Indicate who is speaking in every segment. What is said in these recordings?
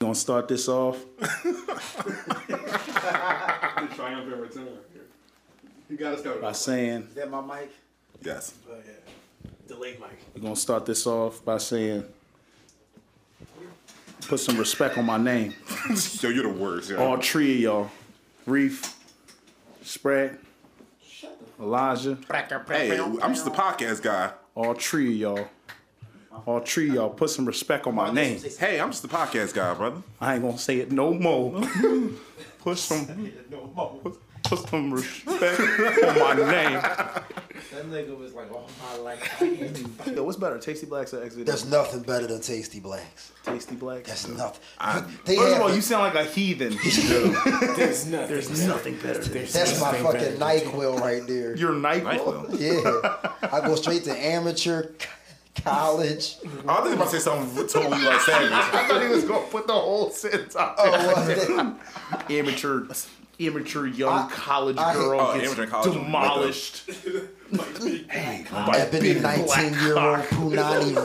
Speaker 1: Gonna start this off.
Speaker 2: The triumphant return. You gotta start.
Speaker 1: by saying
Speaker 3: Is that my mic?
Speaker 2: Yes.
Speaker 3: Oh, yeah. Delay mic.
Speaker 1: we're gonna start this off by saying put some respect on my name.
Speaker 2: Yo, you're the worst. Yo.
Speaker 1: All three of y'all. Reef, Spread, Elijah,
Speaker 2: hey, I'm just the podcast guy.
Speaker 1: all three of y'all. All three of y'all put some respect on my name.
Speaker 2: Hey, I'm just the podcast guy, brother.
Speaker 1: I ain't gonna say it no more. Put some
Speaker 3: No more.
Speaker 1: put some respect on my name.
Speaker 3: That nigga was like, all my life. I ain't even fucking-
Speaker 1: Yo, what's better, Tasty Blacks or Exit?
Speaker 4: There's nothing better than Tasty Blacks.
Speaker 1: Tasty Blacks.
Speaker 4: That's nothing. They
Speaker 1: First
Speaker 4: have-
Speaker 1: of all, you sound like a heathen.
Speaker 3: There's nothing. There's nothing.
Speaker 4: that's my fucking NyQuil right there.
Speaker 1: You're NyQuil.
Speaker 2: NyQuil.
Speaker 4: Yeah. I go straight to amateur c- college.
Speaker 2: I was about to say something totally like savage.
Speaker 1: I thought he was gonna put the whole sentence out there.
Speaker 4: Oh, well, that-
Speaker 1: Amateur, amateur young
Speaker 4: I-
Speaker 1: college
Speaker 4: I-
Speaker 1: girl
Speaker 2: Oh,
Speaker 1: gets
Speaker 2: amateur college woman,
Speaker 1: demolished. hey, by
Speaker 4: I've been a
Speaker 1: big black
Speaker 4: 19 year old
Speaker 1: cock.
Speaker 4: Punani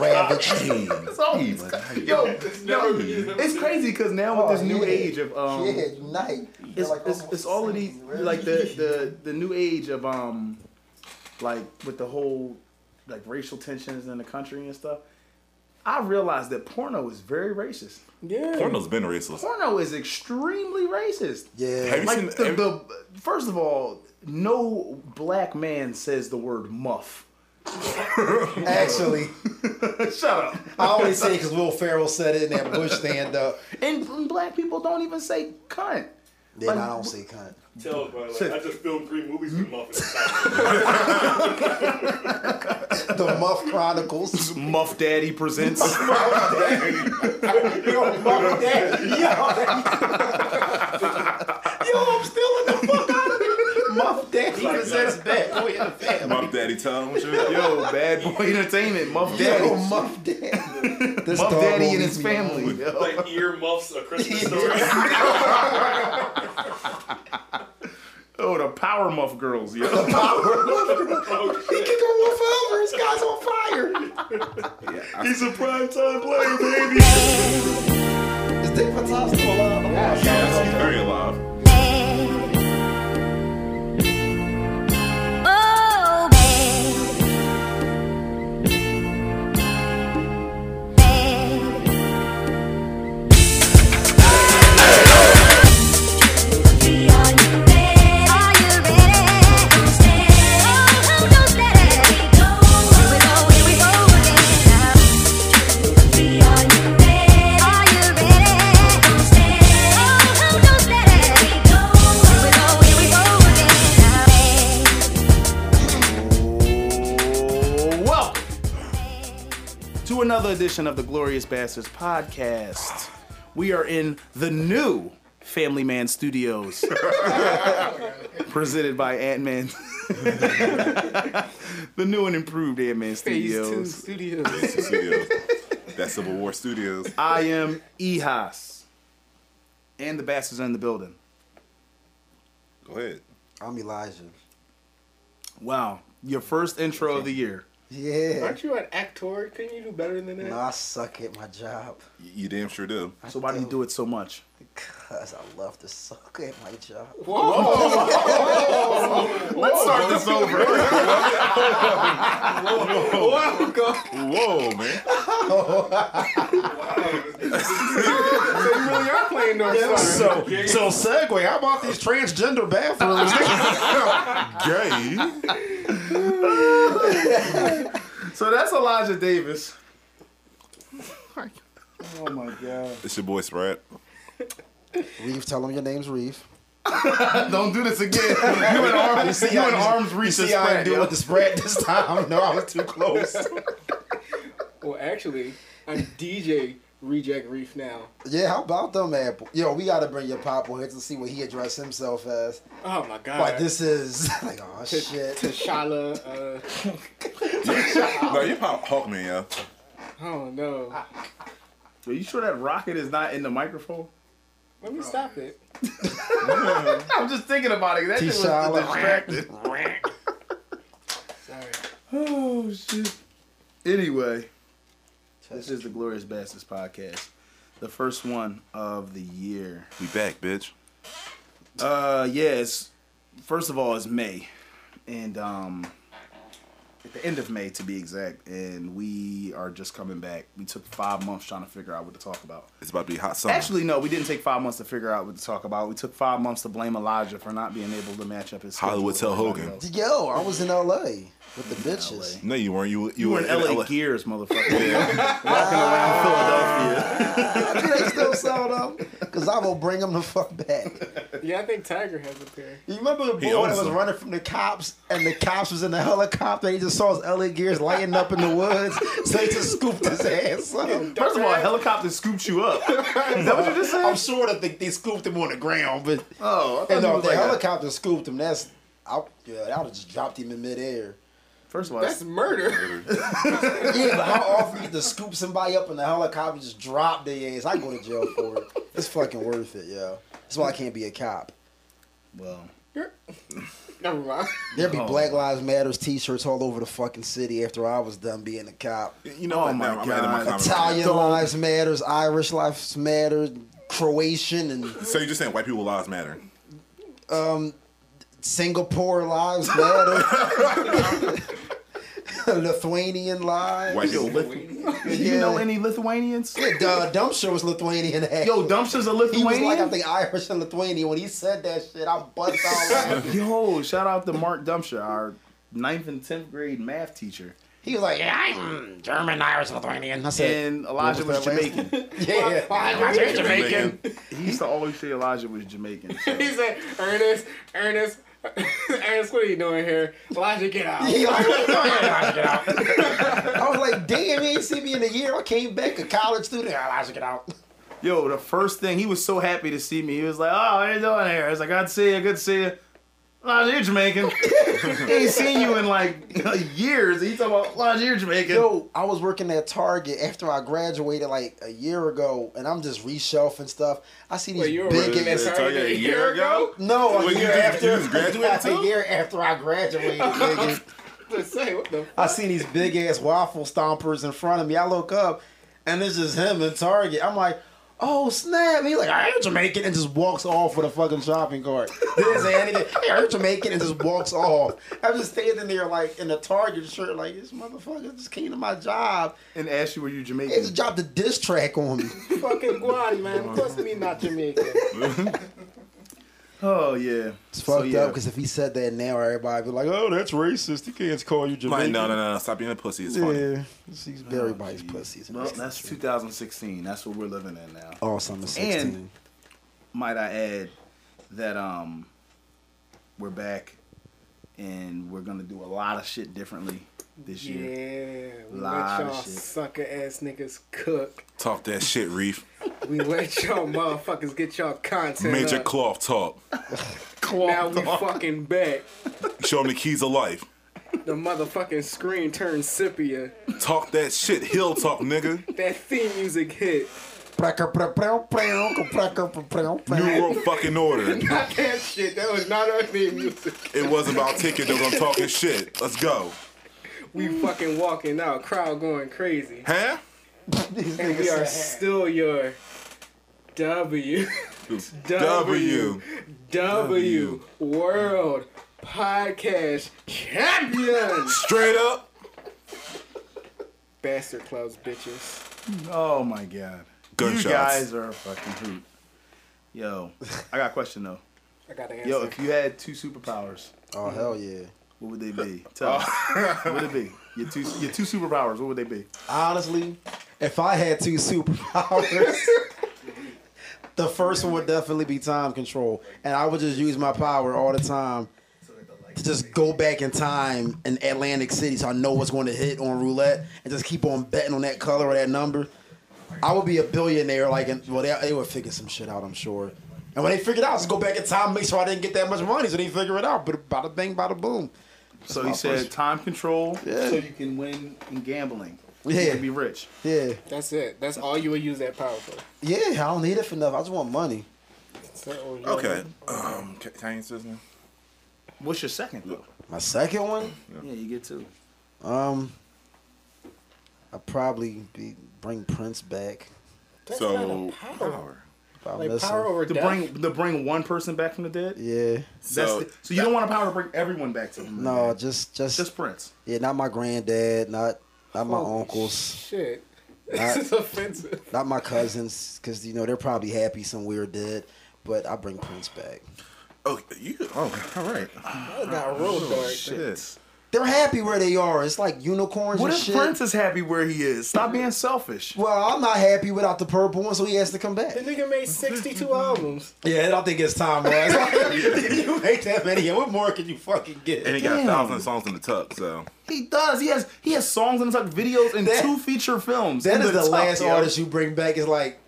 Speaker 4: ravaged.
Speaker 1: It's always- yo, yo, it's crazy because now with this new
Speaker 4: Oh, yeah.
Speaker 1: age of um,
Speaker 4: yeah, night.
Speaker 1: it's, it's, it's all of these like the, the the new age of um like with the whole like racial tensions in the country and stuff i realized that porno is very racist
Speaker 2: Porno's been racist.
Speaker 1: porno is extremely racist
Speaker 2: Have
Speaker 4: Yeah.
Speaker 2: you seen
Speaker 1: like the,
Speaker 2: have-
Speaker 1: the first of all no black man says the word muff
Speaker 4: Actually,
Speaker 1: shut up
Speaker 4: I only say because Will Ferrell said it in that Bush stand up.
Speaker 1: and, and black people don't even say cunt
Speaker 4: Then I don't say cunt.
Speaker 5: Tell her, bro, like, I just filmed three movies
Speaker 4: Hmm?
Speaker 5: with Muffin.
Speaker 4: The Muff Chronicles.
Speaker 1: muff daddy presents
Speaker 3: Yo, my dad. Yo. Yo, I'm still in the fuck out of it. Muff Daddy presents Bad Boy in the Family.
Speaker 2: my daddy tell him shit.
Speaker 1: yo bad boy entertainment muff daddy
Speaker 4: Yo, Muff Daddy. This
Speaker 1: muff
Speaker 4: dog
Speaker 1: daddy and
Speaker 4: won't leave
Speaker 1: his
Speaker 4: me alone.
Speaker 1: family yo.
Speaker 5: like ear muffs, a Christmas story.
Speaker 1: Oh, the Power Muff Girls, yo.
Speaker 5: oh,
Speaker 4: He
Speaker 5: shit.
Speaker 4: can go on forever. This guy's on fire.
Speaker 5: He's a primetime player, baby.
Speaker 4: Is Dick Vitale still alive? I wanna shout
Speaker 2: Yes,
Speaker 4: out
Speaker 2: he's
Speaker 4: to him.
Speaker 2: very alive.
Speaker 6: Oh, babe. Babe. Are you ready? Are you ready? Oh, don't let it go. Here we go, here we go again now. Are you ready? Are you ready? Oh, don't let it go. Here we go, here we go again now.
Speaker 1: Welcome to another edition of the Glorious Bastards podcast. We are in the new Family Man Studios, presented by Ant Man. the new and improved Ant Man Studios.
Speaker 3: Studios.
Speaker 2: Studios. That's Civil War Studios.
Speaker 1: I am Ehas, and the bastards are in the building.
Speaker 2: Go ahead.
Speaker 4: I'm Elijah.
Speaker 1: Wow, your first intro of the year.
Speaker 4: Yeah.
Speaker 3: Aren't you an actor? Can you do better than that?
Speaker 4: No, I suck at my job.
Speaker 2: You, you damn sure do.
Speaker 1: So why do you do it so much?
Speaker 4: Because I love to suck at my job.
Speaker 2: Let's start this over.
Speaker 3: Wow, go.
Speaker 2: Whoa, man.
Speaker 3: You really are playing North Star.
Speaker 4: So, so segue. How about these transgender bathrooms?
Speaker 2: Gay.
Speaker 1: So that's Elijah Davis. Oh my god.
Speaker 2: It's your boy Sprat.
Speaker 4: Reeve, tell them your name's Reeve.
Speaker 1: Don't do this again. You in
Speaker 4: You
Speaker 1: arms,
Speaker 4: see,
Speaker 1: you in
Speaker 4: I-
Speaker 1: arms reach
Speaker 4: See,
Speaker 1: this
Speaker 4: I
Speaker 1: spread,
Speaker 4: didn't deal
Speaker 1: yo.
Speaker 4: with the spread this time. No, I was too close.
Speaker 3: Well, actually, I'm DJ Reject Reef now.
Speaker 4: Yeah, how about them apple? Yo, we gotta bring your pop on here to see what he addressed himself as.
Speaker 3: Oh my God.
Speaker 4: Like this is like, oh shit.
Speaker 3: T'Challa. Uh,
Speaker 2: No, you're Pop Hawkman, yo.
Speaker 3: oh no.
Speaker 7: Ah,
Speaker 1: Are you sure that rocket is not in the microphone?
Speaker 3: Let me stop it.
Speaker 1: I'm just thinking about it. That shit was
Speaker 4: T'Challa.
Speaker 1: distracted.
Speaker 3: Sorry.
Speaker 1: Oh shit. Anyway, this is the Glorious Bastards podcast. the first one of the year.
Speaker 8: We back, bitch.
Speaker 1: Uh, yeah. It's first of all, it's May, and um, at the end of May to be exact. And we are just coming back. We took five months trying to figure out what to talk about.
Speaker 8: It's about to be hot summer.
Speaker 1: Actually, no, we didn't take five months to figure out what to talk about. We took five months to blame Elijah for not being able to match up his schedule
Speaker 8: Hollywood
Speaker 1: with
Speaker 8: tell
Speaker 1: everybody
Speaker 8: Hogan.
Speaker 1: else.
Speaker 4: Yo, I was in L.A. with the bitches.
Speaker 8: no, you weren't. You you,
Speaker 1: You were in LA, gears, motherfucker.
Speaker 8: Yeah.
Speaker 1: Walking around Philadelphia.
Speaker 4: Do they still sell them? Cause I will bring them the fuck back.
Speaker 7: Yeah, I think Tiger has a pair.
Speaker 4: You remember the
Speaker 8: He
Speaker 4: boy that
Speaker 8: owns
Speaker 4: was
Speaker 8: them.
Speaker 4: running from the cops, and the cops was in the helicopter. He just saw his LA gears lighting up in the woods, so he just scooped his ass up.
Speaker 1: First of all, a helicopter scooped you up. Is that what you just
Speaker 3: I'm
Speaker 1: said?
Speaker 3: sure that they, they scooped him on the ground, but
Speaker 1: Oh, I thought
Speaker 4: And
Speaker 1: you
Speaker 4: no,
Speaker 1: was
Speaker 4: if the
Speaker 1: like a-
Speaker 4: helicopter scooped him, that's I, yeah, I would have just dropped him in midair.
Speaker 1: First of all,
Speaker 7: That's murder.
Speaker 4: Yeah, but how often you to scoop somebody up in the helicopter just drop their ass? I go to jail for it. It's fucking worth it, yo. That's why I can't be a cop.
Speaker 1: well,
Speaker 7: Never mind.
Speaker 4: There'd be
Speaker 1: Oh.
Speaker 4: Black Lives Matters T-shirts all over the fucking city after I was done being a cop.
Speaker 8: You know
Speaker 1: Oh
Speaker 8: what?
Speaker 1: my
Speaker 8: Never mind. I'm
Speaker 1: God.
Speaker 8: adding my comment.
Speaker 4: Italian lives matters, Irish lives matter, Croatian and
Speaker 8: So you're just saying white people lives matter?
Speaker 4: Singapore lives matter. Lithuanian lives.
Speaker 8: White people.
Speaker 1: do you know any Lithuanians?
Speaker 4: Uh, Dumpster was Lithuanian. Actually.
Speaker 1: Yo, dumpsters are
Speaker 4: He was
Speaker 1: Lithuanian.
Speaker 4: like, I think Irish and Lithuanian. When he said that shit, I bust out laughing.
Speaker 1: Yo, shout out to Mark Dumpster, our ninth and tenth grade math teacher,
Speaker 4: He was like, yeah, I'm German, Irish, Lithuanian. I said,
Speaker 1: and Elijah was
Speaker 4: What was that last
Speaker 1: Jamaican.
Speaker 4: yeah.
Speaker 8: Jamaican.
Speaker 1: he used to always say Elijah was Jamaican. so-
Speaker 7: He said, Ernest, Ernest, Ernest, what are you doing here? Elijah, get out.
Speaker 4: He like, "What are you doing here, Elijah? Get out." I was like, damn, he ain't seen me in a year. I came back a college student. Elijah, get out.
Speaker 1: Yo, the first thing he was so happy to see me. He was like, "Oh, how you doing here?" I was like, "Good to see you. Good to see you." Elijah, you're Jamaican. he ain't seen you in like years. He talking about Elijah, you're Jamaican.
Speaker 4: Yo, I was working at Target after I graduated like a year ago, and I'm just reshelfing stuff. I see these
Speaker 7: Wait, you were
Speaker 4: big
Speaker 7: working
Speaker 4: ass.
Speaker 7: at Target a year ago?
Speaker 4: No, a
Speaker 8: Well, you
Speaker 4: year
Speaker 8: just-
Speaker 4: after.
Speaker 8: you just graduated
Speaker 4: a year after I graduated. nigga.
Speaker 7: Let's say, what the
Speaker 4: I
Speaker 7: fuck?
Speaker 4: see these big ass waffle stompers in front of me. I look up, and it's just him in Target. I'm like. Oh snap! He's like, I ain't Jamaican, and just walks off with a fucking shopping cart. Didn't say anything. Hey, I'm Jamaican, and just walks off. I'm just standing there like in a Target shirt, like this motherfucker just came to my job
Speaker 1: and asked you were you Jamaican.
Speaker 4: It just dropped a diss track on me.
Speaker 7: Fucking Guadi, man. Of course me not Jamaican.
Speaker 1: oh yeah,
Speaker 4: It's
Speaker 1: So,
Speaker 4: fucked
Speaker 1: yeah.
Speaker 4: up because if he said that now, everybody would be like, "Oh, that's racist. He can't call you
Speaker 8: I'm like,
Speaker 4: Jamaican."
Speaker 8: no, no, no, no. Stop being a pussy. It's funny.
Speaker 4: Yeah, It's- he's everybody's pussies.
Speaker 1: Well, that's 2016. That's what we're living in now.
Speaker 4: all summer sixteen.
Speaker 1: Might I add that um, we're back and we're gonna do a lot of shit differently this year.
Speaker 7: Yeah, we
Speaker 1: Lot
Speaker 7: let
Speaker 1: of
Speaker 7: y'all
Speaker 1: shit.
Speaker 7: sucker ass niggas cook.
Speaker 8: Talk that shit, Reef.
Speaker 7: We let y'all motherfuckers get y'all content.
Speaker 8: Major
Speaker 7: up.
Speaker 8: cloth talk.
Speaker 7: Now we fucking back.
Speaker 8: Show them the keys of life.
Speaker 7: The motherfucking screen turned sepia.
Speaker 8: Talk that shit. Hill talk, nigga.
Speaker 7: That theme music hit.
Speaker 8: New world fucking order.
Speaker 7: Not that shit. That was not our theme music.
Speaker 8: It wasn't about ticket. They was talking shit. Let's go.
Speaker 7: We fucking walking out. Crowd going crazy.
Speaker 8: Huh?
Speaker 7: And we are still your W.
Speaker 8: W.
Speaker 7: W World Podcast Champion.
Speaker 8: Straight up.
Speaker 7: Bastard clubs, bitches.
Speaker 1: Oh my god,
Speaker 8: Gunshots.
Speaker 1: you guys are a fucking hoot. Yo, I got a question though.
Speaker 7: I got to answer.
Speaker 1: Yo, if you had two superpowers,
Speaker 4: Oh hell yeah!
Speaker 1: what would they be? Tell me. what would it be? Your two, your two superpowers. What would they be?
Speaker 4: Honestly, if I had two superpowers, the first one would definitely be time control, and I would just use my power all the time to just go back in time in Atlantic City, so I know what's going to hit on roulette, and just keep on betting on that color or that number. I would be a billionaire. Like, and, well, they, they would figure some shit out, I'm sure. And when they figure it out, just go back in time, make sure I didn't get that much money, so they figure it out. But bada bang, bada boom.
Speaker 1: So
Speaker 4: my
Speaker 1: he said
Speaker 4: first-
Speaker 1: time control,
Speaker 4: Yeah.
Speaker 1: so you can win in gambling.
Speaker 4: Yeah.
Speaker 1: you can be rich.
Speaker 4: Yeah,
Speaker 7: That's it. That's all you would use that power for.
Speaker 4: yeah. I don't need it for nothing. I just want money.
Speaker 7: So, oh, yeah.
Speaker 8: Okay. Um, can, can I answer this now?
Speaker 1: What's your second though?
Speaker 4: My second one.
Speaker 1: Yeah, you get two.
Speaker 4: Um, I probably be bring Prince back.
Speaker 7: That's
Speaker 8: so
Speaker 7: not a power.
Speaker 4: If I
Speaker 7: Like
Speaker 4: miss
Speaker 7: power
Speaker 4: him.
Speaker 7: over
Speaker 1: To
Speaker 7: death.
Speaker 1: bring to bring one person back from the dead.
Speaker 4: Yeah.
Speaker 1: That's
Speaker 8: so
Speaker 1: the, so you don't want a power to bring everyone back to him.
Speaker 4: No, just, just
Speaker 1: just Prince.
Speaker 4: yeah, not my granddad, not not my
Speaker 7: Holy
Speaker 4: uncles,
Speaker 7: Shit.
Speaker 4: Not-
Speaker 7: This is offensive.
Speaker 4: not my cousins, because you know they're probably happy somewhere dead. But I bring Prince back.
Speaker 8: oh you oh all right.
Speaker 1: Ah,
Speaker 7: That got real
Speaker 5: Oh,
Speaker 7: dark.
Speaker 8: Shit.
Speaker 4: They're happy where they are. It's like unicorns
Speaker 1: What
Speaker 4: and
Speaker 1: if
Speaker 4: shit.
Speaker 1: Prince is happy where he is? Stop being selfish.
Speaker 4: well, I'm not happy without the purple one, so he has to come back.
Speaker 7: The nigga made 62 albums.
Speaker 4: Yeah, I don't think it's time, man.
Speaker 3: you make that many. What more can you fucking get?
Speaker 8: And he got a thousand songs in the tuck, so
Speaker 1: He does. He has he has songs and like videos and
Speaker 4: That-
Speaker 1: two feature films.
Speaker 4: That
Speaker 1: in
Speaker 4: is the
Speaker 1: top,
Speaker 4: last
Speaker 1: yo.
Speaker 4: artist you bring back. Is like,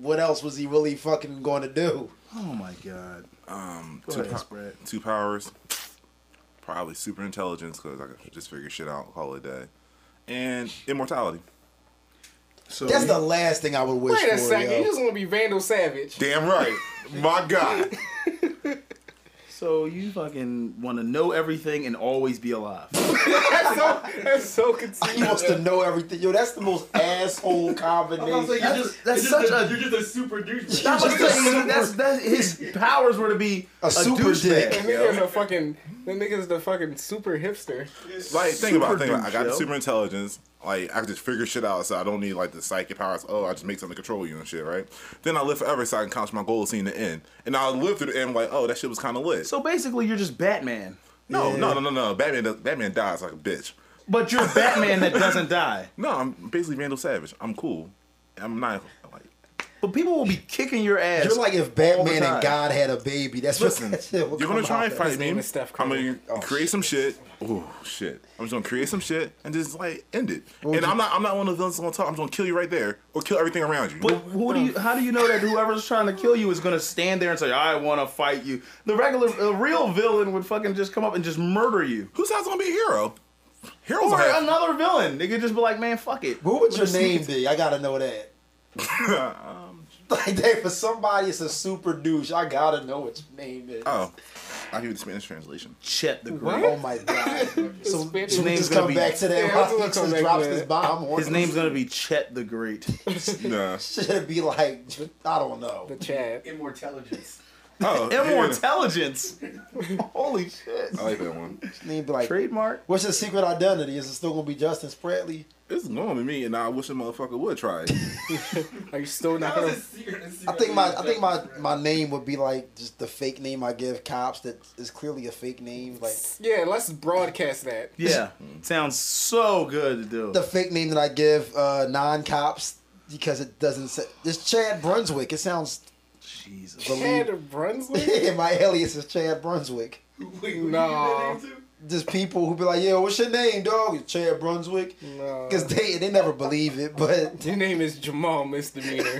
Speaker 4: what else was he really fucking going to do?
Speaker 1: Oh my god.
Speaker 8: um
Speaker 1: Go
Speaker 8: two,
Speaker 1: ahead,
Speaker 8: po-
Speaker 1: Spread.
Speaker 8: two powers. Probably super intelligence because I could just figure shit out, call it a day. And immortality.
Speaker 1: So
Speaker 4: That's the last thing I would wish
Speaker 7: Wait
Speaker 4: for.
Speaker 7: a second.
Speaker 4: yo.
Speaker 7: You just want to be Vandal Savage.
Speaker 8: Damn right. My God.
Speaker 1: so you fucking want to know everything and always be alive.
Speaker 7: That's so, that's
Speaker 4: He
Speaker 7: so
Speaker 4: wants to
Speaker 7: confusing.
Speaker 4: know everything. Yo, that's the most asshole combination.
Speaker 1: That's- that's
Speaker 5: You're
Speaker 1: such
Speaker 5: just a-
Speaker 1: a.
Speaker 5: You're just a super douchebag.
Speaker 1: That's, what I'm saying. that's, that's his powers were to be
Speaker 4: A
Speaker 1: a,
Speaker 4: super
Speaker 1: douchebag.
Speaker 7: That nigga's a fucking, that nigga's the fucking super hipster.
Speaker 8: Like think about it, think about it. I got
Speaker 1: Super
Speaker 8: the
Speaker 1: douche,
Speaker 8: super intelligence. Like I can just figure shit out, so I don't need like the psychic powers. Oh, I just make something control you and shit, right? Then I live forever, so I can accomplish my goal of seeing the end. And I live through the end, like oh, that shit was kind of lit.
Speaker 1: So basically, you're just Batman,
Speaker 8: no, no, no, no, no. Batman, does- Batman dies like a bitch.
Speaker 1: but you're Batman that doesn't die.
Speaker 8: No, I'm basically Randall Savage. I'm cool. I'm not like
Speaker 1: But people will be kicking your ass.
Speaker 4: You're like if
Speaker 1: all the
Speaker 4: Batman and
Speaker 1: time.
Speaker 4: God had a baby. That's
Speaker 8: Listen,
Speaker 4: what that shit would
Speaker 8: you're gonna
Speaker 4: come
Speaker 8: try
Speaker 4: out
Speaker 8: and
Speaker 4: as.
Speaker 8: fight me.
Speaker 7: name
Speaker 8: I'm
Speaker 7: is Steph
Speaker 8: gonna
Speaker 7: Curry.
Speaker 8: create some shit. Oh shit! I'm just gonna create some shit and just like end it. And I'm not. I'm not one of those that's gonna talk. I'm just gonna kill you right there or kill everything around you.
Speaker 1: But who do you? How do you know that whoever's trying to kill you is gonna stand there and say, "I want to fight you"? The regular, a real villain would fucking just come up and just murder you.
Speaker 8: Who's not gonna be a hero? Heroes
Speaker 1: Or
Speaker 8: are have-
Speaker 1: another villain, they could just be like, "Man, fuck it."
Speaker 4: What would your name be? I gotta know that. like that for somebody, it's a super douche. I gotta know what your name is.
Speaker 8: Oh, I give you the Spanish translation.
Speaker 1: Chet the Great.
Speaker 4: Oh my god! so
Speaker 7: Spanish-
Speaker 4: so we
Speaker 1: Name's
Speaker 4: just
Speaker 1: gonna
Speaker 4: come
Speaker 1: be-
Speaker 4: back to that.
Speaker 7: Yeah,
Speaker 4: while
Speaker 7: it's
Speaker 4: he
Speaker 7: gonna
Speaker 4: just
Speaker 7: come back
Speaker 4: drops
Speaker 7: to
Speaker 4: this
Speaker 7: that.
Speaker 4: bomb. on
Speaker 1: His
Speaker 4: him.
Speaker 1: name's gonna be Chet the Great.
Speaker 8: Nah.
Speaker 4: should be like I don't know.
Speaker 7: The Chad.
Speaker 3: Immortelligence.
Speaker 8: Oh, yeah.
Speaker 1: Immortelligence. Holy shit.
Speaker 8: I like that one.
Speaker 4: His name be like.
Speaker 1: Trademark.
Speaker 4: What's your secret identity? Is it still gonna be Justin Spratley?
Speaker 8: It's normal to me, and I wish a motherfucker would try it.
Speaker 7: Are you still not
Speaker 3: That was
Speaker 7: gonna?
Speaker 3: his secret. his
Speaker 4: I
Speaker 3: secret
Speaker 4: think my I
Speaker 3: identity.
Speaker 4: think my, my name would be like just the fake name I give cops that is clearly a fake name. Like
Speaker 7: Yeah, let's broadcast that.
Speaker 1: Yeah. Sounds so good to do.
Speaker 4: the fake name that I give uh, non cops because it doesn't say it's Chad Brunswick. It sounds
Speaker 1: Jesus.
Speaker 4: believe-
Speaker 7: Chad Brunswick.
Speaker 4: my alias is Chad Brunswick.
Speaker 3: Wait, who
Speaker 7: No.
Speaker 3: you did that name
Speaker 4: Just people who be like, yo, what's your name, dog? It's Chad Brunswick.
Speaker 7: No.
Speaker 4: Because they they never believe it, but
Speaker 7: Your name is Jamal Misdemeanor.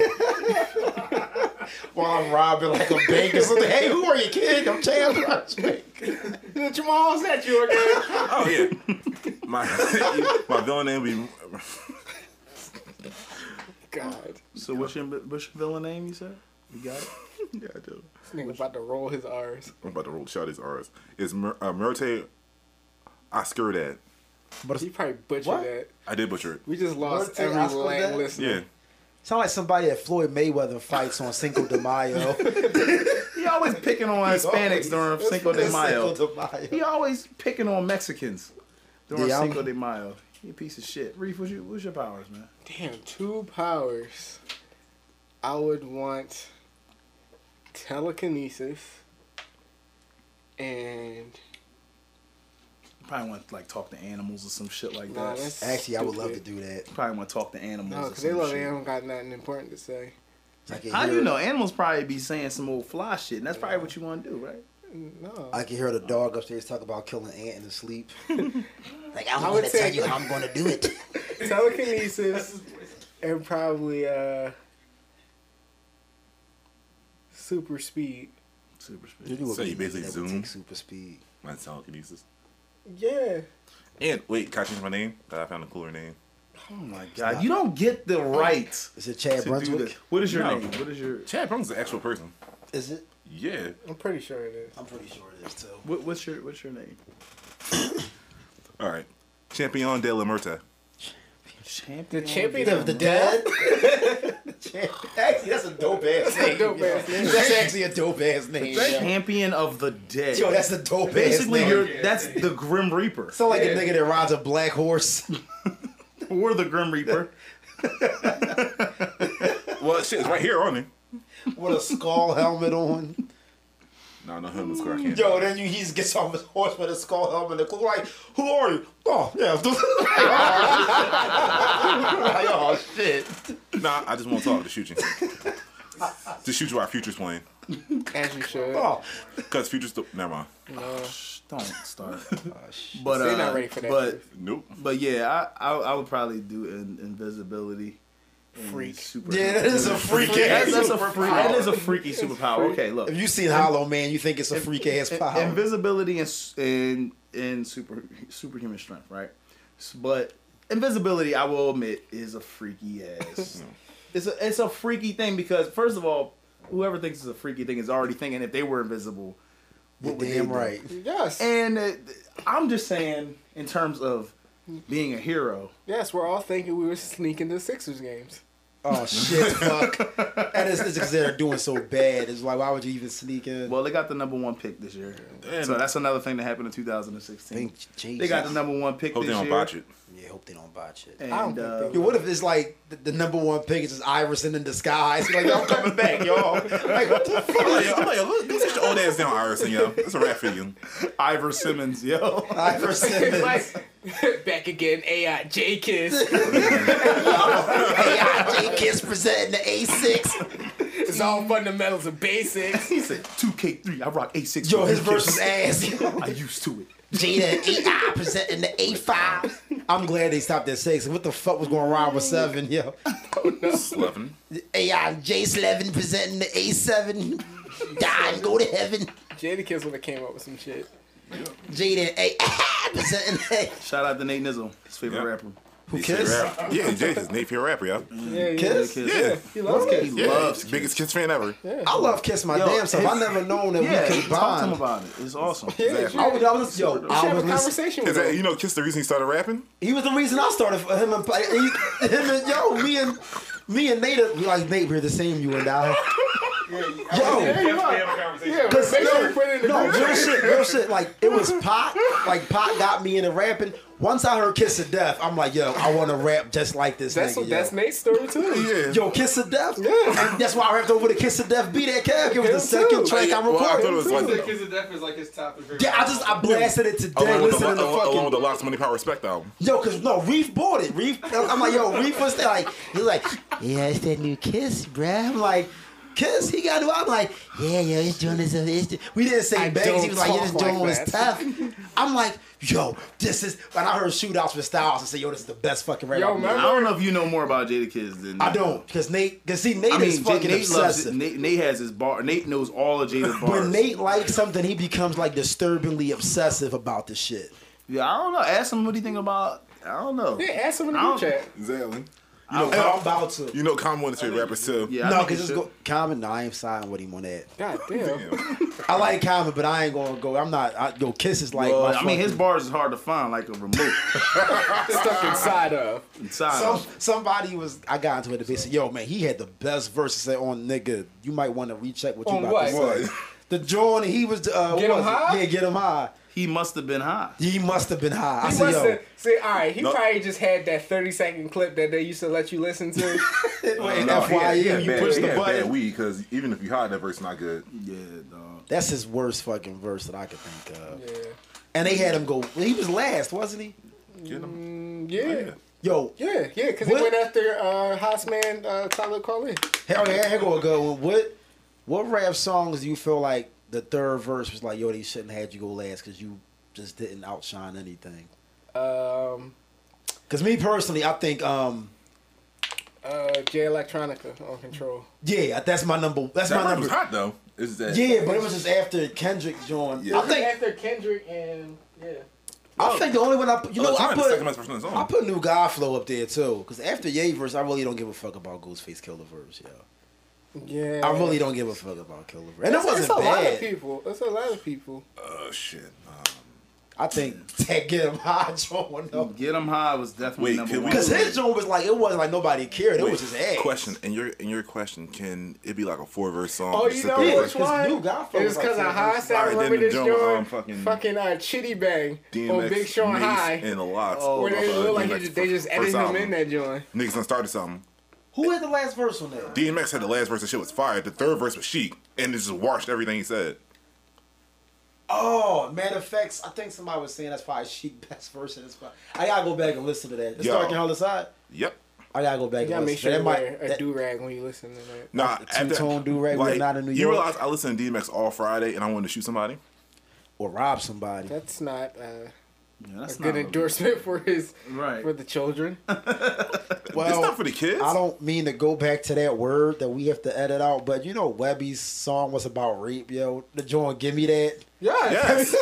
Speaker 4: while I'm robbing like a bank or something, hey, who are you, kid? I'm Chad Brunswick.
Speaker 7: Jamal, is that you again?
Speaker 8: Oh yeah. My my villain name would be
Speaker 7: God,
Speaker 1: So what's your, what's your villain name? You said. You got it.
Speaker 8: yeah, I do.
Speaker 7: this nigga about to roll his R's.
Speaker 8: I'm about to roll shout his R's. Is Mur- uh, Murte Oscaridad?
Speaker 7: He probably butchered
Speaker 4: What?
Speaker 7: that.
Speaker 8: I did butcher it.
Speaker 7: We just
Speaker 4: What
Speaker 7: lost
Speaker 4: did
Speaker 7: every
Speaker 4: I spell that?
Speaker 7: Latin listener.
Speaker 8: Yeah.
Speaker 4: Sound like somebody that Floyd Mayweather fights on Cinco de Mayo.
Speaker 1: He always picking on Hispanics during Cinco de Mayo.
Speaker 4: Cinco de Mayo.
Speaker 1: He always picking on Mexicans during
Speaker 4: Yeah, I'm-
Speaker 1: Cinco de Mayo. You piece of shit. Reef, what's your, what's your powers, man?
Speaker 7: Damn, two powers. I would want telekinesis and
Speaker 1: You probably want to like talk to animals or some shit like
Speaker 7: Nah,
Speaker 1: that.
Speaker 7: that's-
Speaker 4: Actually, I would love to do that.
Speaker 1: You probably want to talk to animals.
Speaker 7: no,
Speaker 1: or
Speaker 7: because
Speaker 1: some
Speaker 7: oh, they love
Speaker 1: shit.
Speaker 7: they don't got nothing important to say.
Speaker 4: I can
Speaker 1: How do
Speaker 4: hear,
Speaker 1: you know? Animals probably be saying some old fly shit, and that's probably what you want to do, right?
Speaker 7: No,
Speaker 4: I can hear the dog upstairs talk about killing an ant in his sleep. like, I'm
Speaker 7: I would
Speaker 4: going to tell
Speaker 7: say-
Speaker 4: you how I'm going to do it.
Speaker 7: telekinesis and probably uh super speed.
Speaker 1: Super speed.
Speaker 4: do
Speaker 8: So you basically
Speaker 4: that would
Speaker 8: zoom?
Speaker 4: take Super speed.
Speaker 8: My telekinesis.
Speaker 7: Yeah.
Speaker 8: And wait, can I change my name? 'Cause I found a cooler name.
Speaker 1: Oh my god, you don't get the right
Speaker 4: Is it Chad
Speaker 1: to do
Speaker 4: Brunswick?
Speaker 1: this. What is your
Speaker 8: No.
Speaker 1: name? What is your
Speaker 8: Chad Brown's an actual person.
Speaker 4: Is it?
Speaker 8: Yeah.
Speaker 7: I'm pretty sure it is.
Speaker 4: I'm pretty sure it is, too.
Speaker 1: what, what's your what's your name?
Speaker 8: All right. Champion de la Murta.
Speaker 1: Champion.
Speaker 7: The champion
Speaker 4: The,
Speaker 7: of
Speaker 4: the dead? actually, that's a dope ass name.
Speaker 7: Dope
Speaker 4: yo.
Speaker 7: ass name.
Speaker 4: That's actually a dope ass name. yo.
Speaker 1: Champion of the dead.
Speaker 4: Yo, that's a dope
Speaker 1: Basically,
Speaker 4: ass name.
Speaker 1: you're that's the Grim Reaper
Speaker 4: Sound like a nigga that rides a black horse.
Speaker 1: or the Grim Reaper.
Speaker 8: Well, shit, it's right here on it.
Speaker 4: with a skull helmet on.
Speaker 8: No, no helmets, I can't.
Speaker 4: Yo, then you, he just gets off his horse with a skull helmet and cool like, who are you? Oh, yeah. Like, oh, shit.
Speaker 8: Nah, I just want to talk to shoot you. to shoot you while Future's playing.
Speaker 7: As you should.
Speaker 4: Oh,
Speaker 8: Because Future's still. Never mind.
Speaker 1: Shh, Don't start.
Speaker 4: Oh,
Speaker 1: But uh,
Speaker 7: They're not ready for that.
Speaker 1: but
Speaker 8: Nope.
Speaker 1: but yeah, I I, I would probably do in, invisibility. and
Speaker 7: Freak.
Speaker 1: Super.
Speaker 4: yeah, that is a freak ass.
Speaker 1: That's, that's a freak. That is a freaky superpower. Okay, look.
Speaker 4: If you seen Hollow Man, you think it's a freak ass power.
Speaker 1: Invisibility and s- and and super superhuman strength, right? S- But invisibility, I will admit, is a freaky ass. it's a it's a freaky thing because first of all, whoever thinks it's a freaky thing is already thinking if they were invisible,
Speaker 4: You're
Speaker 1: what would they
Speaker 4: damn
Speaker 1: do?
Speaker 4: right.
Speaker 7: Yes.
Speaker 1: And uh, I'm just saying, in terms of being a hero,
Speaker 7: yes, we're all thinking we were sneaking to Sixers games.
Speaker 4: Oh shit, fuck. That is it's because they're doing so bad. It's like, why would you even sneak in?
Speaker 1: well, they got the number one pick this year, so that's another thing that happened in 2016.
Speaker 4: Thank Jesus.
Speaker 1: They got the number one pick
Speaker 8: Hope
Speaker 1: this
Speaker 8: they don't
Speaker 1: year.
Speaker 8: botch it.
Speaker 4: Yeah, hope they don't botch it.
Speaker 1: And,
Speaker 7: I don't think
Speaker 1: uh,
Speaker 7: they
Speaker 4: Yo, what if it's like the, the number one pick is just Iverson in disguise? Like, yo, I'm coming back, y'all. Like, what the fuck?
Speaker 8: I'm like, yo, I'm like, yo, look, go sit your old ass down, Irison, yo. That's a wrap for you.
Speaker 1: Ivor Simmons, yo.
Speaker 4: Iverson.
Speaker 7: It's
Speaker 4: in-
Speaker 7: like back again, AI J Kiss.
Speaker 4: AIJ Kids presenting the A6.
Speaker 7: It's all fundamentals and basics.
Speaker 1: He said 2K3. I rock A6.
Speaker 4: Yo,
Speaker 1: with
Speaker 4: his
Speaker 1: you
Speaker 4: verse was
Speaker 1: kids."
Speaker 4: ass.
Speaker 1: I used to it.
Speaker 4: Jada and AI presenting the A5. I'm glad they stopped at six. What the fuck was going wrong with seven, yo?
Speaker 8: Eleven.
Speaker 4: AI J Slevin presenting the A7. Die and go to heaven.
Speaker 7: Jada Kiss would have came up with some shit.
Speaker 4: Jada and AI presenting the
Speaker 1: Shout out to Nate Nizzle, his favorite
Speaker 8: Yeah.
Speaker 1: rapper.
Speaker 4: Who cares?
Speaker 8: Yeah, Jay is Napier rapper, yo.
Speaker 7: Yeah, yeah.
Speaker 4: Kiss?
Speaker 1: Kiss.
Speaker 8: Yeah.
Speaker 7: He loves
Speaker 1: He
Speaker 7: Kiss.
Speaker 1: loves
Speaker 8: Loves biggest Kiss fan ever.
Speaker 4: I love Kiss my
Speaker 1: Yo,
Speaker 4: damn self. I
Speaker 1: his-
Speaker 4: never known that
Speaker 1: Yeah,
Speaker 4: we could
Speaker 1: talk to him about
Speaker 4: bond.
Speaker 1: it. It's awesome.
Speaker 7: Yeah,
Speaker 8: Exactly.
Speaker 7: you
Speaker 4: I was, I was, yo,
Speaker 7: should
Speaker 4: I
Speaker 7: have
Speaker 4: was
Speaker 7: a
Speaker 4: listening.
Speaker 7: conversation
Speaker 8: Is
Speaker 7: with
Speaker 8: that
Speaker 7: him.
Speaker 8: uh, you know Kiss the reason he started rapping?
Speaker 4: He was the reason I started for him and he, him and yo me and me and Nate are- we like Nate we're the same you and I. Yo,
Speaker 5: That's why we have a conversation.
Speaker 7: Yeah,
Speaker 4: cause
Speaker 7: make sure
Speaker 4: no,
Speaker 7: you put it in the
Speaker 4: no,
Speaker 7: group.
Speaker 4: real shit, real shit. Like it was Pot, like Pot got me into rapping. Once I heard Kiss of Death, I'm like, yo, I want to rap just like this.
Speaker 7: That's
Speaker 4: nigga,
Speaker 7: what
Speaker 4: yo.
Speaker 7: that's Nate's story too.
Speaker 8: Yeah.
Speaker 4: Yo, Kiss of Death.
Speaker 7: Yeah.
Speaker 4: And that's why I rapped over the Kiss of Death. Be that Kev. It was the
Speaker 7: Him
Speaker 4: second
Speaker 7: too.
Speaker 4: track I
Speaker 8: Well, I thought it
Speaker 4: recorded.
Speaker 8: was like
Speaker 9: Like, Kids of Death is like his top of
Speaker 4: Yeah, I just I blasted it today.
Speaker 8: along with, the,
Speaker 4: Listening to
Speaker 8: along, along
Speaker 4: fucking
Speaker 8: with the Lots Money Power Respect album.
Speaker 4: Yo, cause no, Reef bought it. Reef, I'm like, yo, Reef was there, like, he's like, yeah, it's that new Kiss, bruh. I'm like, Kiss, he got new. I'm like, yeah, yo, it's doing this. It's doing. We didn't say
Speaker 7: I
Speaker 4: bangs. He
Speaker 7: don't
Speaker 4: was like, yeah, this
Speaker 7: talk
Speaker 4: doing was
Speaker 7: like that.
Speaker 4: tough. I'm like, yo, this is. When I heard shootouts with Styles, I said, yo, this is the best fucking rap.
Speaker 7: Yo,
Speaker 4: album.
Speaker 7: man.
Speaker 1: I don't know if you know more about Jada Kids than
Speaker 4: I don't, cause Nate, cause see, Nate
Speaker 1: I mean,
Speaker 4: is
Speaker 1: Jada-
Speaker 4: fucking
Speaker 1: Nate loves it.
Speaker 4: obsessive.
Speaker 1: Nate, Nate has his bar. Nate knows all of Jada's bars.
Speaker 4: When Nate likes something, he becomes like disturbingly obsessive about the shit.
Speaker 1: yeah, I don't know. Ask him what he think about. I don't know.
Speaker 7: Yeah, ask him in the
Speaker 1: I
Speaker 7: group
Speaker 1: don't-
Speaker 7: chat.
Speaker 8: Exactly.
Speaker 4: You know, I'm about to.
Speaker 8: You know Common one of his favorite rappers too.
Speaker 1: Yeah, I
Speaker 4: No,
Speaker 1: think
Speaker 4: cause
Speaker 1: he
Speaker 4: it's
Speaker 1: should.
Speaker 4: go, Common. No, I ain't siding with him on that.
Speaker 7: God damn.
Speaker 4: I like Common, but I ain't gonna go. I'm not. I, yo, Kiss is like.
Speaker 1: Well,
Speaker 4: my
Speaker 1: I mean, his
Speaker 4: fucking-
Speaker 1: bars is hard to find, like a remote
Speaker 7: Stuck inside of.
Speaker 1: inside.
Speaker 4: Some,
Speaker 1: of-
Speaker 4: somebody was. I got into it. They said, "Yo, man, he had the best verse." Said on nigga, you might want to recheck what you
Speaker 7: On
Speaker 4: about to
Speaker 7: what?
Speaker 4: say. The joint he was. Uh,
Speaker 7: Get
Speaker 4: what
Speaker 7: 'em
Speaker 4: was it?
Speaker 7: high?
Speaker 4: Yeah, get him high.
Speaker 1: He must have been high.
Speaker 4: He must have been high. I
Speaker 7: He
Speaker 4: said,
Speaker 7: must
Speaker 4: "Yo,
Speaker 7: have, see, all right, he
Speaker 8: No.
Speaker 7: probably just had that 30 second clip that they used to let you listen to.
Speaker 4: wait,
Speaker 8: No, he had-
Speaker 4: FYE,
Speaker 8: he had
Speaker 4: E, you
Speaker 8: bad-
Speaker 4: push
Speaker 8: he
Speaker 4: the
Speaker 8: had bad
Speaker 4: button."
Speaker 8: weed because even if you hide that verse, not good.
Speaker 1: Yeah, dog.
Speaker 4: That's his worst fucking verse that I could think of.
Speaker 7: yeah.
Speaker 4: And they had him go. He was last, wasn't he?
Speaker 8: Get him.
Speaker 7: Yeah.
Speaker 4: Yo,
Speaker 7: Yeah, yeah, because
Speaker 4: Oh, What?
Speaker 7: he went after uh, Haas man uh, Tyler Colley.
Speaker 4: hell yeah, here go a good one. What, what rap songs do you feel like the third verse was like, yo, they shouldn't have had you go last because you just didn't outshine anything?
Speaker 7: Um,
Speaker 4: Because me personally, I think, um,
Speaker 7: uh, J Electronica on Control.
Speaker 4: yeah, that's my number. That's
Speaker 8: That
Speaker 4: my
Speaker 8: rap was
Speaker 4: number.
Speaker 8: hot though. It's that.
Speaker 4: Yeah, but it was just after Kendrick joined.
Speaker 8: Yeah.
Speaker 4: I think
Speaker 7: after Kendrick and yeah.
Speaker 4: I think the only one I put, you know, I
Speaker 8: Electronic is the second
Speaker 4: put
Speaker 8: best person on the
Speaker 4: I
Speaker 8: song.
Speaker 4: put New God Flow up there too. Because after Ye verse, I really don't give a fuck about Ghostface Killer verse, yo.
Speaker 7: Yeah.
Speaker 4: I really don't give a fuck about Killer verse, and it
Speaker 7: It's-
Speaker 4: wasn't
Speaker 7: it's a lot of
Speaker 4: bad.
Speaker 7: people. It's a lot of people.
Speaker 8: Oh shit. Um,
Speaker 4: I think that get him high joint one though.
Speaker 1: Get him high was definitely
Speaker 8: Wait,
Speaker 1: number
Speaker 8: can we-
Speaker 1: one.
Speaker 4: Cause his joint was like it wasn't like nobody cared. It was just ass.
Speaker 8: Question in your in your question, can it be like a four verse song?
Speaker 7: Oh,
Speaker 8: Just
Speaker 7: you
Speaker 8: sit
Speaker 7: know
Speaker 8: there,
Speaker 7: which
Speaker 8: like,
Speaker 7: one?
Speaker 4: new Godfather was
Speaker 7: It's
Speaker 4: like
Speaker 7: because of
Speaker 4: that.
Speaker 7: High Sound.
Speaker 8: Alright, then
Speaker 7: Remember
Speaker 8: the
Speaker 7: this
Speaker 8: joint, um,
Speaker 7: joint?
Speaker 8: fucking-
Speaker 7: Fucking uh, Chitty Bang on
Speaker 8: DMX,
Speaker 7: Big Sean
Speaker 8: Mace,
Speaker 7: High.
Speaker 8: and a lot.
Speaker 7: Where Oh, they look like he just, they just edited him in
Speaker 8: there.
Speaker 7: that joint.
Speaker 8: Niggas done started something.
Speaker 4: Who had the last verse on that?
Speaker 8: DMX had the last verse and shit was fire. The third verse was chic, and it just washed everything he said.
Speaker 4: Oh, matter of fact, I think somebody was saying that's probably Sheik best verse in this. spot. I gotta go back and listen to that. It's
Speaker 8: Yo.
Speaker 4: dark and hell aside.
Speaker 8: Yep.
Speaker 4: I gotta go back
Speaker 7: You gotta
Speaker 4: and
Speaker 7: make
Speaker 4: listen. to
Speaker 7: sure you
Speaker 4: that.
Speaker 7: wear
Speaker 4: That might-
Speaker 7: a
Speaker 4: that-
Speaker 7: do rag when you listen to that.
Speaker 8: Nah,
Speaker 4: The
Speaker 8: after-
Speaker 4: two-tone do-rag was not in New
Speaker 8: You
Speaker 4: York.
Speaker 8: realize I listened to DMX all Friday, and I wanted to shoot somebody.
Speaker 4: or rob somebody.
Speaker 7: That's not uh,
Speaker 1: Yeah, that's
Speaker 7: a good
Speaker 1: not-
Speaker 7: endorsement for his
Speaker 1: Right.
Speaker 7: for the children.
Speaker 8: it's not for the kids.
Speaker 4: I don't mean to go back to that word that we have to edit out, but you know Webby's song was about rape, yo. The joint, give me that.
Speaker 7: Yeah.
Speaker 8: Yes,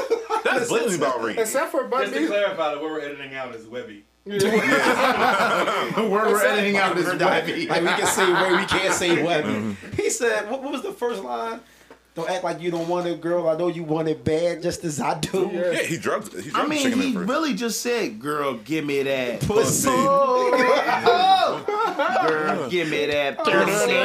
Speaker 8: that's blatantly about rape.
Speaker 7: Except for Bun
Speaker 5: Just to
Speaker 7: B.
Speaker 5: clarify, what we're editing out is Webby.
Speaker 1: We're, we're editing out this
Speaker 4: Webby. Like we can say Webby, we can't say Webby. He said, what, what was the first line? Don't act like you don't want it, girl. I know you want it bad, just as I do.
Speaker 7: Yeah.
Speaker 8: Yeah, he drugged. He drugged
Speaker 1: I mean,
Speaker 8: chicken at
Speaker 1: he
Speaker 8: first.
Speaker 1: really just said, "Girl, give me that
Speaker 8: Pussy.
Speaker 1: Girl, give me that pussy."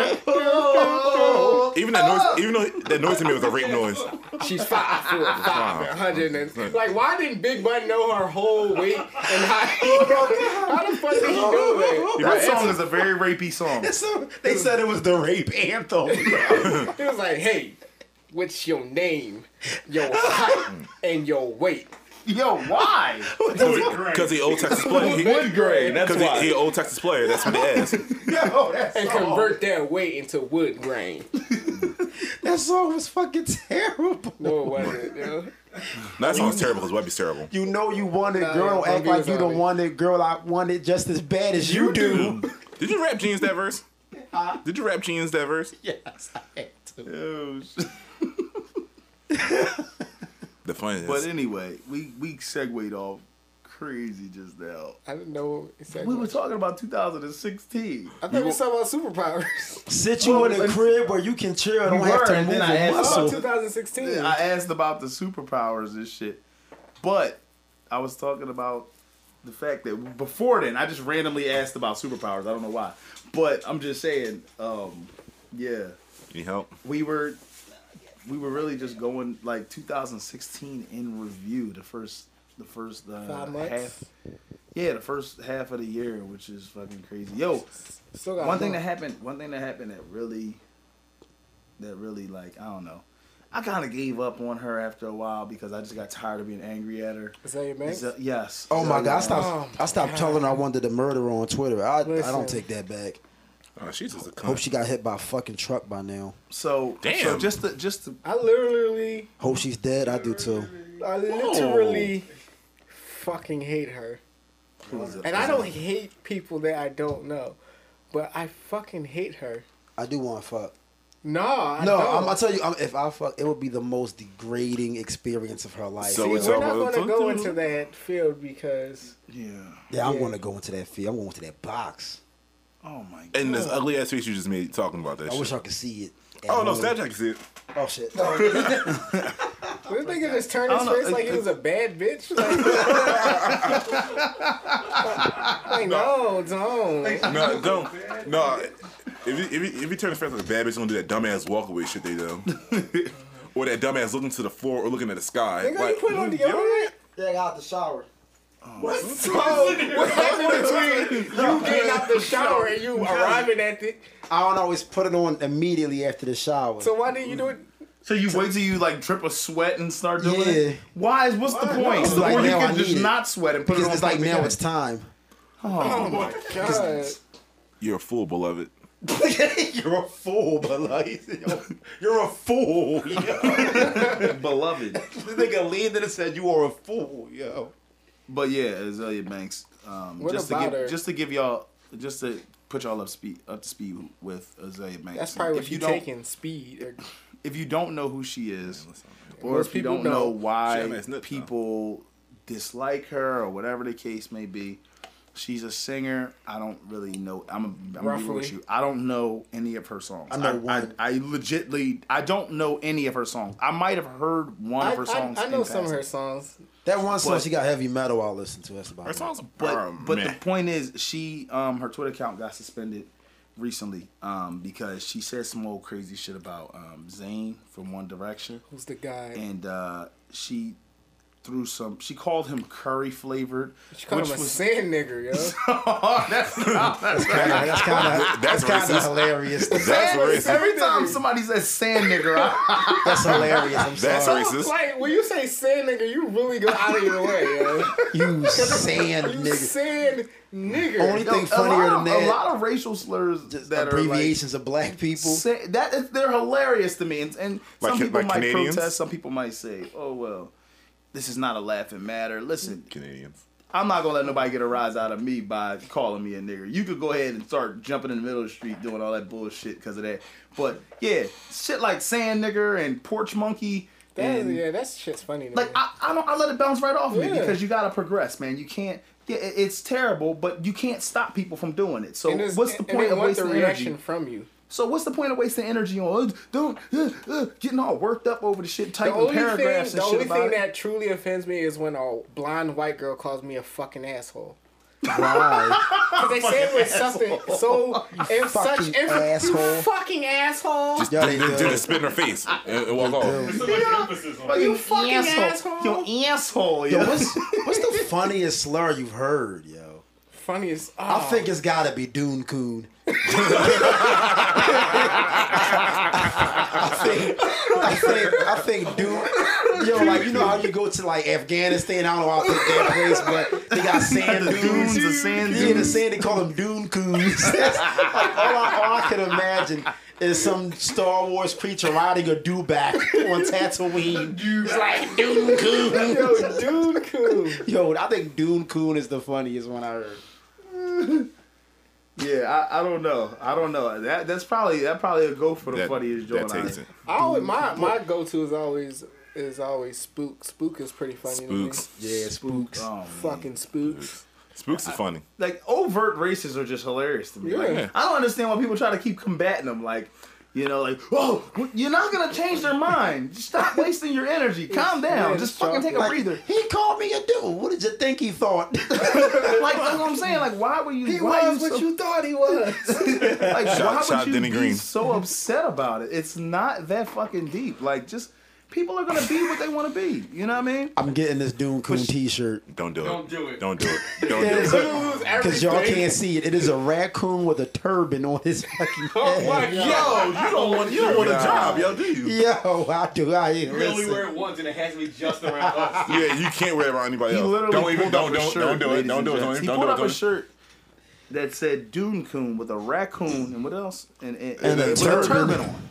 Speaker 8: Even that noise, even though that noise to me was a rape noise.
Speaker 7: She's five foot five,
Speaker 8: Wow.
Speaker 7: a hundred and like. Why didn't Big Bun know her whole weight and height? How the fuck did he know that?
Speaker 1: That song is a very rapey song.
Speaker 4: So they said it was the rape anthem.
Speaker 7: He was like, "Hey, what's your name, your height, and your weight?"
Speaker 1: Yo, why?
Speaker 8: Because he old Texas player. He,
Speaker 1: grade.
Speaker 8: because he, he old Texas player. That's what they asked.
Speaker 4: yo, that
Speaker 7: And
Speaker 4: song,
Speaker 7: convert that weight into wood grain.
Speaker 4: that song was fucking terrible.
Speaker 7: No, it wasn't. You know?
Speaker 8: That song's terrible because Webby's terrible.
Speaker 4: You know you want it,
Speaker 7: Nah,
Speaker 4: girl.
Speaker 7: yeah,
Speaker 4: act
Speaker 7: Webby
Speaker 4: like
Speaker 7: was
Speaker 4: you don't
Speaker 7: on it.
Speaker 4: want it, girl. I want it just as bad as you do.
Speaker 8: Did you rap jeans that verse? Did you rap jeans that verse?
Speaker 4: yes, I had to.
Speaker 1: Oh,
Speaker 8: The funny is,
Speaker 1: But anyway, we we segued off crazy just now.
Speaker 7: I didn't know. It said
Speaker 1: We were talking about 2016.
Speaker 7: I thought we was talking about superpowers.
Speaker 4: Sit you in a crib where you can chill and don't
Speaker 1: You
Speaker 4: have
Speaker 1: were,
Speaker 4: to
Speaker 1: and
Speaker 4: move
Speaker 1: then I
Speaker 4: a
Speaker 1: asked
Speaker 7: Oh,
Speaker 4: muscle.
Speaker 7: 2016.
Speaker 1: I asked about the superpowers and shit, but I was talking about the fact that before then, I just randomly asked about superpowers. I don't know why, but I'm just saying, um, yeah,
Speaker 8: you help.
Speaker 1: we were we were really just going like 2016 in review the first the first uh,
Speaker 7: Five months?
Speaker 1: half. Yeah, the first half of the year, which is fucking crazy. Yo,
Speaker 7: Still got
Speaker 1: one thing
Speaker 7: more.
Speaker 1: that happened one thing that happened that really that really like i don't know i kind of gave up on her after a while because i just got tired of being angry at her
Speaker 7: Is that your man?
Speaker 1: Zo- yes
Speaker 4: Oh my
Speaker 1: Zoe
Speaker 4: god! I
Speaker 1: Wong.
Speaker 4: stopped. I stopped telling her I wanted to murder her on Twitter. I, I
Speaker 7: Listen.
Speaker 4: don't take that back.
Speaker 8: Oh, she's just a cunt.
Speaker 4: Hope she got hit by a fucking truck by now.
Speaker 1: so
Speaker 8: Damn.
Speaker 1: so just to just to
Speaker 7: I literally,
Speaker 4: Hope she's dead. I do too.
Speaker 7: I literally fucking hate her. And I don't hate people that I don't know, but I fucking hate her.
Speaker 4: I do want to fuck.
Speaker 7: No, I
Speaker 4: No,
Speaker 7: don't.
Speaker 4: I'm, I tell you, i if I fuck, it would be the most degrading experience of her life.
Speaker 8: So-
Speaker 7: See,
Speaker 8: it's
Speaker 7: we're
Speaker 8: all
Speaker 7: not
Speaker 8: about-
Speaker 7: going to go into that field because
Speaker 1: yeah
Speaker 4: yeah, I'm
Speaker 7: Yeah.
Speaker 4: gonna go into that field. I'm going to that box.
Speaker 1: oh my god
Speaker 8: And this ugly ass face you just made talking about that.
Speaker 4: I
Speaker 8: shit.
Speaker 4: wish I could see it. at
Speaker 8: oh no,
Speaker 4: home.
Speaker 8: Snapchat can see it.
Speaker 4: Oh shit! No.
Speaker 7: this nigga just turned
Speaker 1: I
Speaker 7: his
Speaker 1: don't know,
Speaker 7: face like he
Speaker 1: it-
Speaker 7: was a bad bitch. Like, like no, don't.
Speaker 8: No, don't. No, if you, if you, if you turn his face like a bad bitch, gonna do that dumbass walkaway shit they do, or that dumbass looking to the floor or looking at the sky.
Speaker 7: Nigga, you
Speaker 8: Like,
Speaker 7: put on deodorant?
Speaker 4: yeah, I got out the shower.
Speaker 7: So, what happened between you getting out the shower and you arriving at it?
Speaker 4: I don't always put it on immediately after the shower.
Speaker 7: So why didn't you do it?
Speaker 1: so you wait till you like drip a sweat and start doing
Speaker 4: Yeah.
Speaker 1: it why is what's the point
Speaker 4: It's
Speaker 1: or
Speaker 4: like,
Speaker 1: you
Speaker 4: now
Speaker 1: can
Speaker 4: I
Speaker 1: just
Speaker 4: need it.
Speaker 1: not sweat and put
Speaker 4: because
Speaker 1: it on
Speaker 4: it's like
Speaker 1: top
Speaker 4: now
Speaker 1: again.
Speaker 4: it's time.
Speaker 7: God.
Speaker 8: You're a fool, beloved.
Speaker 4: you're a fool, but like yo, you're a fool. Yo.
Speaker 1: beloved
Speaker 4: this nigga leaned in and said, "You are a fool, yo."
Speaker 1: But yeah, Azalea Banks. Um,
Speaker 7: What
Speaker 1: just to
Speaker 7: about
Speaker 1: give,
Speaker 7: her?
Speaker 1: just to give y'all, just to put y'all up speed up to speed with Azalea Banks.
Speaker 7: That's probably what
Speaker 1: if
Speaker 7: you
Speaker 1: don't
Speaker 7: taking speed. Or,
Speaker 1: if you don't know who she is, or
Speaker 7: Most
Speaker 1: if you
Speaker 7: people
Speaker 1: don't know,
Speaker 7: don't.
Speaker 8: She
Speaker 1: why
Speaker 8: has nip, though.
Speaker 1: people dislike her or whatever the case may be. She's a singer. I don't really know. I'm, I'm gonna be real with
Speaker 7: Roughly.
Speaker 1: you. I don't know any of her songs.
Speaker 4: I know
Speaker 1: I,
Speaker 4: one.
Speaker 1: I, I legitly, I don't know any of her songs. I might have heard one
Speaker 7: I,
Speaker 1: of her songs.
Speaker 7: I, I
Speaker 1: in
Speaker 7: know some of
Speaker 1: passing.
Speaker 7: her songs.
Speaker 4: That one song
Speaker 1: But-
Speaker 4: she got heavy metal. I listen to. That's about
Speaker 8: Her
Speaker 4: it.
Speaker 8: songs
Speaker 1: But
Speaker 8: are
Speaker 1: but
Speaker 8: meh.
Speaker 1: the point is, she um her Twitter account got suspended recently um because she said some old crazy shit about um Zayn from One Direction,
Speaker 7: Who's the guy?
Speaker 1: and uh she threw some. She called him curry flavored,
Speaker 7: she called him a sand nigger, yo.
Speaker 1: that's not, that's
Speaker 4: Kinda- that's kind of
Speaker 8: That's
Speaker 4: that's kind
Speaker 8: racist.
Speaker 4: of hilarious.
Speaker 8: that's racist.
Speaker 1: Every time somebody says sand nigger, I,
Speaker 4: That's hilarious. I'm
Speaker 8: That's
Speaker 4: sorry.
Speaker 8: racist.
Speaker 7: like when you say sand nigger, you really go out of your way, yo.
Speaker 4: You sand
Speaker 7: You
Speaker 4: nigga.
Speaker 7: sand nigger.
Speaker 4: Only
Speaker 1: yo,
Speaker 4: thing
Speaker 1: a,
Speaker 4: funnier
Speaker 1: lot
Speaker 4: than
Speaker 1: of, a
Speaker 4: that.
Speaker 1: lot of racial slurs that are like,
Speaker 4: abbreviations of black people.
Speaker 1: say, that is, they're hilarious to me, and, and
Speaker 8: Like-
Speaker 1: some people
Speaker 8: like
Speaker 1: might
Speaker 8: Canadians?
Speaker 1: protest, some people might say, "Oh well, this is not a laughing matter." Listen,
Speaker 8: Canadians.
Speaker 1: I'm not gonna let nobody get a rise out of me by calling me a nigger. You could go ahead and start jumping in the middle of the street doing all that bullshit because of that. But yeah, shit like sand nigger and porch monkey.
Speaker 7: That is-
Speaker 1: and,
Speaker 7: yeah, that shit's funny. To
Speaker 1: Like
Speaker 7: me.
Speaker 1: I, I don't, I let it bounce right off of me
Speaker 7: Yeah.
Speaker 1: because you gotta progress, man. You can't. Yeah, it- it's terrible, but you can't stop people from doing it. So
Speaker 7: And it's-
Speaker 1: what's the
Speaker 7: and
Speaker 1: point
Speaker 7: they
Speaker 1: of
Speaker 7: want the
Speaker 1: wasting
Speaker 7: reaction
Speaker 1: energy?
Speaker 7: from you?
Speaker 1: So what's the point of wasting energy on uh, don't uh, uh, getting all worked up over the shit,
Speaker 7: The
Speaker 1: typing
Speaker 7: only thing,
Speaker 1: paragraphs
Speaker 7: the
Speaker 1: and
Speaker 7: only
Speaker 1: shit
Speaker 7: thing
Speaker 1: about it?
Speaker 7: that truly offends me is when a blind white girl calls me a fucking asshole.
Speaker 4: Why?
Speaker 7: 'Cause they say it with something so in such
Speaker 4: fucking
Speaker 7: inf- you
Speaker 4: asshole.
Speaker 7: fucking asshole.
Speaker 8: Just
Speaker 4: Yeah,
Speaker 8: did
Speaker 4: they
Speaker 8: did-
Speaker 4: do.
Speaker 8: did it spit in her face and, and walk off.
Speaker 5: It's like emphasis on
Speaker 7: you
Speaker 5: it.
Speaker 7: fucking asshole.
Speaker 1: You asshole.
Speaker 4: Yo,
Speaker 1: yo.
Speaker 4: what's what's the funniest slur you've heard, yo?
Speaker 7: Funniest. Oh,
Speaker 4: I think it's gotta be Dune Coon. I think I think I think Dune Yo, like you know how you go to like Afghanistan, I don't know how I think that place, but they got sand
Speaker 1: The
Speaker 4: dunes.
Speaker 1: dunes, the sand
Speaker 4: Yeah, the
Speaker 1: dunes.
Speaker 4: sand they call them Dune Coons. That's- like, all, I, all I can imagine is some Star Wars creature riding a dewback on Tatooine. It's like Dune Coon.
Speaker 7: yo, dude, cool.
Speaker 4: Yo, I think Dune Coon is the funniest one I heard.
Speaker 1: Yeah, I, I don't know. I don't know. That that's probably that probably a go for the
Speaker 8: That,
Speaker 1: funniest joint.
Speaker 8: that takes it.
Speaker 7: I always, my my go to is always is always spook. Spook is pretty funny.
Speaker 8: Spooks.
Speaker 4: Yeah, spooks.
Speaker 1: Um,
Speaker 7: To me. Fucking spooks.
Speaker 8: Spooks is funny.
Speaker 1: like overt racists are just hilarious to me. Like,
Speaker 7: Yeah.
Speaker 1: I don't understand why people try to keep combating them. Like, you know, like, whoa, you're not gonna change their mind. Stop wasting your energy. Calm down.
Speaker 7: yeah,
Speaker 1: just
Speaker 7: it's
Speaker 1: fucking take a
Speaker 4: Like,
Speaker 1: breather.
Speaker 4: He called me a dude. What did you think he thought?
Speaker 1: Like that's what I'm saying. Like, why were you?
Speaker 7: He
Speaker 1: why
Speaker 7: was
Speaker 1: you so-
Speaker 7: what you thought he was.
Speaker 1: Like, why would
Speaker 8: shout
Speaker 1: you
Speaker 8: Denny
Speaker 1: be
Speaker 8: Green.
Speaker 1: so upset about it? It's not that fucking deep. Like, just people are gonna be what they want to be. You know what I mean?
Speaker 4: I'm getting this Dune Coon T-shirt
Speaker 8: Don't do it.
Speaker 2: Don't do it.
Speaker 8: Don't do it. Don't do
Speaker 4: It is
Speaker 8: it.
Speaker 4: a- because y'all can't see it. It is a raccoon with a turban on his fucking
Speaker 2: Oh my
Speaker 4: head.
Speaker 2: god.
Speaker 8: You don't want. You don't want a job, yo, do you?
Speaker 4: Yo, I do. I ain't
Speaker 2: You really
Speaker 4: listen.
Speaker 2: wear it once and it has to be just around us.
Speaker 8: Yeah, you can't wear it around anybody
Speaker 1: He
Speaker 8: else.
Speaker 1: literally
Speaker 8: Don't even.
Speaker 1: pulled
Speaker 8: Don't.
Speaker 1: up a
Speaker 8: Don't.
Speaker 1: shirt,
Speaker 8: Don't do it.
Speaker 1: ladies
Speaker 8: Don't
Speaker 1: and
Speaker 8: do it.
Speaker 1: gents.
Speaker 8: Don't
Speaker 1: He
Speaker 8: do it.
Speaker 1: pulled up
Speaker 8: Don't
Speaker 1: a
Speaker 8: do it.
Speaker 1: shirt that said Dune Coon with a raccoon and what else? And, and,
Speaker 4: And a
Speaker 1: with
Speaker 4: turban.
Speaker 1: on.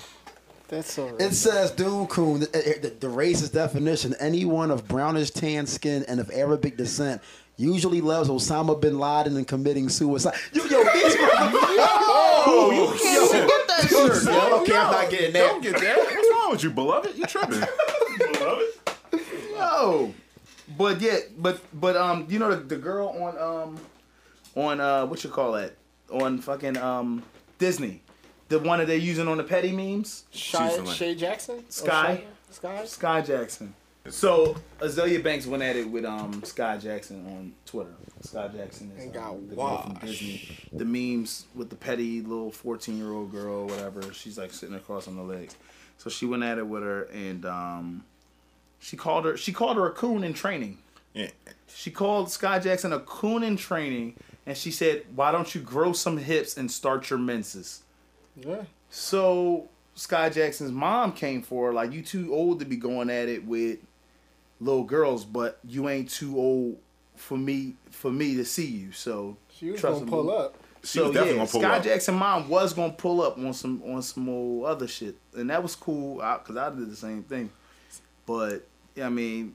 Speaker 7: That's so. Right.
Speaker 4: It says Dune Coon. The, eh, the, the racist definition: anyone of brownish tan skin and of Arabic descent. Usually loves Osama bin Laden and committing suicide. Yo, yo, these
Speaker 8: Oh, you
Speaker 1: Yo, get that shirt.
Speaker 4: yo,
Speaker 1: yo.
Speaker 4: okay, I'm not getting that.
Speaker 8: Don't get that. What's wrong with you, beloved? You tripping?
Speaker 1: Yo. But yeah, but but um, you know the, the girl on um, on uh, what you call that? On fucking um, Disney, the one that they're using on the petty memes.
Speaker 7: Shy,
Speaker 8: She's the
Speaker 7: Shay Jackson. Or
Speaker 1: Sky.
Speaker 7: Shia? Sky.
Speaker 1: Sky Jackson. So Azalea Banks went at it with um Sky Jackson on Twitter. Sky Jackson is
Speaker 7: And
Speaker 1: um,
Speaker 7: got
Speaker 1: the girl from Disney. The memes with the petty little fourteen year old girl, or whatever. She's like sitting across on the legs. So she went at it with her, and um, she called her she called her a coon in training.
Speaker 8: Yeah.
Speaker 1: She called Sky Jackson a coon in training, and she said, "Why don't you grow some hips and start your menses?"
Speaker 7: Yeah.
Speaker 1: So Sky Jackson's mom came for her, like you too old to be going at it with little girls, but you ain't too old for me for me to see you. So
Speaker 7: She was
Speaker 1: trust
Speaker 7: gonna
Speaker 1: me.
Speaker 7: pull up.
Speaker 8: She
Speaker 1: so
Speaker 8: was definitely
Speaker 1: yeah,
Speaker 8: gonna pull
Speaker 1: Sky
Speaker 8: up.
Speaker 1: Jackson mom was gonna pull up on some on some old other shit, and that was cool because I did the same thing. But yeah, I mean,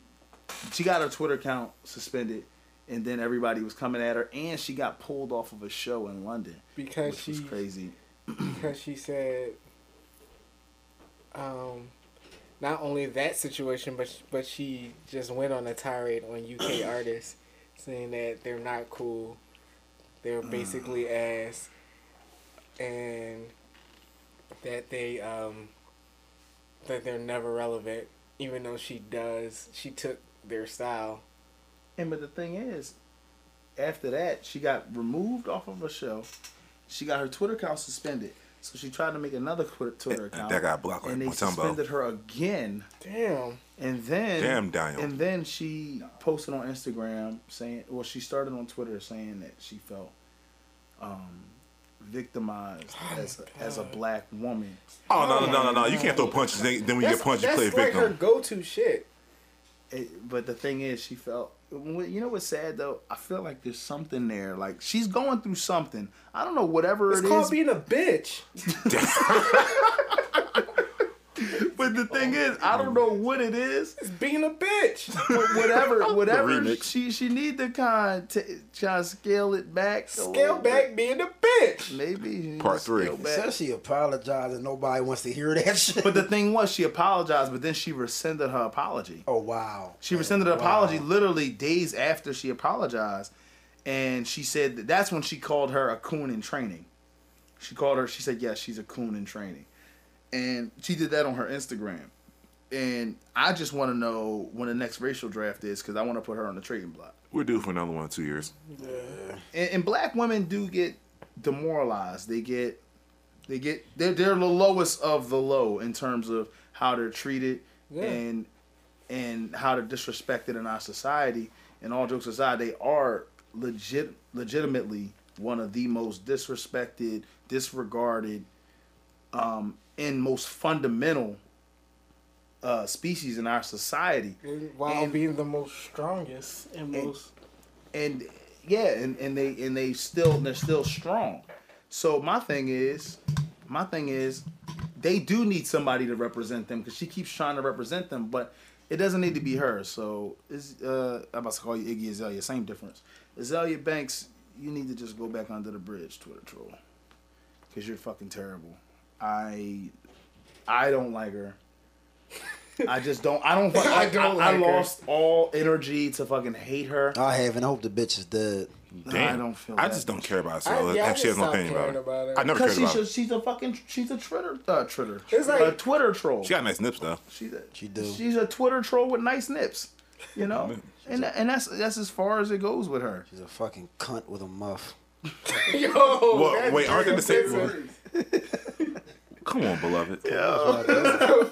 Speaker 1: she got her Twitter account suspended, and then everybody was coming at her, and she got pulled off of a show in London,
Speaker 7: Because
Speaker 1: which was
Speaker 7: she-
Speaker 1: crazy.
Speaker 7: because she said, um, not only that situation, but but she just went on a tirade on UK artists, saying that they're not cool, they're
Speaker 1: Mm.
Speaker 7: basically ass, and that they um, that they're never relevant. Even though she does, she took their style
Speaker 1: And but the thing is, after that, she got removed off of her show. She got her Twitter account suspended. So she tried to make another Twitter Twitter
Speaker 8: And- and
Speaker 1: account.
Speaker 8: that got blocked like
Speaker 1: And they
Speaker 8: Mutombo.
Speaker 1: suspended her again.
Speaker 7: Damn.
Speaker 1: And then
Speaker 8: Damn, Daniel.
Speaker 1: And then she posted on Instagram saying, well, she started on Twitter saying that she felt um, victimized as a, as a black woman.
Speaker 8: Oh no no no no no! You can't throw punches. Then, then when you get punched, you
Speaker 7: that's
Speaker 8: play
Speaker 7: like
Speaker 8: victim.
Speaker 7: her go-to shit.
Speaker 1: It, but the thing is, she felt. You know what's sad though? I feel like there's something there. Like she's going through something. I don't know whatever
Speaker 7: It's
Speaker 1: it
Speaker 7: called
Speaker 1: is.
Speaker 7: being a bitch.
Speaker 1: but the thing is, I don't know what it is.
Speaker 7: Oh, It's being a bitch.
Speaker 1: But whatever, whatever
Speaker 8: remix.
Speaker 1: she she need to kind of t- try to scale it back. a little
Speaker 7: Scale
Speaker 1: bit.
Speaker 7: back being a bitch.
Speaker 1: Maybe she need
Speaker 8: Part
Speaker 1: to scale
Speaker 8: three.
Speaker 1: back.
Speaker 4: Says she apologized and nobody wants to hear that shit.
Speaker 1: But the thing was, she apologized, but then she rescinded her apology.
Speaker 4: oh wow.
Speaker 1: She rescinded the apology literally days after she apologized, and she said that that's when she called her a coon in training. She called her. She said, "Yes, she's a coon in training," and she did that on her Instagram. And I just want to know when the next racial draft is because I want to put her on the trading block.
Speaker 8: We're due for another one in two years.
Speaker 1: And, and black women do get demoralized. They get, they get, they're they're the lowest of the low in terms of how they're treated
Speaker 7: Yeah.
Speaker 1: and and how they're disrespected in our society. And all jokes aside, they are legit, legitimately one of the most disrespected, disregarded, um, and most fundamental uh, species in our society.
Speaker 7: While
Speaker 1: And-
Speaker 7: being the most strongest and
Speaker 1: And-
Speaker 7: most
Speaker 1: and yeah, and, and they and they still they're still strong. So my thing is, my thing is, they do need somebody to represent them because she keeps trying to represent them, but it doesn't need to be her. So is uh, I'm about to call you Iggy Azalea, same difference. Azalea Banks, you need to just go back under the bridge, Twitter troll, because you're fucking terrible. I I don't like her. I just don't. I don't. I,
Speaker 7: I don't
Speaker 1: I- I
Speaker 7: like her.
Speaker 1: lost all energy to fucking hate her.
Speaker 4: I haven't. I hope the bitch is dead.
Speaker 8: Damn.
Speaker 1: I don't feel.
Speaker 8: I
Speaker 1: that.
Speaker 8: just don't care about
Speaker 7: I-
Speaker 8: Scarlett.
Speaker 7: yeah, I
Speaker 8: if she has
Speaker 7: just
Speaker 8: no
Speaker 7: stopped
Speaker 8: opinion about
Speaker 7: caring
Speaker 8: it.
Speaker 7: about her.
Speaker 8: I never cared
Speaker 1: Because
Speaker 8: about
Speaker 1: she's
Speaker 8: her.
Speaker 1: a, she's a fucking she's a Twitter uh, Twitter
Speaker 7: It's like-
Speaker 1: a Twitter troll.
Speaker 8: She got nice nips though.
Speaker 1: she's a,
Speaker 4: She do.
Speaker 1: she's a Twitter troll with nice nips, you know. and and that's that's as far as it goes with her.
Speaker 4: She's a fucking cunt with a muff.
Speaker 7: yo.
Speaker 8: Well,
Speaker 7: that's
Speaker 8: wait, aren't they the same-
Speaker 7: offensive.
Speaker 8: Come on, beloved.
Speaker 7: This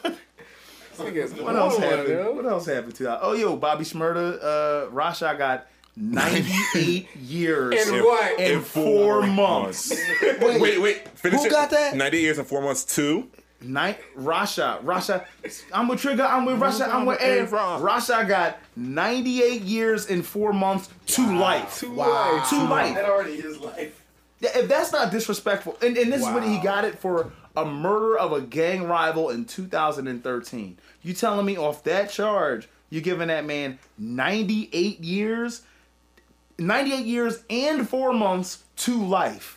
Speaker 7: nigga's
Speaker 1: What
Speaker 7: one
Speaker 1: else
Speaker 7: on one,
Speaker 1: happened?
Speaker 7: yo.
Speaker 1: What else happened to that? Oh yo, Bobby Shmurda, uh, Rasha got ninety eight years
Speaker 7: And what?
Speaker 1: and four months.
Speaker 8: wait, wait, wait. Finish
Speaker 4: who
Speaker 8: it.
Speaker 4: got that?
Speaker 8: Ninety years and four months. Two.
Speaker 1: Night Rasha, Rasha, I'm with Trigger, I'm with Rasha, I'm with Aaron. Rasha got 98 years and four months to life.
Speaker 7: Two
Speaker 4: Wow.
Speaker 7: lives.
Speaker 1: To life.
Speaker 2: That already is life.
Speaker 1: Th- If that's not disrespectful, and, and this is when he got it for a murder of a gang rival in 2013. You telling me off that charge, you're giving that man 98 years, 98 years and four months to life.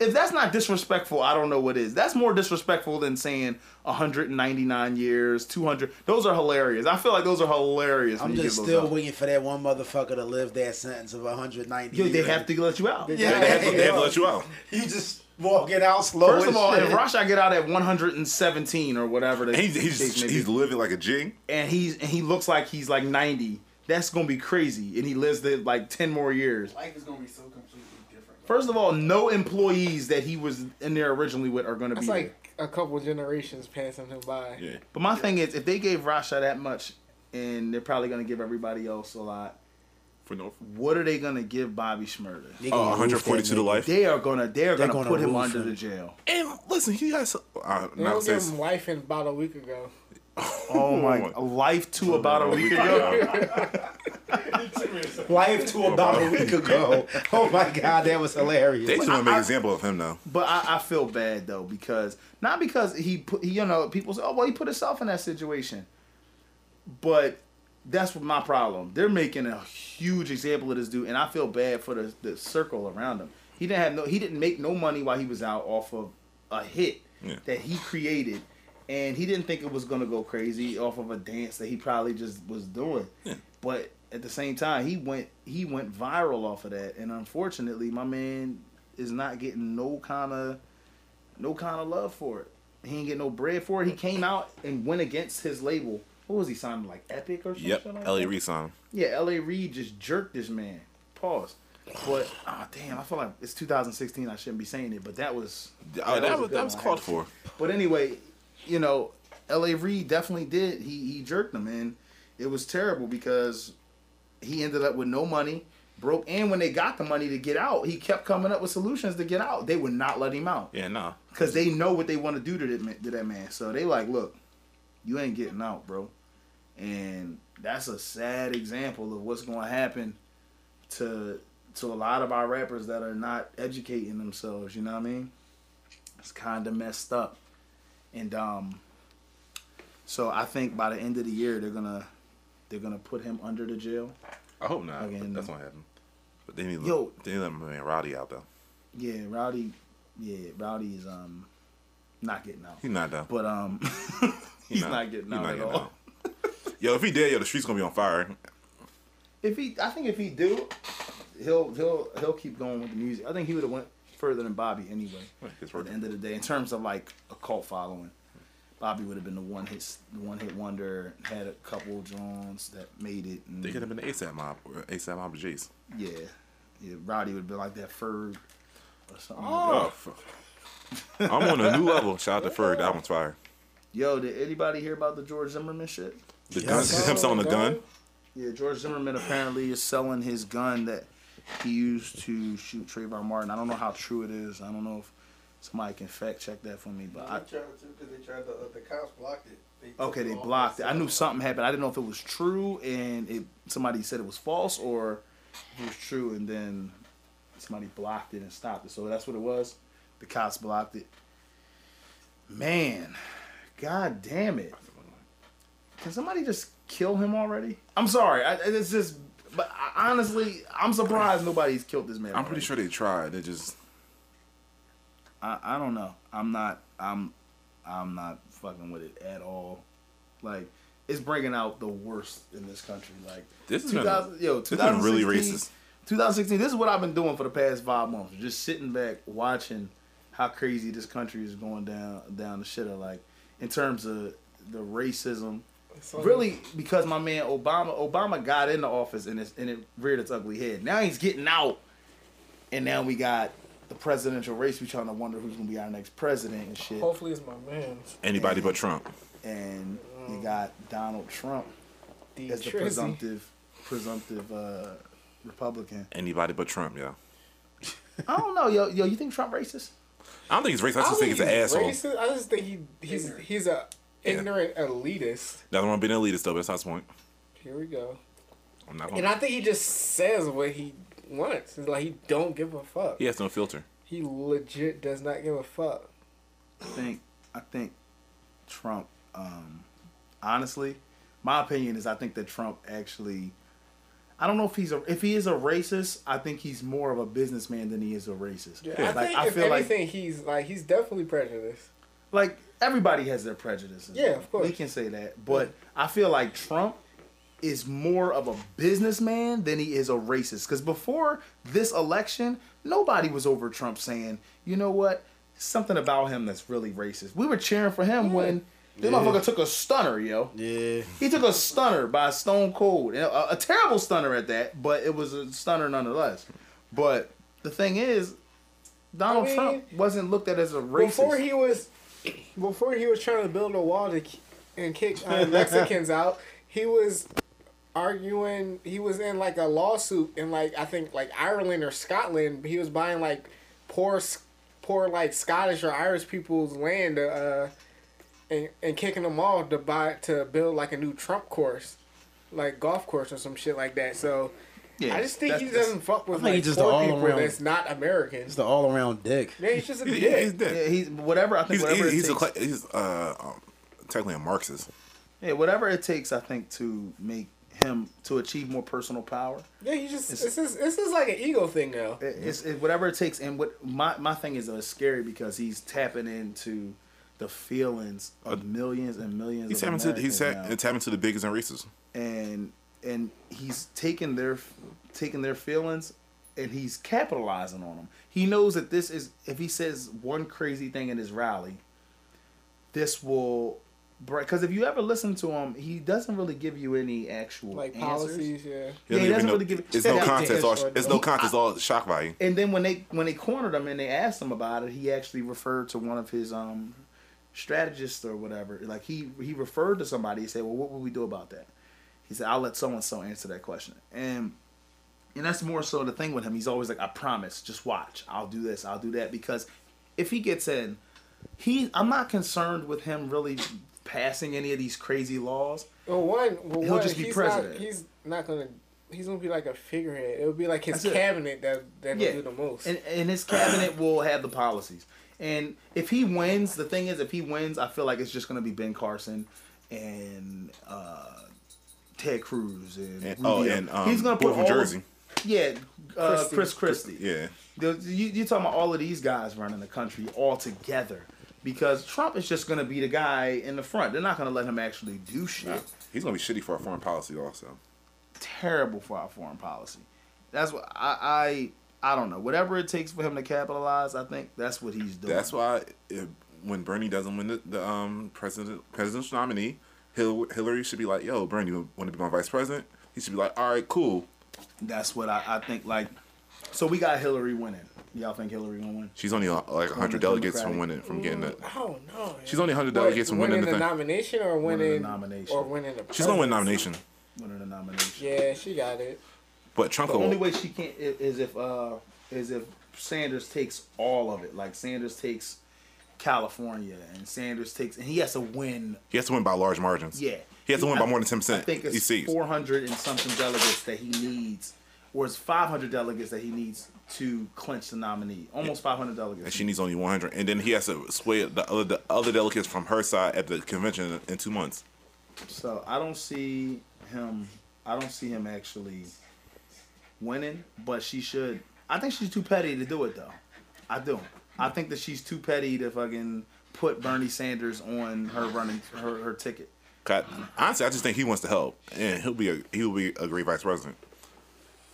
Speaker 1: If that's not disrespectful, I don't know what is. That's more disrespectful than saying 199 years, 200. Those are hilarious. I feel like those are hilarious.
Speaker 4: I'm
Speaker 1: when you
Speaker 4: just
Speaker 1: give
Speaker 4: still
Speaker 1: those up.
Speaker 4: waiting for that one motherfucker to live that sentence of 190.
Speaker 1: Yo, they
Speaker 4: years.
Speaker 1: have to let you out.
Speaker 4: Yeah.
Speaker 8: They have to, they have to let you out.
Speaker 4: You just walking out slow.
Speaker 1: First
Speaker 4: as
Speaker 1: of all,
Speaker 4: shit.
Speaker 1: if Rasha get out at 117 or whatever, the
Speaker 8: And he's he's,
Speaker 1: case may be,
Speaker 8: he's living like a jing.
Speaker 1: and he's and he looks like he's like 90. That's gonna be crazy, and he lives the, like 10 more years.
Speaker 2: Life is gonna be so completely different.
Speaker 1: First of all, no employees that he was in there originally with are gonna
Speaker 7: That's
Speaker 1: be there.
Speaker 7: like a couple generations passing him by.
Speaker 8: Yeah.
Speaker 1: But my thing is, if they gave Rasha that much, and they're probably gonna give everybody else a lot,
Speaker 8: For no.
Speaker 1: what are they gonna give Bobby Schmurda?
Speaker 4: They
Speaker 8: Oh,
Speaker 4: gonna roof
Speaker 8: 142
Speaker 4: that
Speaker 8: to
Speaker 4: nigga.
Speaker 8: life.
Speaker 1: They are gonna they are
Speaker 4: They're
Speaker 1: gonna,
Speaker 4: gonna
Speaker 1: put him
Speaker 4: roof
Speaker 1: under
Speaker 4: him.
Speaker 1: the jail.
Speaker 8: And listen, he got. So, uh,
Speaker 7: They
Speaker 8: not
Speaker 7: don't
Speaker 8: say.
Speaker 7: give him wife and about a week ago.
Speaker 1: Oh my! A life to about a week ago.
Speaker 4: Life to about a week ago. Oh my god, that was
Speaker 8: They
Speaker 4: hilarious.
Speaker 8: just want to make an example of him though.
Speaker 1: But I, I feel bad though because not because he put he, you know people say oh well he put himself in that situation, but that's what my problem. They're making a huge example of this dude, and I feel bad for the the circle around him. He didn't have no he didn't make no money while he was out off of a hit
Speaker 8: Yeah.
Speaker 1: that he created, and he didn't think it was gonna go crazy off of a dance that he probably just was doing. But at the same time, he went he went viral off of that, and unfortunately, my man is not getting no kind of no kind of love for it. He ain't getting no bread for it. He came out and went against his label What was he signing like Epic or something?
Speaker 8: Yep,
Speaker 1: like
Speaker 8: L.A.
Speaker 1: that?
Speaker 8: Reid signed him.
Speaker 1: Yeah, L.A. Reid just jerked this man. Pause. But oh damn, I feel like it's 2016. I shouldn't be saying it, but that was.
Speaker 8: Oh,
Speaker 1: a
Speaker 8: that was
Speaker 1: good
Speaker 8: that was
Speaker 1: one.
Speaker 8: called for.
Speaker 1: But anyway, you know, L.A. Reid definitely did. He he jerked him, and it was terrible because he ended up with no money, broke. And when they got the money to get out, he kept coming up with solutions to get out. They would not let him out
Speaker 8: Yeah, no.
Speaker 1: because they know what they want to do to that, ma- to that man. So they like, look, you ain't getting out, bro. And that's a sad example of what's going to happen to to a lot of our rappers that are not educating themselves. You know what I mean? It's kind of messed up. And um, so I think by the end of the year they're gonna they're gonna put him under the jail.
Speaker 8: I hope not.
Speaker 1: Okay,
Speaker 8: but
Speaker 1: no.
Speaker 8: that's what happened. But they need to
Speaker 1: Yo.
Speaker 8: they need to let my man Roddy out though.
Speaker 1: Yeah, Rowdy. Yeah, Rowdy is um not getting out.
Speaker 8: He's not though.
Speaker 1: But um,
Speaker 8: He
Speaker 1: he's not getting
Speaker 8: he
Speaker 1: out
Speaker 8: not
Speaker 1: at
Speaker 8: getting
Speaker 1: all.
Speaker 8: out. yo, if he did, yo, the streets gonna be on fire.
Speaker 1: If he, I think if he do, he'll he'll he'll keep going with the music. I think he would have went further than Bobby anyway.
Speaker 8: It's
Speaker 1: At the end of the day, in terms of like a cult following, Bobby would have been the one hit the one hit wonder. Had a couple joints that made it. And
Speaker 8: They could have been the ASAP mob or ASAP mob to Jace.
Speaker 1: yeah, yeah. Roddy would have been like that Ferg or something. Like
Speaker 8: Oh. fuck. I'm on a new level. Shout out to Ferg. That one's fire.
Speaker 1: that. Yo, did anybody hear about the George Zimmerman shit?
Speaker 8: The gun, him selling the gun.
Speaker 1: Yeah, George Zimmerman apparently is selling his gun that he used to shoot Trayvon Martin. I don't know how true it is. I don't know if somebody can fact check that for me, but I,
Speaker 9: because they tried to, uh, the cops blocked it. They
Speaker 1: okay,
Speaker 9: took
Speaker 1: they
Speaker 9: off.
Speaker 1: blocked it. I knew something happened. I didn't know if it was true and it somebody said it was false or it was true and then somebody blocked it and stopped it. So that's what it was. The cops blocked it. Man, god damn it. Can somebody just kill him already? I'm sorry. I, it's just, but I, honestly, I'm surprised nobody's killed this man.
Speaker 8: I'm pretty
Speaker 1: already.
Speaker 8: sure they tried. They just
Speaker 1: I, I don't know. I'm not. I'm. I'm not fucking with it at all. Like, it's bringing out the worst in this country. Like,
Speaker 8: This has been-
Speaker 1: 2000 yo,
Speaker 8: has been really
Speaker 1: 2016
Speaker 8: racist.
Speaker 1: 2016. This is what I've been doing for the past five months. Just sitting back watching how crazy this country is going down down the shitter. Like, in terms of the racism. Really, because my man Obama, Obama got in the office and it's, and it reared its ugly head. Now he's getting out, and now we got the presidential race. We trying to wonder who's gonna be our next president and shit.
Speaker 7: Hopefully, it's my man.
Speaker 8: anybody but Trump.
Speaker 1: And you got Donald Trump
Speaker 7: D.
Speaker 1: as the
Speaker 7: Trizzy.
Speaker 1: presumptive presumptive uh, Republican.
Speaker 8: Anybody but Trump. Yeah.
Speaker 1: I don't know, yo, yo, you think Trump racist?
Speaker 8: I don't think he's racist. I
Speaker 7: I
Speaker 1: Oh,
Speaker 8: just think he's an asshole.
Speaker 7: racist. I just think he he's he's a ignorant elitist.
Speaker 8: Doesn't want to be an elitist though. but That's not his point.
Speaker 7: Here we go.
Speaker 8: I'm not.
Speaker 7: And
Speaker 8: Gonna,
Speaker 7: I think he just says what he wants. It's like he don't give a fuck.
Speaker 8: he has no filter.
Speaker 7: He legit does not give a fuck.
Speaker 1: I think I think Trump. Um, honestly, my opinion is I think that Trump actually. I don't know if he's a if he is a racist. I think he's more of a businessman than he is a racist.
Speaker 7: I
Speaker 1: Like,
Speaker 7: think
Speaker 1: I
Speaker 7: if
Speaker 1: feel like-
Speaker 7: anything, he's like he's definitely prejudiced.
Speaker 1: like everybody has their prejudices.
Speaker 7: Yeah, of course.
Speaker 1: We can say that. But I feel like Trump is more of a businessman than he is a racist. Because before this election, nobody was over Trump saying, you know what, something about him that's really racist. We were cheering for him when this motherfucker took a stunner, yo.
Speaker 4: Yeah.
Speaker 1: He took a stunner by Stone Cold, and a, a terrible stunner at that, but it was a stunner nonetheless. But the thing is, Donald
Speaker 7: I mean,
Speaker 1: Trump wasn't looked at as a racist.
Speaker 7: Before he was, before he was trying to build a wall to k- and kick uh, Mexicans out, he was arguing. He was in like a lawsuit in like I think like Ireland or Scotland. He was buying like poor, S- poor like Scottish or Irish people's land. Uh, and, and kicking them off to buy to build like a new Trump course, like golf course or some shit like that. So
Speaker 1: Yeah,
Speaker 7: I just think
Speaker 1: that's-
Speaker 7: he
Speaker 1: that's-
Speaker 7: doesn't fuck with
Speaker 4: think
Speaker 7: like
Speaker 4: he's just
Speaker 7: poor
Speaker 4: all
Speaker 7: people
Speaker 4: around-
Speaker 7: that's not American.
Speaker 4: It's the all around dick.
Speaker 7: Yeah, he's just a
Speaker 8: He-
Speaker 7: dick.
Speaker 8: He's dead.
Speaker 1: Yeah, he's whatever. I think
Speaker 8: He's
Speaker 1: whatever
Speaker 8: he's,
Speaker 1: it
Speaker 8: he's, a,
Speaker 1: takes,
Speaker 8: cla- he's uh um, technically a Marxist.
Speaker 1: yeah, whatever it takes. I think to make him to achieve more personal power.
Speaker 7: Yeah, you just
Speaker 1: It's-
Speaker 7: this is this is like an ego thing now.
Speaker 1: It- It's it, whatever it takes. And what my my thing is, uh, it's scary because he's tapping into the feelings of millions and millions.
Speaker 8: Uh, He's
Speaker 1: of
Speaker 8: tapping to
Speaker 1: Americans
Speaker 8: he's
Speaker 1: now.
Speaker 8: ta- tapping to the biggest and racist.
Speaker 1: and and he's taking their taking their feelings and he's capitalizing on them. He knows that this is if he says one crazy thing in his rally, this will because if you ever listen to him, he doesn't really give you any actual
Speaker 7: Like
Speaker 1: answers.
Speaker 7: policies, yeah.
Speaker 8: He doesn't
Speaker 1: Yeah, he doesn't
Speaker 8: even know-
Speaker 1: really give it-
Speaker 8: It's no
Speaker 1: Yeah,
Speaker 8: contest.
Speaker 7: that's
Speaker 8: All,
Speaker 7: right,
Speaker 8: it's
Speaker 7: though.
Speaker 8: no contest. All shock value.
Speaker 1: And then when they when they cornered him and they asked him about it, he actually referred to one of his um strategists or whatever. Like he he referred to somebody. He said, "Well, what would we do about that?" He said, "I'll let so and so answer that question." And and that's more so the thing with him. He's always like, "I promise, just watch. I'll do this. I'll do that." Because if he gets in, he I'm not concerned with him really passing any of these crazy laws.
Speaker 7: Well, one, well,
Speaker 1: He'll
Speaker 7: one,
Speaker 1: just be
Speaker 7: he's
Speaker 1: president.
Speaker 7: Not, he's not gonna. He's gonna be like a figurehead. It'll be like his
Speaker 1: That's it.
Speaker 7: cabinet that that'll
Speaker 1: Yeah.
Speaker 7: do the most.
Speaker 1: And, and his cabinet will have the policies. And if he wins, the thing is, if he wins, I feel like it's just going to be Ben Carson and uh, Ted Cruz and,
Speaker 8: And, oh,
Speaker 1: Rubio.
Speaker 8: and um,
Speaker 1: he's going to
Speaker 8: boy
Speaker 1: put
Speaker 8: from
Speaker 1: all of-
Speaker 8: Jersey.
Speaker 1: yeah, uh,
Speaker 7: Christie.
Speaker 1: Chris Christie.
Speaker 8: Yeah,
Speaker 1: The- You, you're talking about all of these guys running the country all together because Trump is just going to be the guy in the front. They're not going to let him actually do shit
Speaker 8: he's gonna be shitty for our foreign policy also.
Speaker 1: terrible for our foreign policy. That's what I, I I don't know. Whatever it takes for him to capitalize, I think that's what he's doing.
Speaker 8: That's why if, when Bernie doesn't win the, the um president presidential nominee, Hill, Hillary should be like, "Yo, Bernie, you want to be my vice president?" He should be like, "All right, cool."
Speaker 1: that's what I, I think. Like, so we got Hillary winning. Y'all think Hillary gonna win?
Speaker 8: She's only uh, like hundred
Speaker 1: the
Speaker 8: delegates from
Speaker 1: Democratic-
Speaker 8: winning from getting that.
Speaker 7: I don't know.
Speaker 8: She's only hundred delegates from winning the
Speaker 7: the
Speaker 8: thing.
Speaker 7: nomination or winning,
Speaker 1: Winning the nomination.
Speaker 7: or winning the.
Speaker 8: She's gonna win
Speaker 7: presidency.
Speaker 8: nomination,
Speaker 1: Winning the nomination.
Speaker 7: Yeah, she got it.
Speaker 8: but Trump.
Speaker 1: The
Speaker 8: will-
Speaker 1: only way she can't i- is if uh is if Sanders takes all of it. Like Sanders takes California and Sanders takes and he has to win.
Speaker 8: he has to win by large margins.
Speaker 1: Yeah.
Speaker 8: He has to win by more than ten
Speaker 1: I
Speaker 8: percent.
Speaker 1: think
Speaker 8: He
Speaker 1: it's
Speaker 8: sees.
Speaker 1: 400 and something delegates that he needs, or it's 500 delegates that he needs to clinch the nominee. Almost 500 delegates.
Speaker 8: and she needs only 100 and then he has to sway the other, the other delegates from her side at the convention in two months
Speaker 1: So I don't see him. I don't see him actually winning, but she should. I think she's too petty to do it though. I do. I think that she's too petty to fucking put Bernie Sanders on her running her, her ticket.
Speaker 8: God, honestly i just think he wants to help and he'll be a he'll be a great vice president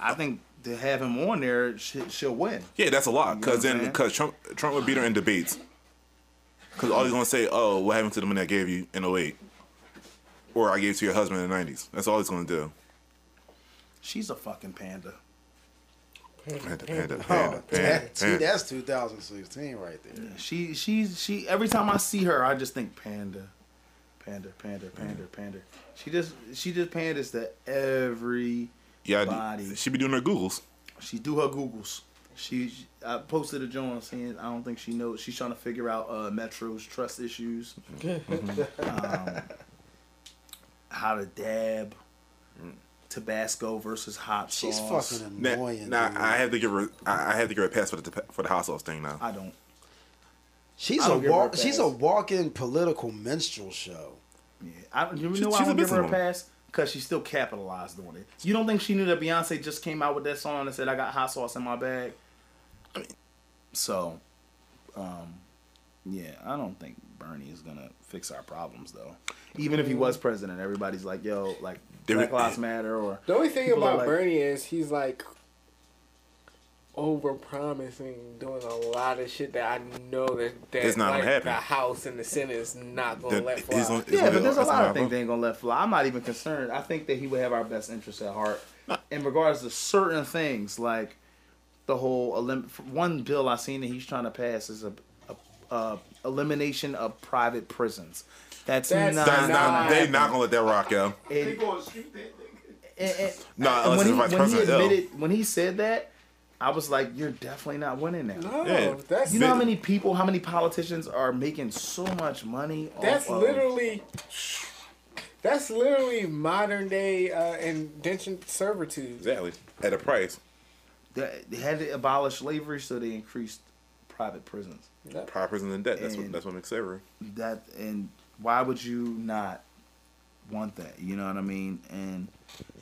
Speaker 1: I think to have him on there, she, she'll win.
Speaker 8: yeah that's a lot
Speaker 1: You know
Speaker 8: because
Speaker 1: what I'm
Speaker 8: then
Speaker 1: saying?
Speaker 8: because trump trump would beat her in debates because all he's gonna say oh what happened to the money i gave you in 08 or i gave to your husband in the 90s that's all he's gonna do
Speaker 1: She's a fucking panda.
Speaker 8: panda panda
Speaker 4: Oh,
Speaker 8: panda panda,
Speaker 4: that, see,
Speaker 8: panda.
Speaker 4: that's 2016 right there.
Speaker 1: She she's she. Every time I see her, I just think panda, panda, panda, panda, panda. She just she just pandas to every.
Speaker 8: yeah
Speaker 1: body.
Speaker 8: she be doing her googles
Speaker 1: She do her googles. She I posted a joint saying I don't think she knows. She's trying to figure out uh, Metro's trust issues, um, how to dab, Tabasco versus hot
Speaker 4: She's
Speaker 1: sauce.
Speaker 4: fucking
Speaker 8: now,
Speaker 4: annoying.
Speaker 8: now
Speaker 4: dude.
Speaker 8: i have to give her i I have to give her a pass for the for the hot sauce thing now
Speaker 1: I don't.
Speaker 4: she's
Speaker 1: I
Speaker 4: a
Speaker 1: don't give her a
Speaker 4: walk, she's
Speaker 1: pass.
Speaker 4: a walking political minstrel show.
Speaker 1: Yeah, I don't. You know
Speaker 8: She-
Speaker 1: why I
Speaker 8: she's a
Speaker 1: don't give her a
Speaker 8: businesswoman.
Speaker 1: pass? Cause she still capitalized on it. You don't think she knew that Beyonce just came out with that song and said I got hot sauce in my bag? So, um, yeah, I don't think Bernie is gonna fix our problems though. Even if he was president, everybody's like, yo, like
Speaker 8: There-
Speaker 1: Black Lives Matter or
Speaker 7: The only thing
Speaker 1: People are
Speaker 7: about
Speaker 1: like-
Speaker 7: Bernie is he's like over promising, doing a lot of shit that I know that that
Speaker 8: It's not
Speaker 7: like,
Speaker 8: gonna happen.
Speaker 7: the House and the Senate is not gonna
Speaker 8: That-
Speaker 7: let
Speaker 8: it's
Speaker 7: fly.
Speaker 8: gonna- it's
Speaker 1: yeah,
Speaker 8: gonna
Speaker 1: but
Speaker 8: be-
Speaker 1: there's a
Speaker 8: it's
Speaker 1: lot
Speaker 8: gonna
Speaker 1: of
Speaker 8: be-
Speaker 1: things they ain't gonna let fly. I'm not even concerned. I think that he would have our best interests at heart in regards to certain things, like the whole elim- one bill I seen that he's trying to pass is a, a, a elimination of private prisons. That's,
Speaker 7: That's
Speaker 1: not.
Speaker 8: That's not.
Speaker 7: Nah.
Speaker 8: They not gonna let that rock out.
Speaker 1: and-
Speaker 2: People on the street, they, they,
Speaker 1: and- and-
Speaker 8: Nah,
Speaker 1: and when
Speaker 8: unless it's
Speaker 1: he,
Speaker 8: vice
Speaker 1: when he
Speaker 8: president, ill.
Speaker 1: admitted when he said that, I was like, "You're definitely not winning now."
Speaker 7: No,
Speaker 8: Yeah.
Speaker 7: Oh, that's
Speaker 1: You know how
Speaker 8: Bit-
Speaker 1: many people, how many politicians are making so much money?
Speaker 7: that's
Speaker 1: off of-
Speaker 7: literally that's literally modern day uh, indentured servitude.
Speaker 8: Exactly. At a price.
Speaker 1: They they had to abolish slavery, so they increased private prisons.
Speaker 8: Prior prison and debt. That's what.
Speaker 1: And-
Speaker 8: That's what makes slavery.
Speaker 1: That and why would you not want that? You know what I mean? And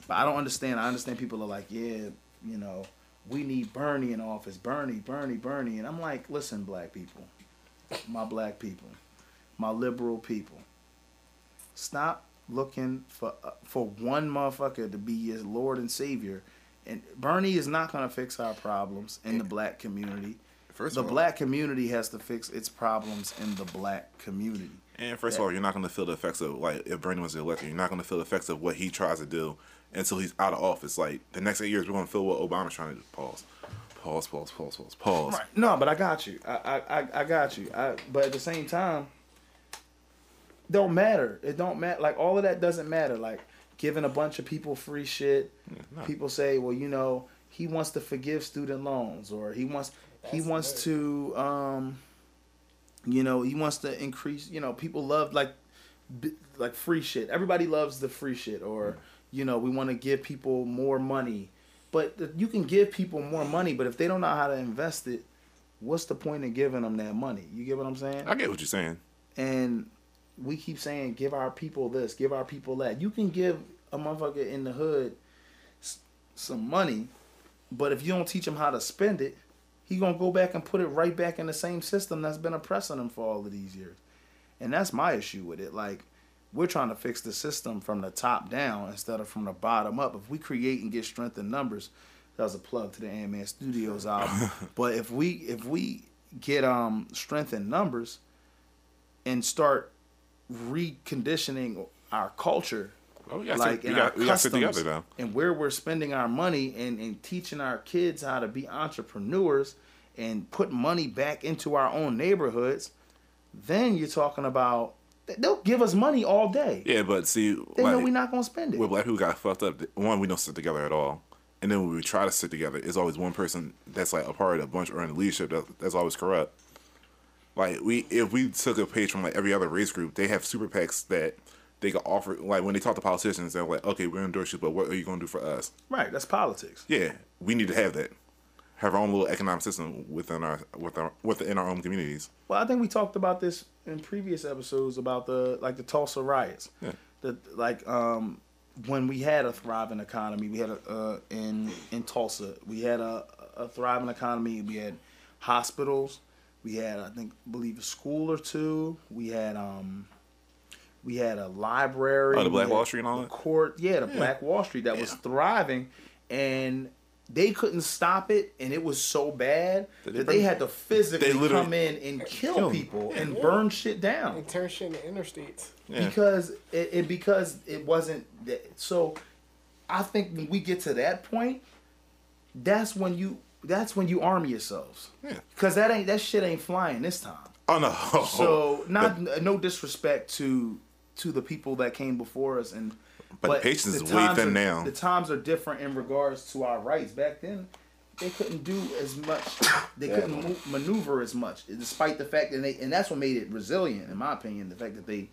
Speaker 1: but I don't understand. I understand people are like, yeah, you know, we need Bernie in office, Bernie, Bernie, Bernie, and I'm like, listen, black people, my black people, my liberal people, stop looking for uh, for one motherfucker to be your lord and savior. And Bernie is not gonna fix our problems in the black community
Speaker 8: First
Speaker 1: the
Speaker 8: of all,
Speaker 1: black community has to fix its problems in the black community.
Speaker 8: And first of all, you're not going to feel the effects of like if Bernie was elected, you're not going to feel the effects of what he tries to do until he's out of office. Like the next eight years, we're going to feel what Obama's trying to do. Pause, pause, pause, pause, pause, pause.
Speaker 1: No, but I got you. I I, I, I got you. I, but at the same time, don't matter. It don't matter. Like all of that doesn't matter. Like giving a bunch of people free shit. People say, well, you know, he wants to forgive student loans, or he wants he wants to, um, you know, he wants to increase. You know, people love like b- like free shit. Everybody loves the free shit, or you know, we want to give people more money. But th- you can give people more money, but if they don't know how to invest it, what's the point in giving them that money? You get what I'm saying?
Speaker 8: I get what you're saying.
Speaker 1: and we keep saying give our people this, give our people that. You can give a motherfucker in the hood s- some money, but if you don't teach him how to spend it, he gonna go back and put it right back in the same system that's been oppressing him for all of these years. And that's my issue with it. Like we're trying to fix the system from the top down instead of from the bottom up. If we create and get strength in numbers, that was a plug to the Ant Man Studios album. but if we if we get um strength in numbers, and start reconditioning our culture,
Speaker 8: Oh, we got
Speaker 1: like
Speaker 8: sit, we
Speaker 1: and
Speaker 8: got,
Speaker 1: our
Speaker 8: we got to sit
Speaker 1: customs,
Speaker 8: together though.
Speaker 1: and where we're spending our money, and and teaching our kids how to be entrepreneurs and put money back into our own neighborhoods, then you're talking about they'll give us money all day.
Speaker 8: Yeah, but see,
Speaker 1: They know
Speaker 8: like,
Speaker 1: we're not gonna spend it.
Speaker 8: where black people got fucked up, one, we don't sit together at all. And then when we try to sit together, it's always one person that's like a part of a bunch or in the leadership that, that's always corrupt. Like we, if we took a page from like every other race group, they have super PACs that they can offer. Like when they talk to politicians, they're like, "Okay, we're endorse you, but what are you gonna do for us?"
Speaker 1: Right, that's politics.
Speaker 8: Yeah, we need to have that, have our own little economic system within our within our, within our own communities.
Speaker 1: Well, I think we talked about this in previous episodes about the like the Tulsa riots.
Speaker 8: Yeah.
Speaker 1: The like um when we had a thriving economy, we had a uh, in in Tulsa, we had a a thriving economy. We had hospitals. We had I think believe a school or two. We had um we had a library.
Speaker 8: Oh, the Black
Speaker 1: we had
Speaker 8: Wall Street and all
Speaker 1: the
Speaker 8: that?
Speaker 1: Court, yeah, the Black Wall Street that was thriving, and they couldn't stop it, and it was so bad that
Speaker 8: That they
Speaker 1: they,
Speaker 8: burned-
Speaker 1: had to physically
Speaker 8: they literally-
Speaker 1: come in in and kill,
Speaker 8: Kill 'em.
Speaker 1: people and burn shit down
Speaker 7: And turn shit into interstates.
Speaker 8: Yeah.
Speaker 1: because it, it because it wasn't that, so i think when we get to that point that's when you that's when you arm yourselves
Speaker 8: Yeah.
Speaker 1: because that ain't that shit ain't flying this time
Speaker 8: Oh no. Oh,
Speaker 1: so not no disrespect to to the people that came before us and
Speaker 8: But the patience is way
Speaker 1: times
Speaker 8: thin
Speaker 1: are-
Speaker 8: now.
Speaker 1: The times are different in regards to our rights. Back then, they couldn't do as much. They couldn't move, maneuver as much, despite the fact that they and that's what made it resilient, in my opinion. The fact that they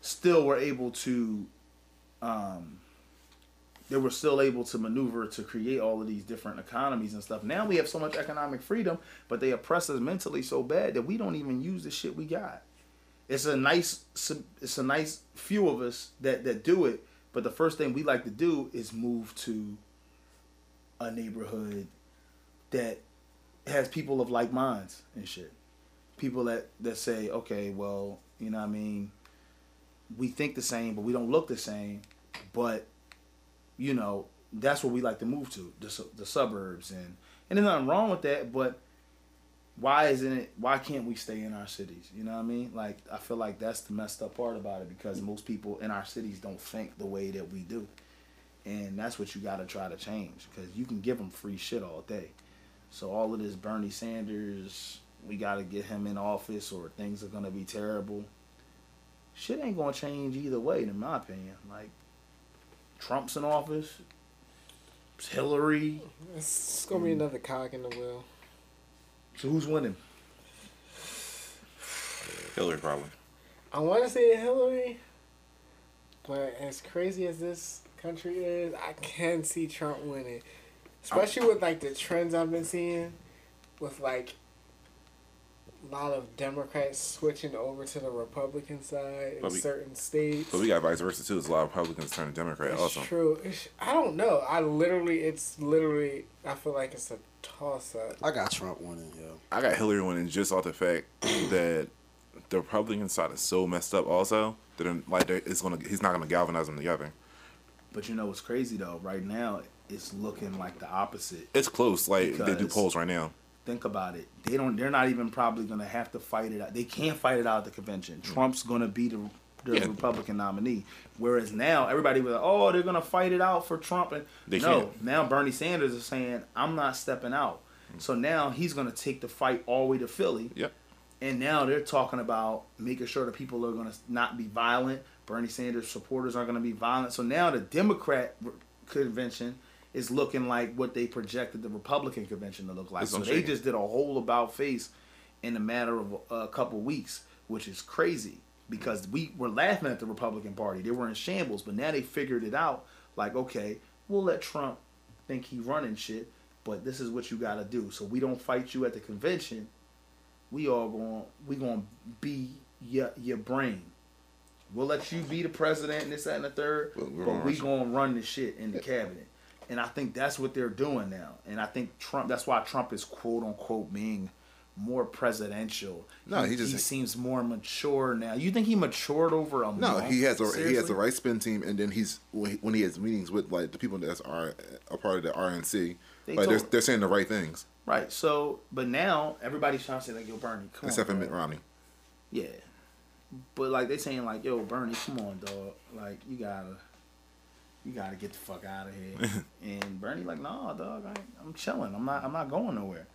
Speaker 1: still were able to um, they were still able to maneuver to create all of these different economies and stuff. Now we have so much economic freedom, but they oppress us mentally so bad that we don't even use the shit we got. It's a nice, it's a nice few of us that that do it, but the first thing we like to do is move to a neighborhood that has people of like minds and shit. People that that say, okay, well, you know, what I mean, we think the same, but we don't look the same, but you know, that's what we like to move to the, su- the suburbs and and there's nothing wrong with that, but why isn't it? Why can't we stay in our cities? You know what I mean? Like I feel like that's the messed up part about it because most people in our cities don't think the way that we do, and that's what you got to try to change because you can give them free shit all day. So all of this Bernie Sanders, we got to get him in office or things are gonna be terrible. Shit ain't gonna change either way, in my opinion. Like Trump's in office. It's Hillary.
Speaker 7: It's gonna
Speaker 1: Mm.
Speaker 7: be another cog in the wheel.
Speaker 1: So who's winning?
Speaker 8: Hillary probably.
Speaker 7: I want to say Hillary, but as crazy as this country is, I can see Trump winning, especially with like the trends I've been seeing, with like a lot of Democrats switching over to the Republican side in
Speaker 8: But we-
Speaker 7: certain states.
Speaker 8: But we got vice versa too. There's a lot of Republicans turning Democrat.
Speaker 7: It's
Speaker 8: Also,
Speaker 7: true. It's, I don't know. I literally, it's literally. I feel like it's a toss up.
Speaker 4: I got Trump winning, yo.
Speaker 8: I got Hillary winning just off the fact that the Republican side is so messed up. Also, that um, like they- it's gonna he's not gonna galvanize them together.
Speaker 1: But you know what's crazy though? Right now, it's looking like the opposite
Speaker 8: It's close. Like they do
Speaker 1: Because-
Speaker 8: polls right now.
Speaker 1: Think about it. They don't. They're not even probably going to have to fight it out. They can't fight it out at the convention. Trump's going to be the, the
Speaker 8: Mm. Yeah.
Speaker 1: Republican nominee. Whereas now everybody was like, oh, they're going to fight it out for Trump. And
Speaker 8: They
Speaker 1: no,
Speaker 8: can't. Mm.
Speaker 1: now Bernie Sanders is saying I'm not stepping out. So now he's going to take the fight all the way to Philly.
Speaker 8: Yep.
Speaker 1: And now they're talking about making sure that people are going to not be violent. Bernie Sanders supporters aren't going to be violent. So now the Democrat r- convention is looking like what they projected the Republican convention to look like.
Speaker 8: That's
Speaker 1: So
Speaker 8: what I'm
Speaker 1: they
Speaker 8: saying.
Speaker 1: just did a whole about face in a matter of a couple weeks, which is crazy because we were laughing at the Republican Party. They were in shambles, but now they figured it out. Like, okay, we'll let Trump think he running shit, but this is what you got to do. So we don't fight you at the convention we all going we going to be your your brain. We'll let you be the president and this that and the third,
Speaker 8: But we're
Speaker 1: but
Speaker 8: gonna
Speaker 1: we
Speaker 8: rush it.
Speaker 1: going to run the shit in the cabinet. And I think that's what they're doing now. And I think Trump that's why Trump is quote unquote being more presidential.
Speaker 8: No, he just-
Speaker 1: he seems more mature now. You think he matured over a
Speaker 8: No,
Speaker 1: month?
Speaker 8: he has a he has
Speaker 1: Seriously?
Speaker 8: the right spin team, and then he's when he, when he has meetings with like the people that's are a part of the RNC,
Speaker 1: They
Speaker 8: like they're,
Speaker 1: told-
Speaker 8: they're saying the right things,
Speaker 1: Right. So, but now everybody's trying to say like, "Yo, Bernie, come
Speaker 8: except for
Speaker 1: on."
Speaker 8: Mitt
Speaker 1: bro.
Speaker 8: Romney.
Speaker 1: Yeah. But like they saying like, yo, Bernie, come on, dog. Like you gotta, you gotta get the fuck out of here. and Bernie like, nah, dog. I ain't, I'm chilling. I'm not. I'm not going nowhere.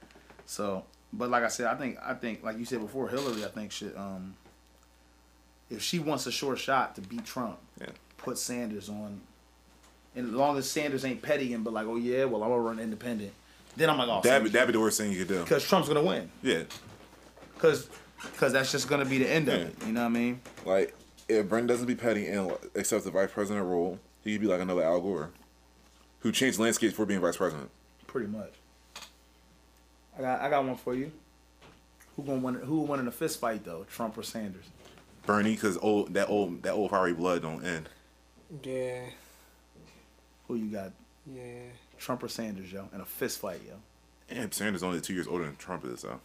Speaker 1: So, but like I said, I think I think like you said before, Hillary, I think should um, if she wants a sure shot to beat Trump,
Speaker 8: Yeah.
Speaker 1: put Sanders on. And as long as Sanders ain't petty and but like, oh yeah, well I'm gonna run independent. Then I'm like, oh,
Speaker 8: That'd be, that'd be the worst thing you could do.
Speaker 1: because Trump's gonna win.
Speaker 8: Yeah,
Speaker 1: Cause, cause that's just gonna be the end of
Speaker 8: Yeah.
Speaker 1: it. You know what I mean?
Speaker 8: like if Brendan doesn't be petty and accepts the vice president role, he could be like another Al Gore, who changed landscapes for being vice president.
Speaker 1: Pretty much. I got I got one for you. Who gonna win? Who win in a fist fight though? Trump or Sanders?
Speaker 8: Bernie, because old that old that old fiery blood don't end.
Speaker 7: Yeah,
Speaker 1: Who you got?
Speaker 7: yeah.
Speaker 1: Trump or Sanders, yo? In a fist fight, yo.
Speaker 8: And Sanders only two years older than Trump is, so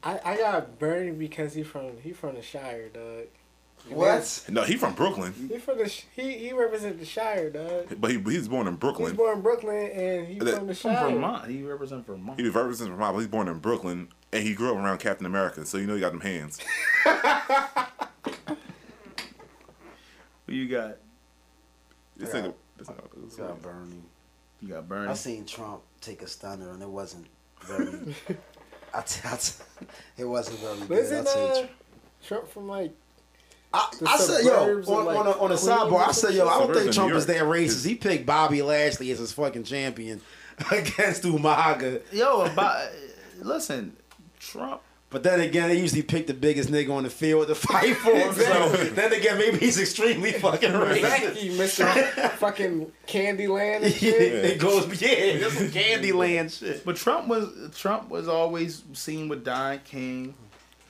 Speaker 7: I, I got Bernie because he from he from the Shire, dog.
Speaker 4: What?
Speaker 8: no, he from Brooklyn,
Speaker 7: He from the Sh- he he represents the Shire, dog.
Speaker 8: but he, he's born in
Speaker 7: He's
Speaker 8: Brooklyn.
Speaker 7: born in Brooklyn and he
Speaker 8: That-
Speaker 7: from the
Speaker 1: From
Speaker 7: Shire.
Speaker 1: Vermont. He represents Vermont.
Speaker 8: He was represents Vermont, but he's born in Brooklyn, and he grew up around Captain America, so you know he got them hands.
Speaker 1: Who you got?
Speaker 8: This nigga, this nigga- this nigga-
Speaker 4: Bernie.
Speaker 1: You got Bernie.
Speaker 3: I seen Trump take a stunner and it wasn't very. I t- I t- it wasn't very good.
Speaker 7: Wasn't
Speaker 3: I seen
Speaker 7: uh,
Speaker 3: Trump.
Speaker 7: Trump from like
Speaker 4: I,
Speaker 7: The
Speaker 4: I said, yo,
Speaker 7: suburbs
Speaker 4: on,
Speaker 7: of, like,
Speaker 4: on, a, on a
Speaker 7: Queens
Speaker 4: sidebar, I
Speaker 7: or
Speaker 4: said, yo, I don't
Speaker 8: Suburbs
Speaker 4: think
Speaker 8: of
Speaker 4: Trump
Speaker 8: New
Speaker 4: is that
Speaker 8: York.
Speaker 4: racist. He picked Bobby Lashley as his fucking champion against Umaga.
Speaker 1: Yo, about, listen, Trump.
Speaker 4: But then again, they usually pick the biggest nigga on the field to fight for him. So then again, maybe he's extremely fucking racist.
Speaker 7: Jackie, Mister fucking Candyland and
Speaker 4: Yeah,
Speaker 7: shit.
Speaker 4: it goes, yeah, that's some Candyland shit.
Speaker 1: But Trump was Trump was always seen with Don King.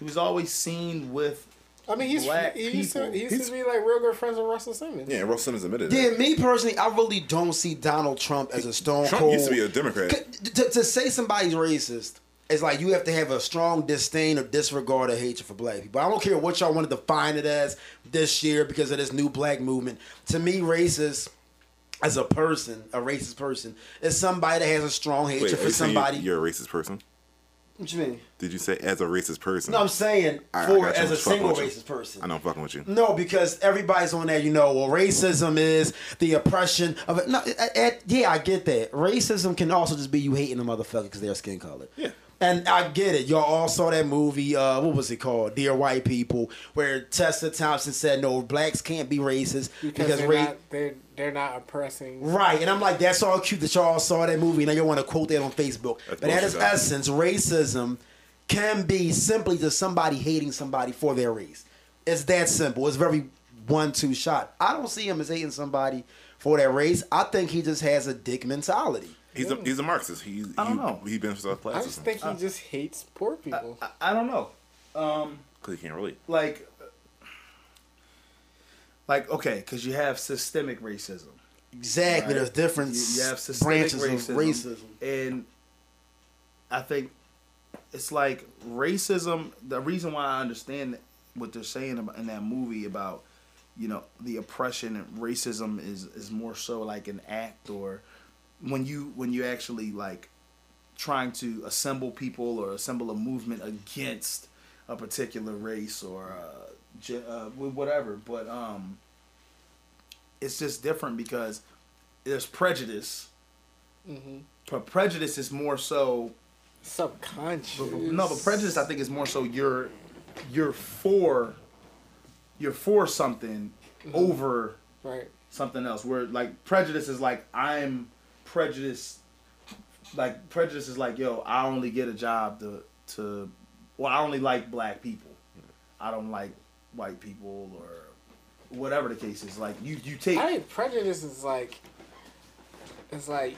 Speaker 1: He was always seen with
Speaker 7: I mean, he's
Speaker 1: Black
Speaker 7: he used to
Speaker 1: people.
Speaker 7: he used to be like real good friends with Russell Simmons.
Speaker 8: yeah, Russell Simmons admitted
Speaker 4: Yeah,
Speaker 8: it.
Speaker 4: me personally, I really don't see Donald Trump as a stone
Speaker 8: Trump
Speaker 4: cold.
Speaker 8: used to be a Democrat.
Speaker 4: C- to, to say somebody's racist is like you have to have a strong disdain or disregard or hatred for black people. I don't care what y'all want to define it as this year because of this new black movement. To me, racist as a person, a racist person, is somebody that has a strong hatred
Speaker 8: Wait, are
Speaker 4: for
Speaker 8: you saying
Speaker 4: somebody.
Speaker 8: You, are a racist person.
Speaker 4: what you mean?
Speaker 8: Did you say as a racist person?
Speaker 4: No, I'm saying
Speaker 8: I- I
Speaker 4: for
Speaker 8: got you.
Speaker 4: as a
Speaker 8: Just fucking
Speaker 4: single
Speaker 8: with you.
Speaker 4: racist person.
Speaker 8: I know I'm fucking with you.
Speaker 4: No, because everybody's on that. You know, well, racism is the oppression of it. No, a- a- yeah, I get that. Racism can also just be you hating a motherfucker because they're skin colored.
Speaker 8: Yeah.
Speaker 4: And I get it. Y'all all saw that movie. Uh, what was it called? Dear White People, where Tessa Thompson said, "No, blacks can't be racist
Speaker 7: Because,
Speaker 4: because
Speaker 7: they're,
Speaker 4: ra-
Speaker 7: not, they're they're not oppressing.
Speaker 4: Right, and I'm like, that's all cute that y'all saw that movie. Now you want to quote that on Facebook,
Speaker 8: That's
Speaker 4: but at
Speaker 8: bullshit,
Speaker 4: its
Speaker 8: though.
Speaker 4: essence, racism can be simply just somebody hating somebody for their race. It's that simple. It's very one-two shot. I don't see him as hating somebody for their race. I think he just has a dick mentality.
Speaker 8: He's a he's a Marxist. He,
Speaker 1: I don't
Speaker 8: he,
Speaker 1: know.
Speaker 8: He benefits off
Speaker 7: I just
Speaker 8: classism
Speaker 7: think he just hates
Speaker 1: Uh,
Speaker 7: poor people.
Speaker 1: I, I don't know. Um,
Speaker 8: because he can't relate.
Speaker 1: like like okay because you have systemic racism
Speaker 4: Exactly.
Speaker 1: right?
Speaker 4: There's different
Speaker 1: You- you have systemic
Speaker 4: branches of racism.
Speaker 1: and i think it's like racism the reason why i understand what they're saying about, in that movie about you know the oppression and racism is is more so like an act or when you when you actually like trying to assemble people or assemble a movement against a particular race or uh, ge- uh, wh- whatever. But um, it's just different because there's prejudice. But prejudice is more so
Speaker 7: Subconscious.
Speaker 1: no, but prejudice I think is more so you're you're for you're for something over
Speaker 7: Right.
Speaker 1: something else. Where like prejudice is like I'm prejudiced. Like prejudice is like yo, I only get a job to to, well, I only like black people. I don't like white people or whatever the case is. Like you you take
Speaker 7: I think prejudice is like, it's like,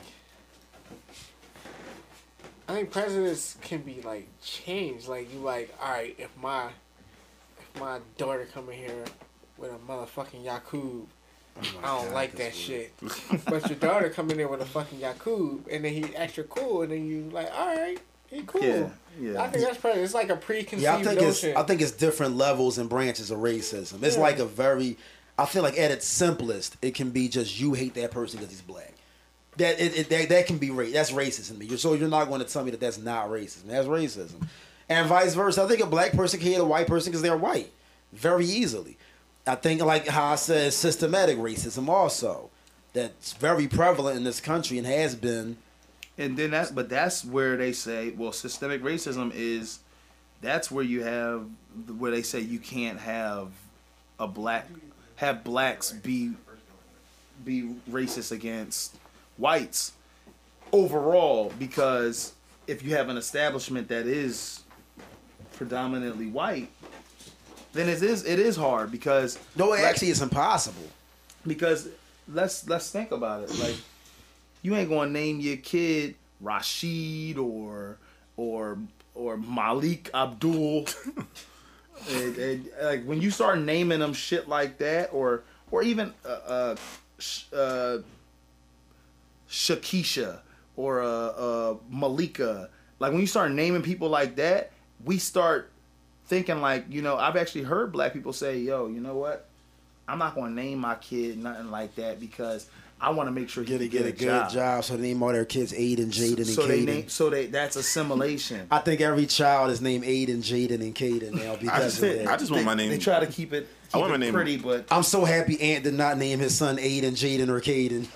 Speaker 7: I think prejudice can be like changed. Like you like, all right, if my, if my daughter come in here with a motherfucking Yakub,
Speaker 4: Oh
Speaker 7: I don't like that shit. but your daughter come in there with a fucking Yakub, and then he extra cool, and then you like, all right, he cool.
Speaker 1: yeah yeah.
Speaker 7: I think that's prejudice. It's like a preconceived
Speaker 4: Yeah, I think it's
Speaker 7: notion.
Speaker 4: I think it's different levels and branches of racism. It's
Speaker 7: Yeah.
Speaker 4: like a very, I feel like at its simplest, it can be just you hate that person because he's black. That it, it that, that can be ra- that's racist in me. You're, so you're not going to tell me that that's not racism. That's racism, and vice versa. I think a black person can hate a white person because they're white very easily. I think like how I said systematic racism also that's very prevalent in this country and has been.
Speaker 1: and then that's but that's where they say well systemic racism is that's where you have where they say you can't have a black have blacks be be racist against whites overall because if you have an establishment that is predominantly white then it is it is hard because
Speaker 4: No, it
Speaker 1: Black-
Speaker 4: actually it's impossible.
Speaker 1: because let's let's think about it. Like you ain't gonna name your kid Rashid or or or Malik Abdul. And- and, like when you start naming them shit like that, or or even uh, uh, sh- uh, Shakisha or uh, uh, Malika. Like when you start naming people like that, we start thinking like you know. I've actually heard black people say, "Yo, you know what? I'm not gonna name my kid nothing like that because I want to make sure he
Speaker 4: Get
Speaker 1: can
Speaker 4: a, get a good job. so they name all their kids Aiden, Jaden, and
Speaker 1: So
Speaker 4: Caden.
Speaker 1: they name, so they that's assimilation.
Speaker 4: I think every child is named Aiden, Jaden, and Caden now
Speaker 8: I
Speaker 4: because
Speaker 8: just,
Speaker 4: of that.
Speaker 8: I just want my name.
Speaker 1: They try to keep it, keep
Speaker 8: I want
Speaker 1: it
Speaker 8: my name-
Speaker 1: pretty, but
Speaker 4: I'm so happy Ant did not name his son Aiden, Jaden, or Caden.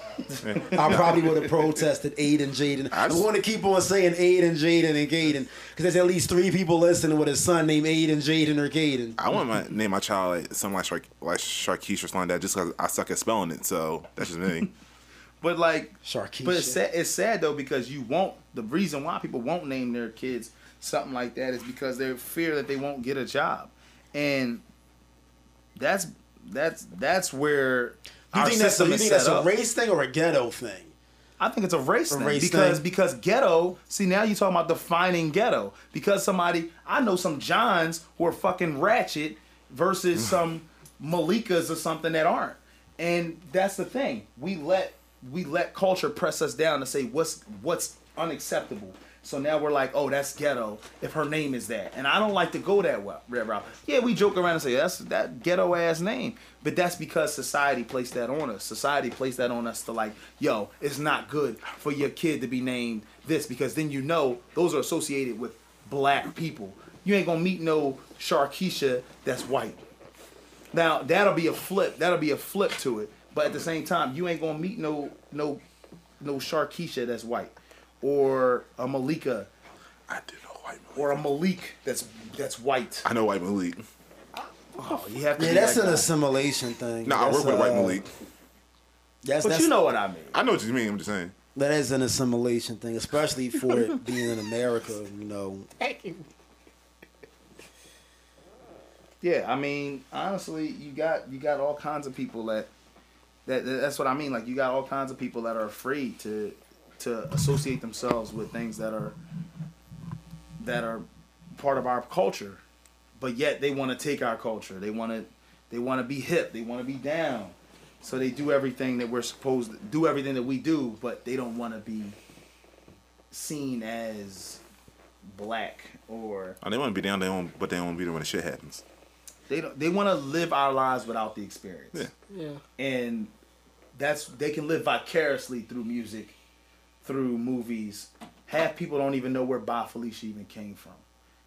Speaker 4: I probably would have protested Aiden, Jaden.
Speaker 8: I
Speaker 4: I
Speaker 8: just-
Speaker 4: want to keep on saying Aiden, Jaden, and Caden because there's at least three people listening with a son named Aiden, Jaden, or Caden.
Speaker 8: I want my name my child like, something like Shark, like Sharkeesh or something like that, just because I suck at spelling it. So that's just me.
Speaker 1: but like
Speaker 4: Sharkeisha.
Speaker 1: But it's sad, it's sad though because you won't. The reason why people won't name their kids something like that is because they fear that they won't get a job, and that's that's that's where
Speaker 4: You
Speaker 1: our
Speaker 4: think that's, a,
Speaker 1: system
Speaker 4: you
Speaker 1: is
Speaker 4: think
Speaker 1: set
Speaker 4: that's a
Speaker 1: up.
Speaker 4: race thing or a ghetto thing?
Speaker 1: I think it's a race
Speaker 4: A
Speaker 1: thing
Speaker 4: race
Speaker 1: because
Speaker 4: thing?
Speaker 1: because ghetto. See now you're talking about defining ghetto because somebody I know some Johns who are fucking ratchet versus
Speaker 4: Mm.
Speaker 1: some Malikas or something that aren't, and that's the thing. We let we let culture press us down to say what's what's unacceptable. So now we're like, oh, that's ghetto if her name is that, and I don't like to go that well, red route. Yeah, we joke around and say that's that ghetto ass name, but that's because society placed that on us. Society placed that on us to like, yo, it's not good for your kid to be named this because then you know those are associated with black people. You ain't gonna meet no Sharkeisha that's white. Now that'll be a flip. That'll be a flip to it. But at the same time, you ain't gonna meet no no no Sharkeisha that's white, or a Malika,
Speaker 8: I do know white Malik.
Speaker 1: or a Malik that's that's white.
Speaker 8: I know white Malik.
Speaker 1: Oh, you have to.
Speaker 4: Yeah,
Speaker 1: be
Speaker 4: that's
Speaker 1: that
Speaker 4: an
Speaker 1: guy.
Speaker 4: assimilation thing.
Speaker 8: No, I
Speaker 4: That's,
Speaker 8: work with
Speaker 4: uh,
Speaker 8: white Malik.
Speaker 4: That's,
Speaker 1: But
Speaker 4: that's,
Speaker 1: you know what I mean.
Speaker 8: I know what you mean. I'm just saying.
Speaker 4: That is an assimilation thing, especially for it being in America. You know,
Speaker 7: Thank you.
Speaker 1: Yeah, I mean, honestly, you got you got all kinds of people that that that- that's what I mean. Like you got all kinds of people that are afraid to to associate themselves with things that are that are part of our culture, but yet they want to take our culture. They want to they want to be hip. They want to be down. So they do everything that we're supposed to do everything that we do, but they don't want to be seen as black or
Speaker 8: Oh, they want to be down there, on- but they don't want to be there when the shit happens.
Speaker 1: they don't they want to live our lives without the experience
Speaker 8: Yeah.
Speaker 7: Yeah.
Speaker 1: and that's they can live vicariously through music through movies half people don't even know where Ba Felicia even came from,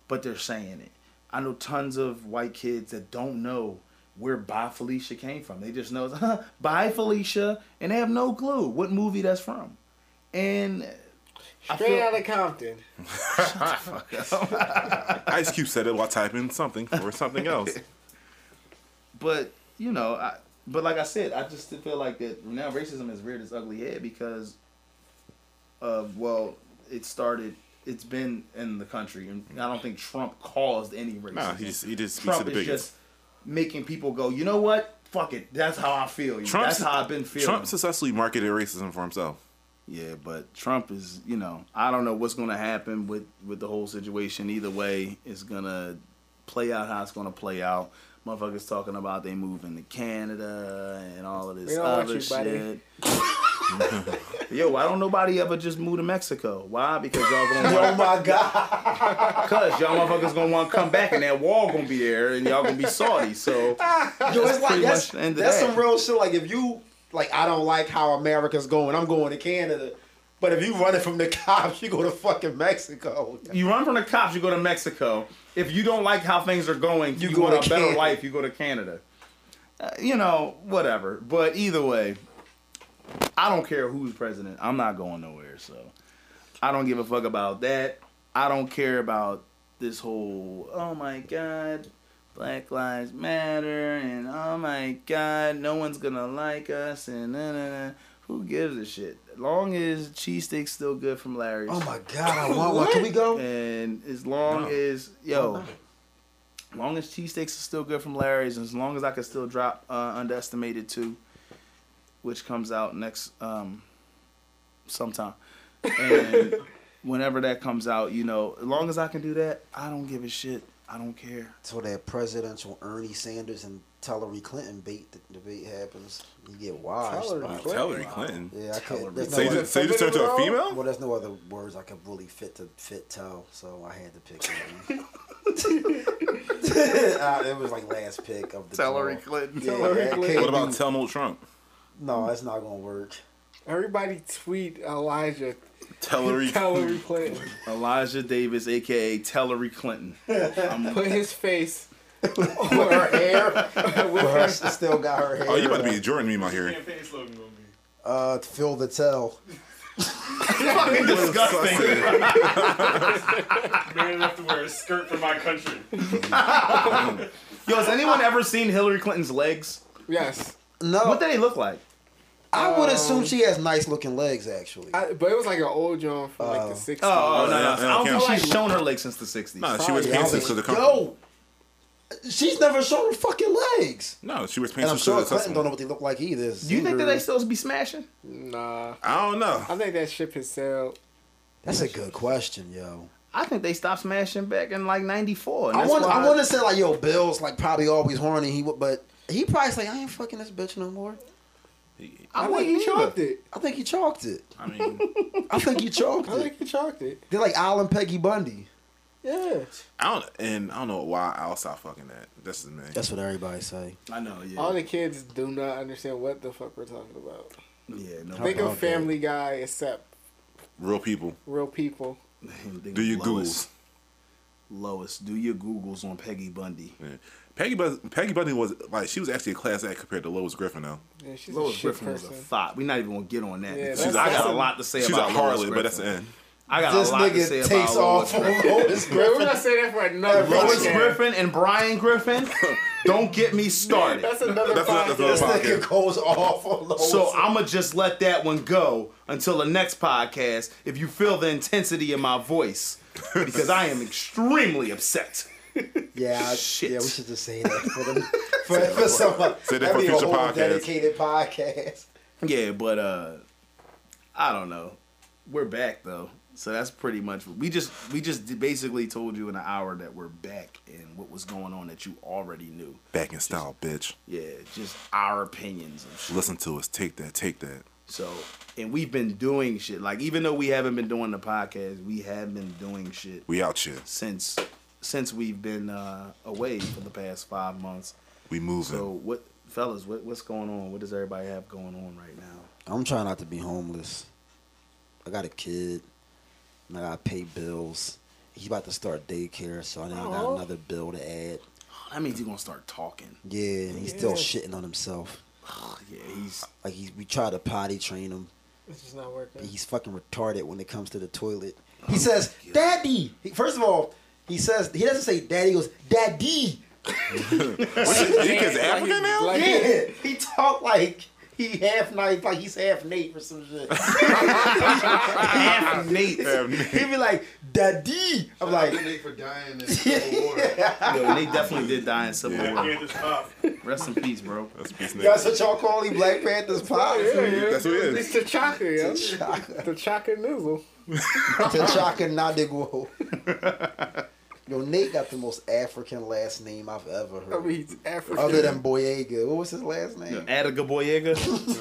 Speaker 1: but they're saying it. I know tons of white kids that don't know where Ba Felicia came from. They just know huh, Bye Felicia, and they have no clue what movie that's from. And I
Speaker 7: Straight
Speaker 1: feel-
Speaker 7: out of Compton.
Speaker 8: Ice Cube said it while typing something for something else.
Speaker 1: but you know, I, but like I said, I just feel like that now racism has reared its ugly head because of well, it started. It's been in the country, and I don't think Trump caused any racism.
Speaker 8: Nah, he just he just speaks
Speaker 1: Trump
Speaker 8: to the
Speaker 1: is
Speaker 8: biggest.
Speaker 1: just making people go. You know what? Fuck it. That's how I feel. You.
Speaker 8: Trump's-
Speaker 1: That's how I've been feeling.
Speaker 8: Trump successfully marketed racism for himself.
Speaker 1: Yeah, but Trump is, you know, I don't know what's going to happen with with the whole situation. Either way, it's going to play out how it's going to play out. Motherfuckers talking about they moving to Canada and all of
Speaker 7: We
Speaker 1: this
Speaker 7: don't want
Speaker 1: other
Speaker 7: you, buddy.
Speaker 1: shit. Yo, why don't nobody ever just move to Mexico? Why? Because y'all gonna
Speaker 4: Oh
Speaker 1: want,
Speaker 4: my God.
Speaker 1: cause y'all motherfuckers gonna want to come back and that wall gonna be there and y'all gonna be salty. So
Speaker 4: Yo, it's like
Speaker 1: pretty much
Speaker 4: that's,
Speaker 1: the end of
Speaker 4: that's
Speaker 1: that.
Speaker 4: some real shit. Like if you like, I don't like how America's going. I'm going to Canada. But if you running from the cops, you go to fucking Mexico.
Speaker 1: you run from the cops, you go to Mexico. If you don't like how things are going, you,
Speaker 4: You
Speaker 1: go
Speaker 4: go
Speaker 1: want a
Speaker 4: to
Speaker 1: better
Speaker 4: Canada.
Speaker 1: life, you go to Canada. Uh, you know, whatever. But either way, I don't care who's president. I'm not going nowhere. So I don't give a fuck about that. I don't care about this whole oh my god, Black Lives Matter and oh my god, no one's gonna like us and na na na. Who gives a shit? Long as cheesesteak's still good from Larry's.
Speaker 4: Oh my God, I want one. Can we go?
Speaker 1: And as long as yo, long as cheesesteaks are still good from Larry's, and as long as I can still drop uh, Underestimated two, which comes out next um sometime, and whenever that comes out, you know, as long as I can do that, I don't give a shit. I don't care.
Speaker 3: So that presidential Ernie Sanders and Hillary Clinton bait, debate happens. You get washed.
Speaker 7: Hillary
Speaker 8: Wow,
Speaker 7: Clinton.
Speaker 8: Hillary Clinton.
Speaker 3: Yeah, I could. There's
Speaker 8: So you
Speaker 3: no
Speaker 8: just, so you just turned to a
Speaker 3: other,
Speaker 8: female?
Speaker 3: well, there's no other words I could really fit to fit tell, so I had to pick. one. uh, it was like last pick of the
Speaker 1: Hillary
Speaker 3: draw.
Speaker 1: Clinton.
Speaker 3: Yeah,
Speaker 7: Hillary
Speaker 3: I can't
Speaker 7: Clinton.
Speaker 8: What about
Speaker 3: do-
Speaker 8: Telmo Trump?
Speaker 3: no, it's not gonna work.
Speaker 7: Everybody tweet Elijah
Speaker 8: Hillary
Speaker 7: Hillary Clinton.
Speaker 1: Elijah Davis, aka Hillary Clinton.
Speaker 7: Put his face on her hair. with
Speaker 3: Her,
Speaker 7: her.
Speaker 3: she still got her hair.
Speaker 8: Oh, you about to be Jordan meme out here.
Speaker 5: Campaign slogan gonna be.
Speaker 3: uh, Phil the tell.
Speaker 1: Fucking disgusting.
Speaker 5: Man enough to wear a skirt for my country.
Speaker 1: Yo, has anyone ever seen Hillary Clinton's legs?
Speaker 7: Yes.
Speaker 3: No,
Speaker 1: What do they look like?
Speaker 3: I would
Speaker 8: Oh.
Speaker 3: assume she has nice looking legs actually.
Speaker 7: I, but it was like an old John from like the 60s.
Speaker 1: Oh,
Speaker 8: Oh,
Speaker 1: no, no,
Speaker 8: yeah,
Speaker 1: no.
Speaker 8: yeah,
Speaker 1: I don't
Speaker 8: okay.
Speaker 1: think she's shown her legs since the 60s.
Speaker 8: Nah, she wears
Speaker 7: Sorry,
Speaker 8: pants because of company.
Speaker 3: Yo, she's never shown her fucking legs.
Speaker 8: No, she wears
Speaker 3: And
Speaker 8: pants
Speaker 3: I'm
Speaker 8: because of
Speaker 3: sure
Speaker 8: the
Speaker 3: Clinton don't know
Speaker 8: customer.
Speaker 3: what they look like either.
Speaker 1: Do you think that they still be smashing?
Speaker 7: Nah.
Speaker 8: I don't know.
Speaker 7: I think that ship has sailed.
Speaker 3: That's a good question, yo.
Speaker 1: I think they stopped smashing back in like '94.
Speaker 3: I want. I want to say like, yo, Bill's like probably always horny. He would, but he probably say, I ain't fucking this bitch no more.
Speaker 7: I,
Speaker 1: I
Speaker 7: think
Speaker 1: wouldn't
Speaker 7: he chalked
Speaker 1: either.
Speaker 7: it.
Speaker 3: I think he chalked it.
Speaker 8: I mean,
Speaker 3: I think he chalked
Speaker 7: I
Speaker 3: it.
Speaker 7: think he chalked it.
Speaker 3: They're like Al and Peggy Bundy.
Speaker 7: Yeah.
Speaker 8: I don't, and I don't know why I'll stop fucking that. That's the man.
Speaker 3: That's what everybody say.
Speaker 1: I know. Yeah.
Speaker 7: All the kids do not understand what the fuck we're talking about.
Speaker 1: yeah. No.
Speaker 7: Think
Speaker 3: about
Speaker 7: of Family Guy except
Speaker 8: Real people.
Speaker 7: real people.
Speaker 8: Do your
Speaker 1: Lois.
Speaker 8: googles.
Speaker 1: Lois, do your googles on Peggy Bundy.
Speaker 8: Yeah. Peggy Buzz, Peggy Bundy was like she was actually a class act compared to Lois Griffin though.
Speaker 7: Yeah, she's a
Speaker 1: Lois
Speaker 7: shit
Speaker 1: Griffin was a
Speaker 7: person.
Speaker 1: thought. We're not even gonna get on that.
Speaker 7: Yeah,
Speaker 1: because
Speaker 7: that's-
Speaker 1: I
Speaker 7: that's
Speaker 1: got a
Speaker 7: a-
Speaker 1: lot to say
Speaker 8: She's
Speaker 1: about
Speaker 8: like Harley,
Speaker 1: Lois
Speaker 8: but that's the
Speaker 1: Griffin.
Speaker 8: end.
Speaker 1: I got
Speaker 4: This
Speaker 1: a lot to say
Speaker 4: nigga takes
Speaker 1: about Lois
Speaker 4: off
Speaker 1: Griffin.
Speaker 4: on Lois
Speaker 7: Wait, we're
Speaker 4: Griffin.
Speaker 7: not saying that for another
Speaker 1: Lois
Speaker 7: podcast.
Speaker 1: Griffin and Brian Griffin. Don't get me started.
Speaker 7: That's another
Speaker 8: That's
Speaker 7: podcast.
Speaker 8: another- that's another
Speaker 4: This nigga goes off on Lois.
Speaker 1: So I'ma just let that one go until the next podcast. If you feel the intensity in my voice, because I am extremely upset.
Speaker 4: yeah, I-
Speaker 1: Shit.
Speaker 4: yeah, we should just say that for them. For, for some,
Speaker 8: Say that
Speaker 4: that'd
Speaker 8: for
Speaker 4: be a
Speaker 8: future
Speaker 4: whole
Speaker 8: podcasts.
Speaker 4: dedicated podcast.
Speaker 1: Yeah, but uh, I don't know. We're back though, so that's pretty much. We just we just basically told you in an hour that we're back and what was going on that you already knew.
Speaker 8: Back in style, bitch.
Speaker 1: Yeah, just our opinions and shit.
Speaker 8: Listen to us. Take that. Take that.
Speaker 1: So, and we've been doing shit. Like even though we haven't been doing the podcast, we have been doing shit.
Speaker 8: We out here.
Speaker 1: since since we've been uh, away for the past five months.
Speaker 8: We moving.
Speaker 1: So what, fellas, what, what's going on? What does everybody have going on right now?
Speaker 3: I'm trying not to be homeless. I got a kid.
Speaker 4: and I gotta pay bills. He's about to start daycare, so I didn't got
Speaker 7: Aw.
Speaker 4: another bill to add.
Speaker 1: That means he's gonna start talking.
Speaker 4: Yeah, and he's still
Speaker 7: Yeah.
Speaker 4: shitting on himself.
Speaker 1: yeah, he's
Speaker 4: Like he, we try to potty train him,
Speaker 7: It's just not working.
Speaker 4: but he's fucking retarded when it comes to the toilet. He says, "Daddy." He- First of all, he says he doesn't say "daddy." He goes, "Daddy."
Speaker 8: What's his dick is African now?
Speaker 7: Like,
Speaker 4: Yeah, he talk like he half knife, like he's half Nate or some shit.
Speaker 1: half Nate.
Speaker 8: Yeah,
Speaker 4: he be like, "Daddy." I'm like,
Speaker 9: Nate for dying in the Civil War.
Speaker 1: Yo, they definitely did die in Civil
Speaker 8: Yeah.
Speaker 1: War.
Speaker 5: Can't just stop.
Speaker 1: Rest in peace, bro.
Speaker 8: That's a piece of nigga.
Speaker 4: That's what y'all call the Black Panther's power.
Speaker 8: That's what it
Speaker 7: It's
Speaker 8: is.
Speaker 7: T'Chaka, yo. T'Chaka Noodle.
Speaker 4: T'Chaka Nadigwo. Yo, Nate got the most African last name I've ever
Speaker 7: I
Speaker 4: heard.
Speaker 7: mean, he's African.
Speaker 4: Other than Boyega. What was his last name?
Speaker 1: Attica Boyega.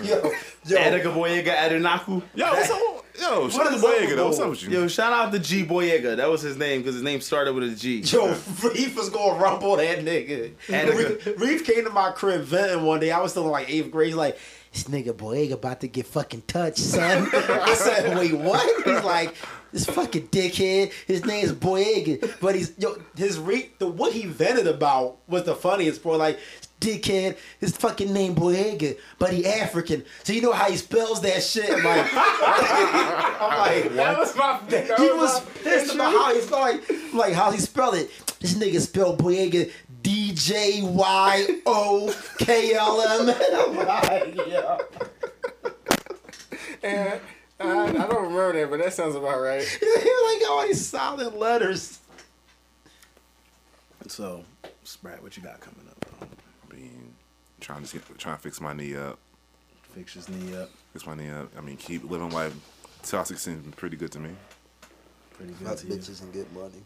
Speaker 4: Yo, yo.
Speaker 1: Attica Boyega Adenaku.
Speaker 8: Yo, what's up? Yo, shout out to
Speaker 4: is
Speaker 8: Boyega though.
Speaker 4: up with
Speaker 8: What's up with you?
Speaker 1: Yo, shout out to G Boyega. That was his name because his name started with a G.
Speaker 4: Yo, Reef was gonna rumble that nigga.
Speaker 1: Attica.
Speaker 4: Reef, Reef came to my crib venting one day. I was still in like eighth grade. He's like, this nigga Boyega about to get fucking touched, son. I said, wait, what? He's like, this fucking dickhead. His name's Boyega, but he's yo. His re the what he vented about was the funniest part. Like, dickhead. His fucking name Boyega, but he African. So you know how he spells that shit. I'm like, I'm like,
Speaker 7: That was my. That
Speaker 4: he
Speaker 7: was
Speaker 4: was
Speaker 7: my
Speaker 4: pissed about how he spelled like, like how he spelled it. This nigga spelled Boyega D J Y O K L M. And I'm like, yeah.
Speaker 7: And I, I don't remember that, but that sounds about right.
Speaker 4: He was like oh,
Speaker 1: Oh,
Speaker 4: all these solid letters.
Speaker 1: So, Sprat, what you got coming up? Bro?
Speaker 8: Being- Trying to get- trying to fix my knee up.
Speaker 1: Fix his knee up.
Speaker 8: Fix my knee up. I mean, keep living life. Toxic seems pretty good to me.
Speaker 1: Pretty good to you.
Speaker 4: and good money.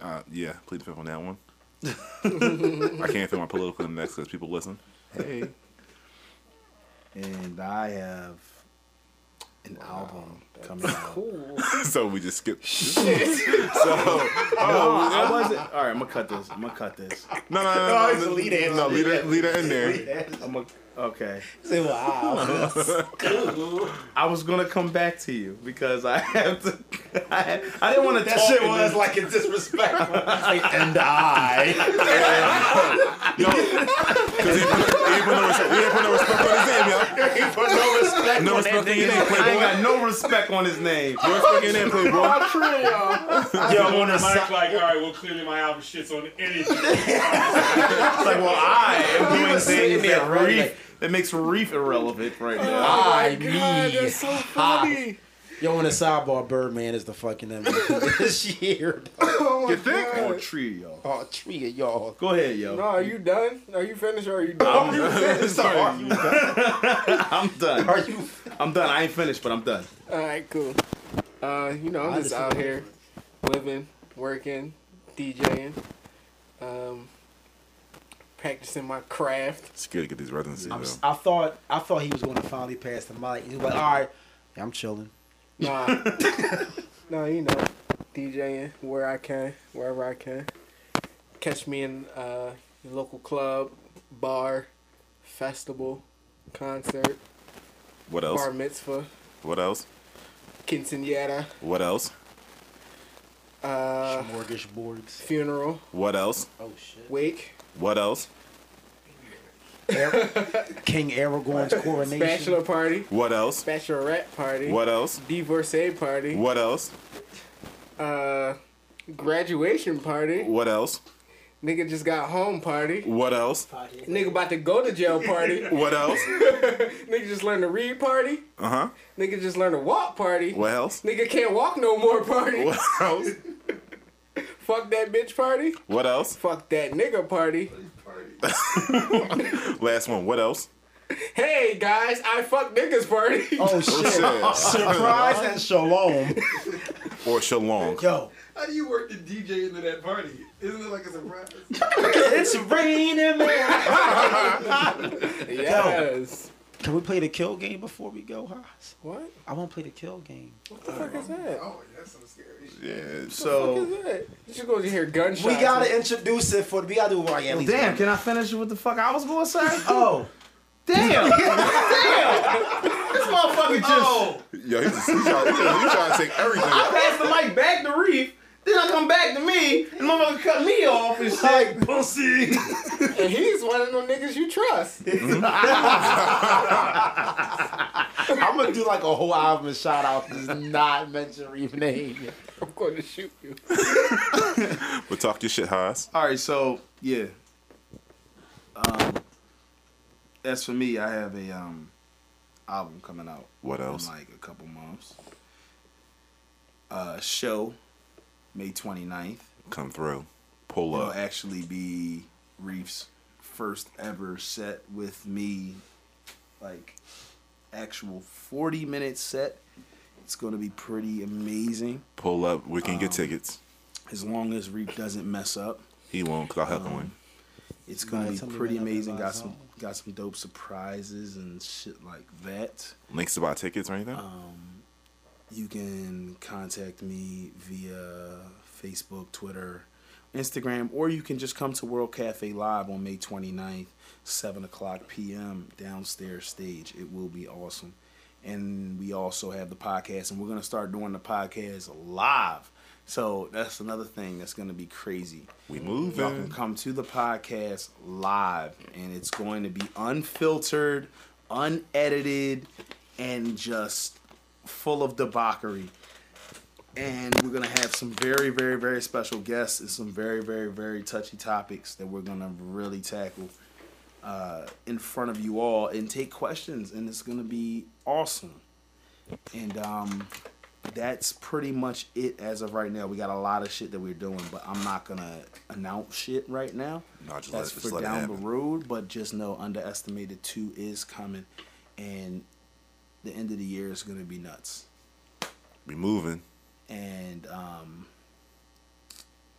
Speaker 8: Uh, yeah, plead the fifth on that one. I can't feel my political next because people listen. Hey,
Speaker 1: And I have an album coming out.
Speaker 7: Cool.
Speaker 8: so we just skip. So
Speaker 1: No,
Speaker 8: oh,
Speaker 1: I wasn't. All right, I'm gonna cut this. I'm gonna cut this.
Speaker 8: no, no, no, no,
Speaker 4: it's
Speaker 8: no,
Speaker 4: a lead in.
Speaker 8: no, leave that, leave that in there.
Speaker 1: I'm gonna. Okay.
Speaker 4: Say, wow.
Speaker 1: I was gonna come back to you because I have to. I, I didn't want to. That shit was like.
Speaker 4: it's disrespectful. and I.
Speaker 8: Yo, because uh, he, put- he put no respect. He ain't put no respect on his name, yo.
Speaker 4: But no respect.
Speaker 8: No respect on your name,
Speaker 1: I ain't
Speaker 8: playboy.
Speaker 1: got no respect on his name.
Speaker 8: No respect on your name, playboy.
Speaker 5: I'm on the mic like, all right, well, clearly my album shits on anything.
Speaker 1: It's like, well, I am doing
Speaker 4: sitting
Speaker 1: things
Speaker 4: there,
Speaker 1: that
Speaker 4: right,
Speaker 1: Reef
Speaker 4: like-
Speaker 1: that makes Reef irrelevant right
Speaker 10: Oh
Speaker 1: now.
Speaker 4: I,
Speaker 7: God,
Speaker 4: me.
Speaker 7: that's so funny.
Speaker 10: Yo, on the sidebar, Birdman is the fucking MVP this year.
Speaker 7: Oh
Speaker 1: you think? Or tree, y'all.
Speaker 10: Oh, three of y'all.
Speaker 1: Go ahead, yo.
Speaker 7: No, are you done? Are you finished or are you done?
Speaker 10: Sorry.
Speaker 1: I'm done.
Speaker 10: Are you?
Speaker 1: I'm done. I ain't finished, but I'm done.
Speaker 7: All right, cool. Uh, you know, I'm just out here living, working, DJing, um, practicing my craft.
Speaker 8: Scared to get these residencies.
Speaker 10: I'm,
Speaker 8: though.
Speaker 10: I thought I thought he was going to finally pass the mic. He was like, all right. Yeah, I'm chilling.
Speaker 7: Nah, nah, you know, DJing where I can, wherever I can. Catch me in uh, your local club, bar, festival, concert,
Speaker 8: What else?
Speaker 7: bar mitzvah,
Speaker 8: What else?
Speaker 7: quinceanera,
Speaker 8: What else?
Speaker 7: uh,
Speaker 10: Mortgage boards.
Speaker 7: funeral,
Speaker 8: What else?
Speaker 10: Oh shit.
Speaker 7: wake,
Speaker 8: What else?
Speaker 10: King Aragorn's coronation. Oh,
Speaker 7: bachelor party,
Speaker 8: What else?
Speaker 7: bachelorette party,
Speaker 8: What else?
Speaker 7: divorcee party,
Speaker 8: What else?
Speaker 7: uh, graduation party,
Speaker 8: What else?
Speaker 7: nigga just got home party,
Speaker 8: What else?
Speaker 7: nigga about to go to jail party,
Speaker 8: What else?
Speaker 7: nigga just learned to read party,
Speaker 8: Uh huh.
Speaker 7: nigga just learned to walk party.
Speaker 8: What else?
Speaker 7: Nigga can't walk no more party.
Speaker 8: What else?
Speaker 7: Fuck that bitch party.
Speaker 8: What else?
Speaker 7: Fuck that nigga party.
Speaker 8: Last one. What else?
Speaker 7: Hey guys, I fuck niggas party.
Speaker 10: Oh shit. Surprise and shalom.
Speaker 8: or Shalong.
Speaker 10: Yo,
Speaker 9: How do you work the DJ into that party? Isn't it like a surprise?
Speaker 10: it's raining, man.
Speaker 7: yes.
Speaker 10: Can we play the kill game before we go, Haas?
Speaker 7: What?
Speaker 10: I want to play the kill game.
Speaker 7: What the fuck is that?
Speaker 9: Oh, that's some scary shit.
Speaker 8: Yeah.
Speaker 7: What
Speaker 1: So,
Speaker 7: is that? You just go to hear gunshots.
Speaker 10: We gotta introduce it for. We gotta do like at
Speaker 1: well,
Speaker 10: least.
Speaker 1: damn,
Speaker 10: one.
Speaker 1: can I finish with what the fuck I was gonna say?
Speaker 10: Oh,
Speaker 1: Damn! Damn! This motherfucker just
Speaker 8: Yo, he's, he's, trying, he's, trying, to take everything.
Speaker 1: I pass the mic back to Reef, then I come back to me, and the motherfucker cut me off and shit.
Speaker 11: pussy.
Speaker 7: And he's one of them niggas you trust.
Speaker 11: I'm gonna do like a whole album of shout out. Just not mention Reef name.
Speaker 7: I'm going to shoot you.
Speaker 8: But talk your shit, Haas.
Speaker 1: All right, so yeah. Um, as for me, I have a um album coming out.
Speaker 8: What else?
Speaker 1: In like a couple months. Uh, show May 29th.
Speaker 8: Come through. Pull
Speaker 1: It'll
Speaker 8: up.
Speaker 1: actually be Reef's first ever set with me, like actual 40 minute set. It's gonna be pretty amazing
Speaker 8: Pull up. We can get tickets.
Speaker 1: as long as Reef doesn't mess up.
Speaker 8: He won't, because I'll help him win.
Speaker 1: It's gonna
Speaker 4: Right,
Speaker 1: be
Speaker 4: tell me
Speaker 1: pretty
Speaker 4: about that
Speaker 1: amazing. Got
Speaker 4: last
Speaker 1: some
Speaker 4: album.
Speaker 1: got some dope surprises and shit like that.
Speaker 8: Links to buy tickets or anything?
Speaker 1: Uh, You can contact me via Facebook, Twitter, Instagram, or you can just come to World Cafe Live on May 29th, 7 o'clock p.m. downstairs stage. It will be awesome. And we also have the podcast, and we're going to start doing the podcast live. So that's another thing that's going to be crazy.
Speaker 8: we
Speaker 1: Y'all can
Speaker 8: moving.
Speaker 1: come to the podcast live, and it's going to be unfiltered, unedited, and just full of debauchery. And we're gonna have some very, very, very special guests and some very, very, very touchy topics that we're gonna really tackle uh, in front of you all and take questions, and it's gonna be awesome. And um, that's pretty much it as of right now. We got a lot of shit that we're doing, but I'm not gonna announce shit right now.
Speaker 8: Nah, just
Speaker 1: that's
Speaker 8: let- just
Speaker 1: for
Speaker 8: let it
Speaker 1: down the
Speaker 8: happen.
Speaker 1: road. But just know, underestimated two is coming, and the end of the year is gonna be nuts.
Speaker 8: We moving.
Speaker 1: And um,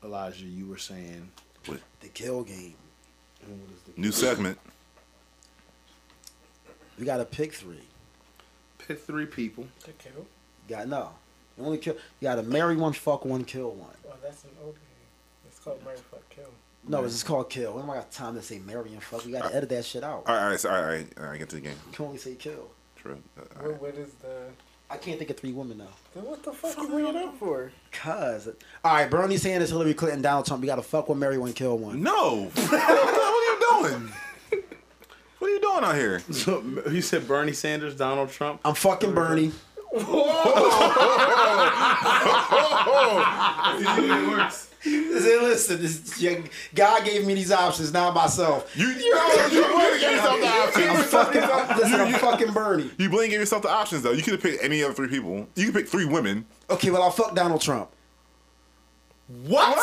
Speaker 1: Elijah, you were saying
Speaker 4: The kill game.
Speaker 8: New segment.
Speaker 4: We got to pick three.
Speaker 1: pick three people.
Speaker 7: Okay.
Speaker 4: Got no. You only kill. You got to marry one, fuck one, kill one.
Speaker 7: Well, Oh, that's an old game. It's called Murray Fuck Kill.
Speaker 4: No, it's just called kill. When am I got time to say marry and fuck? We got to edit that shit out.
Speaker 8: All right, all right, so, all right, all right, all right. Get to the game.
Speaker 4: You can only say kill.
Speaker 8: True. Uh, all
Speaker 7: What,
Speaker 8: right.
Speaker 7: what is the.
Speaker 4: I can't think of three women now.
Speaker 7: Then what the fuck you bring it up for?
Speaker 4: Cause, all right, Bernie Sanders, Hillary Clinton, Donald Trump. We got to fuck one, marry one, kill one.
Speaker 8: No. what are you doing? What are you doing out here?
Speaker 1: you said Bernie Sanders, Donald Trump.
Speaker 4: I'm fucking Bernie.
Speaker 9: it works.
Speaker 4: Listen, listen, this young, God gave me these options, not myself.
Speaker 8: You you you, you gave yourself the option.
Speaker 4: I'm fucking, listen, I'm fucking Bernie.
Speaker 8: You blame gave yourself the options though. You could have picked any other three people. You could pick three women.
Speaker 4: Okay, well, I'll fuck Donald Trump.
Speaker 8: What?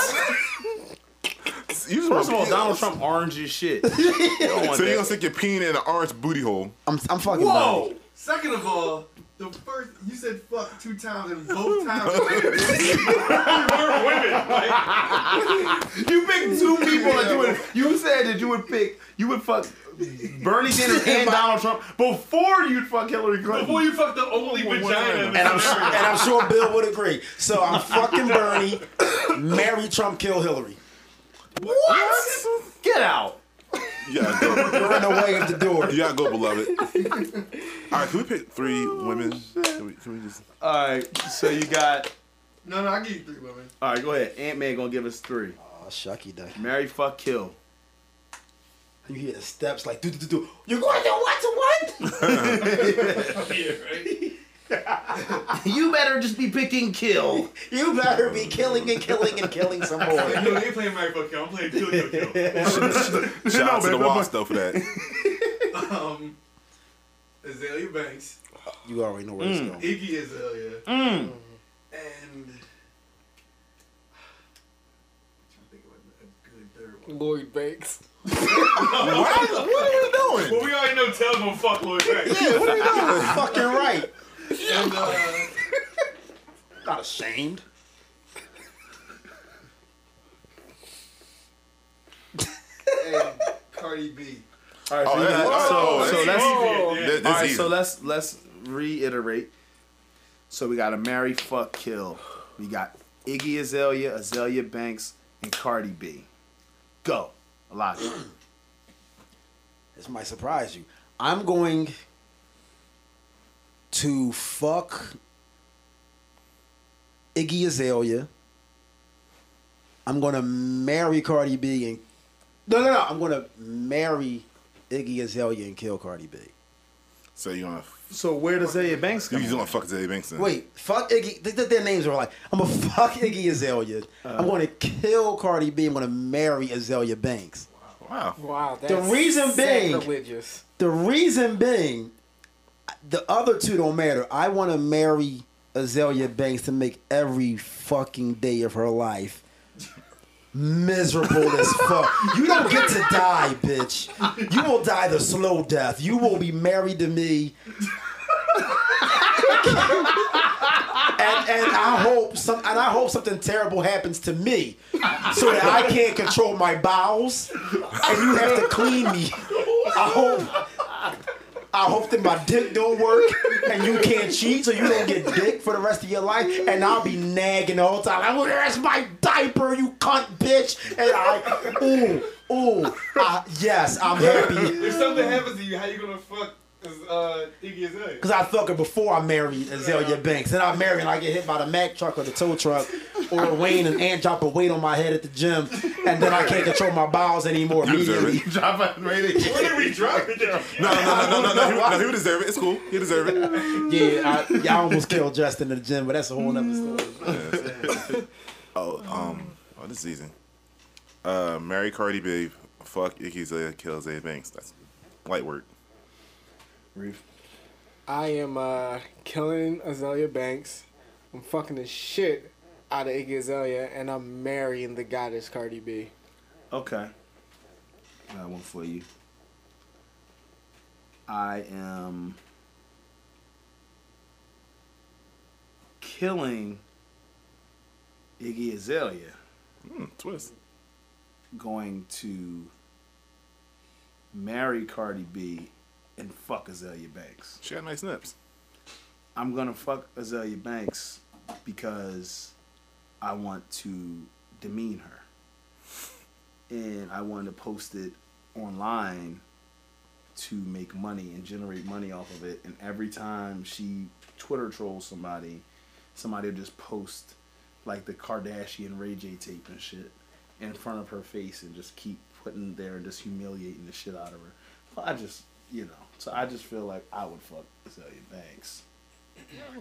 Speaker 8: you just
Speaker 1: First of all, Donald Trump orange as shit.
Speaker 8: So you gonna stick your peen in an orange booty hole?
Speaker 4: I'm, I'm fucking Bernie.
Speaker 9: Second of all, the first you said fuck two times and both times. you
Speaker 5: We're women. Like,
Speaker 1: You picked two people that you would. You said that you would pick. You would fuck Bernie Sanders and Donald Trump before you'd fuck Hillary Clinton.
Speaker 5: before you fuck the only vagina. in
Speaker 4: And
Speaker 5: the
Speaker 4: I'm, su- and I'm sure Bill would agree. So I'm fucking Bernie, marry Trump, kill Hillary.
Speaker 1: what? Get out.
Speaker 8: You gotta go.
Speaker 4: You're in the way of the door.
Speaker 8: You gotta go, beloved. All right, can we pick three
Speaker 1: Oh,
Speaker 8: women? Can we, can we just?
Speaker 1: All right. So you got.
Speaker 9: no, no, I give you three women.
Speaker 1: All right. Go ahead. Ant Man gonna give us three.
Speaker 4: Oh, shucky duck.
Speaker 1: Marry, fuck, kill.
Speaker 4: You hear the steps like, do, do, do, do. You're going to what to what?
Speaker 5: mirror, right?
Speaker 1: You better just be picking kill.
Speaker 4: You better be killing and killing and killing some more.
Speaker 5: No, they playing Mary Fuck Kill. I'm playing Kill Kill Kill.
Speaker 8: Shout out to the
Speaker 1: baby,
Speaker 8: Wasp though for that.
Speaker 9: Um, Azalea Banks,
Speaker 4: You already know where
Speaker 8: Mm.
Speaker 4: it's going.
Speaker 9: Iggy Azalea, and I'm trying to think of a good third one.
Speaker 7: Lloyd Banks.
Speaker 8: What? What are we
Speaker 5: Well, we already know Tell gonna fuck Lloyd Banks.
Speaker 4: Yeah, what are you doing? fucking right.
Speaker 9: And uh,
Speaker 4: Not ashamed.
Speaker 9: and Cardi B.
Speaker 1: All right. So,
Speaker 8: Oh,
Speaker 1: you
Speaker 8: yeah.
Speaker 1: got, so,
Speaker 8: Oh,
Speaker 1: so
Speaker 5: Easy,
Speaker 1: let's.
Speaker 5: yeah.
Speaker 8: doing? This,
Speaker 1: All right.
Speaker 8: easy.
Speaker 1: So let's let's reiterate. So we got to marry, fuck, kill. We got Iggy Azalea, Azalea Banks, and Cardi B. Go, Elijah.
Speaker 4: This might surprise you. I'm going to fuck Iggy Azalea. I'm going to marry Cardi B and no, no, no. I'm going to marry Iggy Azalea and kill Cardi B.
Speaker 8: So you gonna
Speaker 1: So where does Zaya Banks come?
Speaker 8: you
Speaker 1: in?
Speaker 8: gonna fuck Zay Banks? then.
Speaker 4: Wait, fuck Iggy. Th- th- their names are like, I'm gonna fuck Iggy Azalea. I'm gonna kill Cardi B. I'm gonna marry Azalea Banks.
Speaker 8: Wow.
Speaker 7: Wow, that's
Speaker 4: The reason being-
Speaker 7: sacrilegious.
Speaker 4: The reason being, the other two don't matter. I want to marry Azalea Banks to make every fucking day of her life miserable as fuck. You don't get to die, bitch. You will die the slow death. You will be married to me. And, and I hope some and I hope something terrible happens to me, so that I can't control my bowels, and you have to clean me. I hope I hope that my dick don't work and you can't cheat, so you don't get dick for the rest of your life. And I'll be nagging the whole time. Like, well, that's my diaper, you cunt bitch. And I, ooh, ooh, I, yes, I'm happy
Speaker 2: If something happens to you, how you gonna fuck uh, Iggy Azalea?
Speaker 4: because I fuck her before I married Azalea Banks. Then I marry and I get hit by the Mack truck or the tow truck or a Wayne and Ant drop a weight on my head at the gym, and then I can't control my bowels anymore.
Speaker 8: You deserve
Speaker 4: Immediately.
Speaker 8: it. Drop out
Speaker 5: When did we drop it? there?
Speaker 8: No, no, no, no, no, no. He, no, he would deserve it. It's cool. He deserve it.
Speaker 4: Yeah, I, yeah, I almost killed Justin in the gym, but that's a whole other story.
Speaker 8: Oh, um, oh, this season. Uh, marry Cardi B, fuck Iggy Azalea, kill Zay Banks. That's light work.
Speaker 7: I am uh, killing Azalea Banks. I'm fucking the shit out of Iggy Azalea, and I'm marrying the goddess Cardi B.
Speaker 1: Okay. I got one for you. I am killing Iggy Azalea,
Speaker 8: Hmm, twist.
Speaker 1: going to marry Cardi B and fuck Azalea Banks.
Speaker 8: She got nice nips.
Speaker 1: I'm gonna fuck Azalea Banks because I want to demean her. And I wanted to post it online to make money and generate money off of it. And every time she Twitter trolls somebody, somebody will just post like the Kardashian Ray J tape and shit in front of her face and just keep putting there and just humiliating the shit out of her. Well, I just, you know, so I just feel like I would fuck Azalea Banks.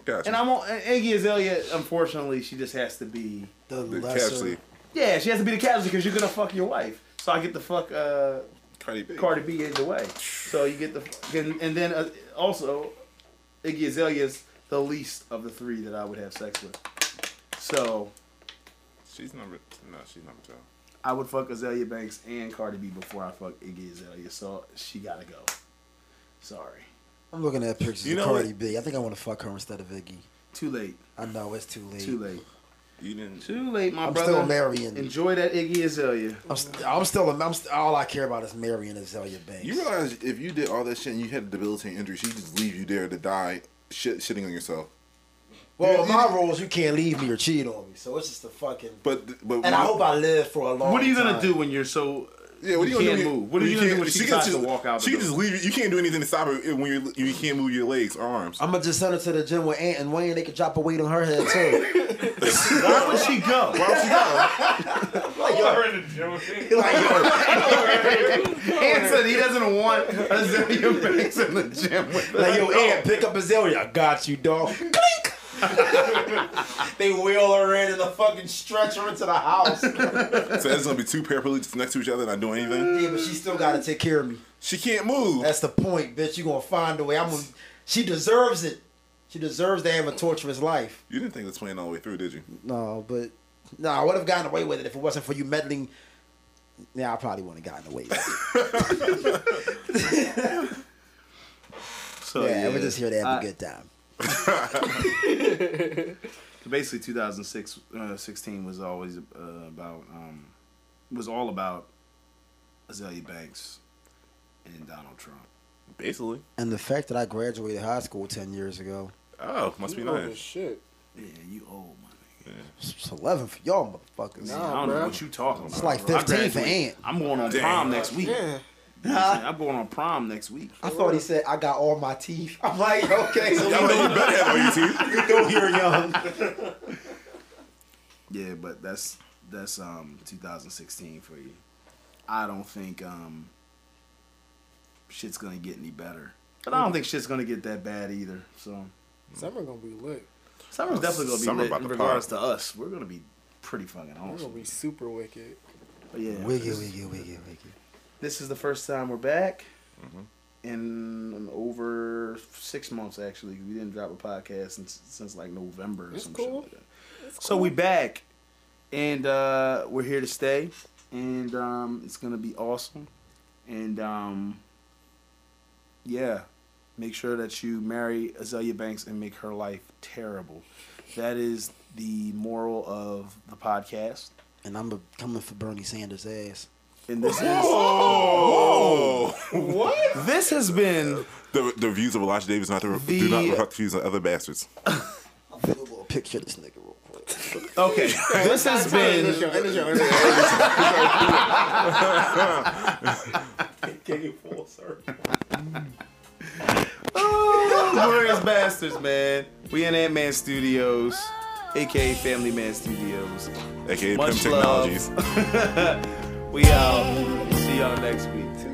Speaker 8: Gotcha.
Speaker 1: And I'm on and Iggy Azalea. Unfortunately, she just has to be.
Speaker 4: The
Speaker 8: the
Speaker 4: lesser
Speaker 8: capsule.
Speaker 1: Yeah, she has to be the casualty because you're gonna fuck your wife. So I get to fuck uh,
Speaker 8: Cardi B.
Speaker 1: Cardi B either way. So you get the and, and then uh, also Iggy Azalea is the least of the three that I would have sex with. So
Speaker 8: She's number. No, she's number two.
Speaker 1: I would fuck Azalea Banks and Cardi B before I fuck Iggy Azalea. So she gotta go. Sorry,
Speaker 3: I'm looking at pictures
Speaker 8: You
Speaker 3: of
Speaker 8: know
Speaker 3: Cardi
Speaker 8: what?
Speaker 3: B. I think I want to fuck her instead of Iggy.
Speaker 1: too late.
Speaker 3: I know it's too late.
Speaker 1: Too late.
Speaker 8: You didn't.
Speaker 1: Too late, my
Speaker 3: I'm
Speaker 1: brother.
Speaker 3: still marrying.
Speaker 1: Enjoy that Iggy Azalea.
Speaker 3: I'm, st- I'm still. I'm st- all I care about is marrying Azalea Banks.
Speaker 8: You realize if you did all that shit and you had a debilitating injury, she'd just leave you there to die, shit, shitting on yourself.
Speaker 3: well, my rules, you can't leave me or cheat on me. So it's just a fucking.
Speaker 8: But but
Speaker 3: And I hope I live for a long.
Speaker 1: What are you gonna
Speaker 3: time.
Speaker 1: do when you're so?
Speaker 8: Yeah, what are
Speaker 1: you
Speaker 8: you, gonna
Speaker 1: can't
Speaker 8: do?
Speaker 1: move? What are you gonna do
Speaker 8: can't-
Speaker 1: when she
Speaker 8: can
Speaker 1: decides to
Speaker 8: just-
Speaker 1: walk out the
Speaker 8: She can
Speaker 1: door?
Speaker 8: just leave you. You can't do anything to stop her when you're, you can't move your legs or arms.
Speaker 3: I'm gonna just send her to the gym with Aunt and Wayne. They could drop a weight on her head too.
Speaker 1: Why would she go?
Speaker 8: Why would she go?
Speaker 5: We're in the gym.
Speaker 1: Anson, he doesn't want Azalea Banks in the gym with us.
Speaker 4: Like, yo, Ant, pick up Azalea. I got you, dog. Clink! they wheel her in and the fucking stretch her into the house. yeah,
Speaker 8: so there's gonna be two paraplegics next to each other, not doing anything.
Speaker 3: yeah, but she still gotta take care of me.
Speaker 8: She can't move.
Speaker 3: That's the point, bitch. You gonna find a way. I'm. Gonna, she deserves it. She deserves to have a torturous life.
Speaker 8: You didn't think this plan all the way through, did you?
Speaker 3: No, but no, I would have gotten away with it if it wasn't for you meddling. Yeah, I probably wouldn't have gotten away. With it.
Speaker 1: So
Speaker 3: yeah, we're just here to have a good time.
Speaker 1: Basically, 2006, uh, 16 was always uh, about um, was all about Azalea Banks and Donald Trump.
Speaker 8: Basically.
Speaker 3: And the fact that I graduated high school ten years ago,
Speaker 8: Oh, must be
Speaker 7: You old as
Speaker 8: nice.
Speaker 7: shit.
Speaker 1: Yeah, you old my nigga.
Speaker 3: it's eleven for y'all motherfuckers.
Speaker 7: Nah,
Speaker 1: I don't know
Speaker 7: bruh.
Speaker 1: what you talking about.
Speaker 3: It's like
Speaker 1: bro. I
Speaker 3: 15 for
Speaker 1: graduate-
Speaker 3: Ant.
Speaker 1: I'm going on
Speaker 8: Damn.
Speaker 1: prom next week.
Speaker 7: Yeah.
Speaker 1: Listen, I'm going on prom next week.
Speaker 4: I thought he said I got all my teeth. I'm like, okay, so
Speaker 8: Y'all know you better have all your teeth.
Speaker 4: you know you're young.
Speaker 1: Yeah, but that's that's um 2016 for you. I don't think um shit's gonna get any better. But I don't think shit's gonna get that bad either. So
Speaker 7: Summer gonna be lit.
Speaker 1: summer's definitely gonna be
Speaker 8: Oh, summer
Speaker 1: lit
Speaker 8: about
Speaker 1: in
Speaker 8: to
Speaker 1: regards
Speaker 8: pop.
Speaker 1: to us. We're gonna be pretty fucking
Speaker 7: We're gonna
Speaker 1: awesome.
Speaker 7: be super wicked.
Speaker 1: But yeah,
Speaker 3: Wiggy, wiggy, wiggy, wiggy.
Speaker 1: this is the first time we're back in over six months. Actually, we didn't drop a podcast since since like November or
Speaker 7: It's
Speaker 1: some
Speaker 7: cool.
Speaker 1: shit like that. So we back, and uh, we're here to stay, and um, it's gonna be awesome, and um, yeah, make sure that you marry Azalea Banks and make her life terrible. That is the moral of the podcast,
Speaker 3: And I'm a- coming for Bernie Sanders' ass.
Speaker 1: and this is
Speaker 8: Oh,
Speaker 1: this has been
Speaker 8: the, the views of Elijah Davis not the, do
Speaker 1: The-
Speaker 8: not reflect the views of other bastards.
Speaker 3: I'm gonna do a little picture of this nigga real quick.
Speaker 1: okay. This has been. Glorious Bastards, man. We in Ant Man Studios, aka Family Man Studios.
Speaker 8: AKA Pimp
Speaker 1: Much love.
Speaker 8: Technologies.
Speaker 1: We out. See y'all next week.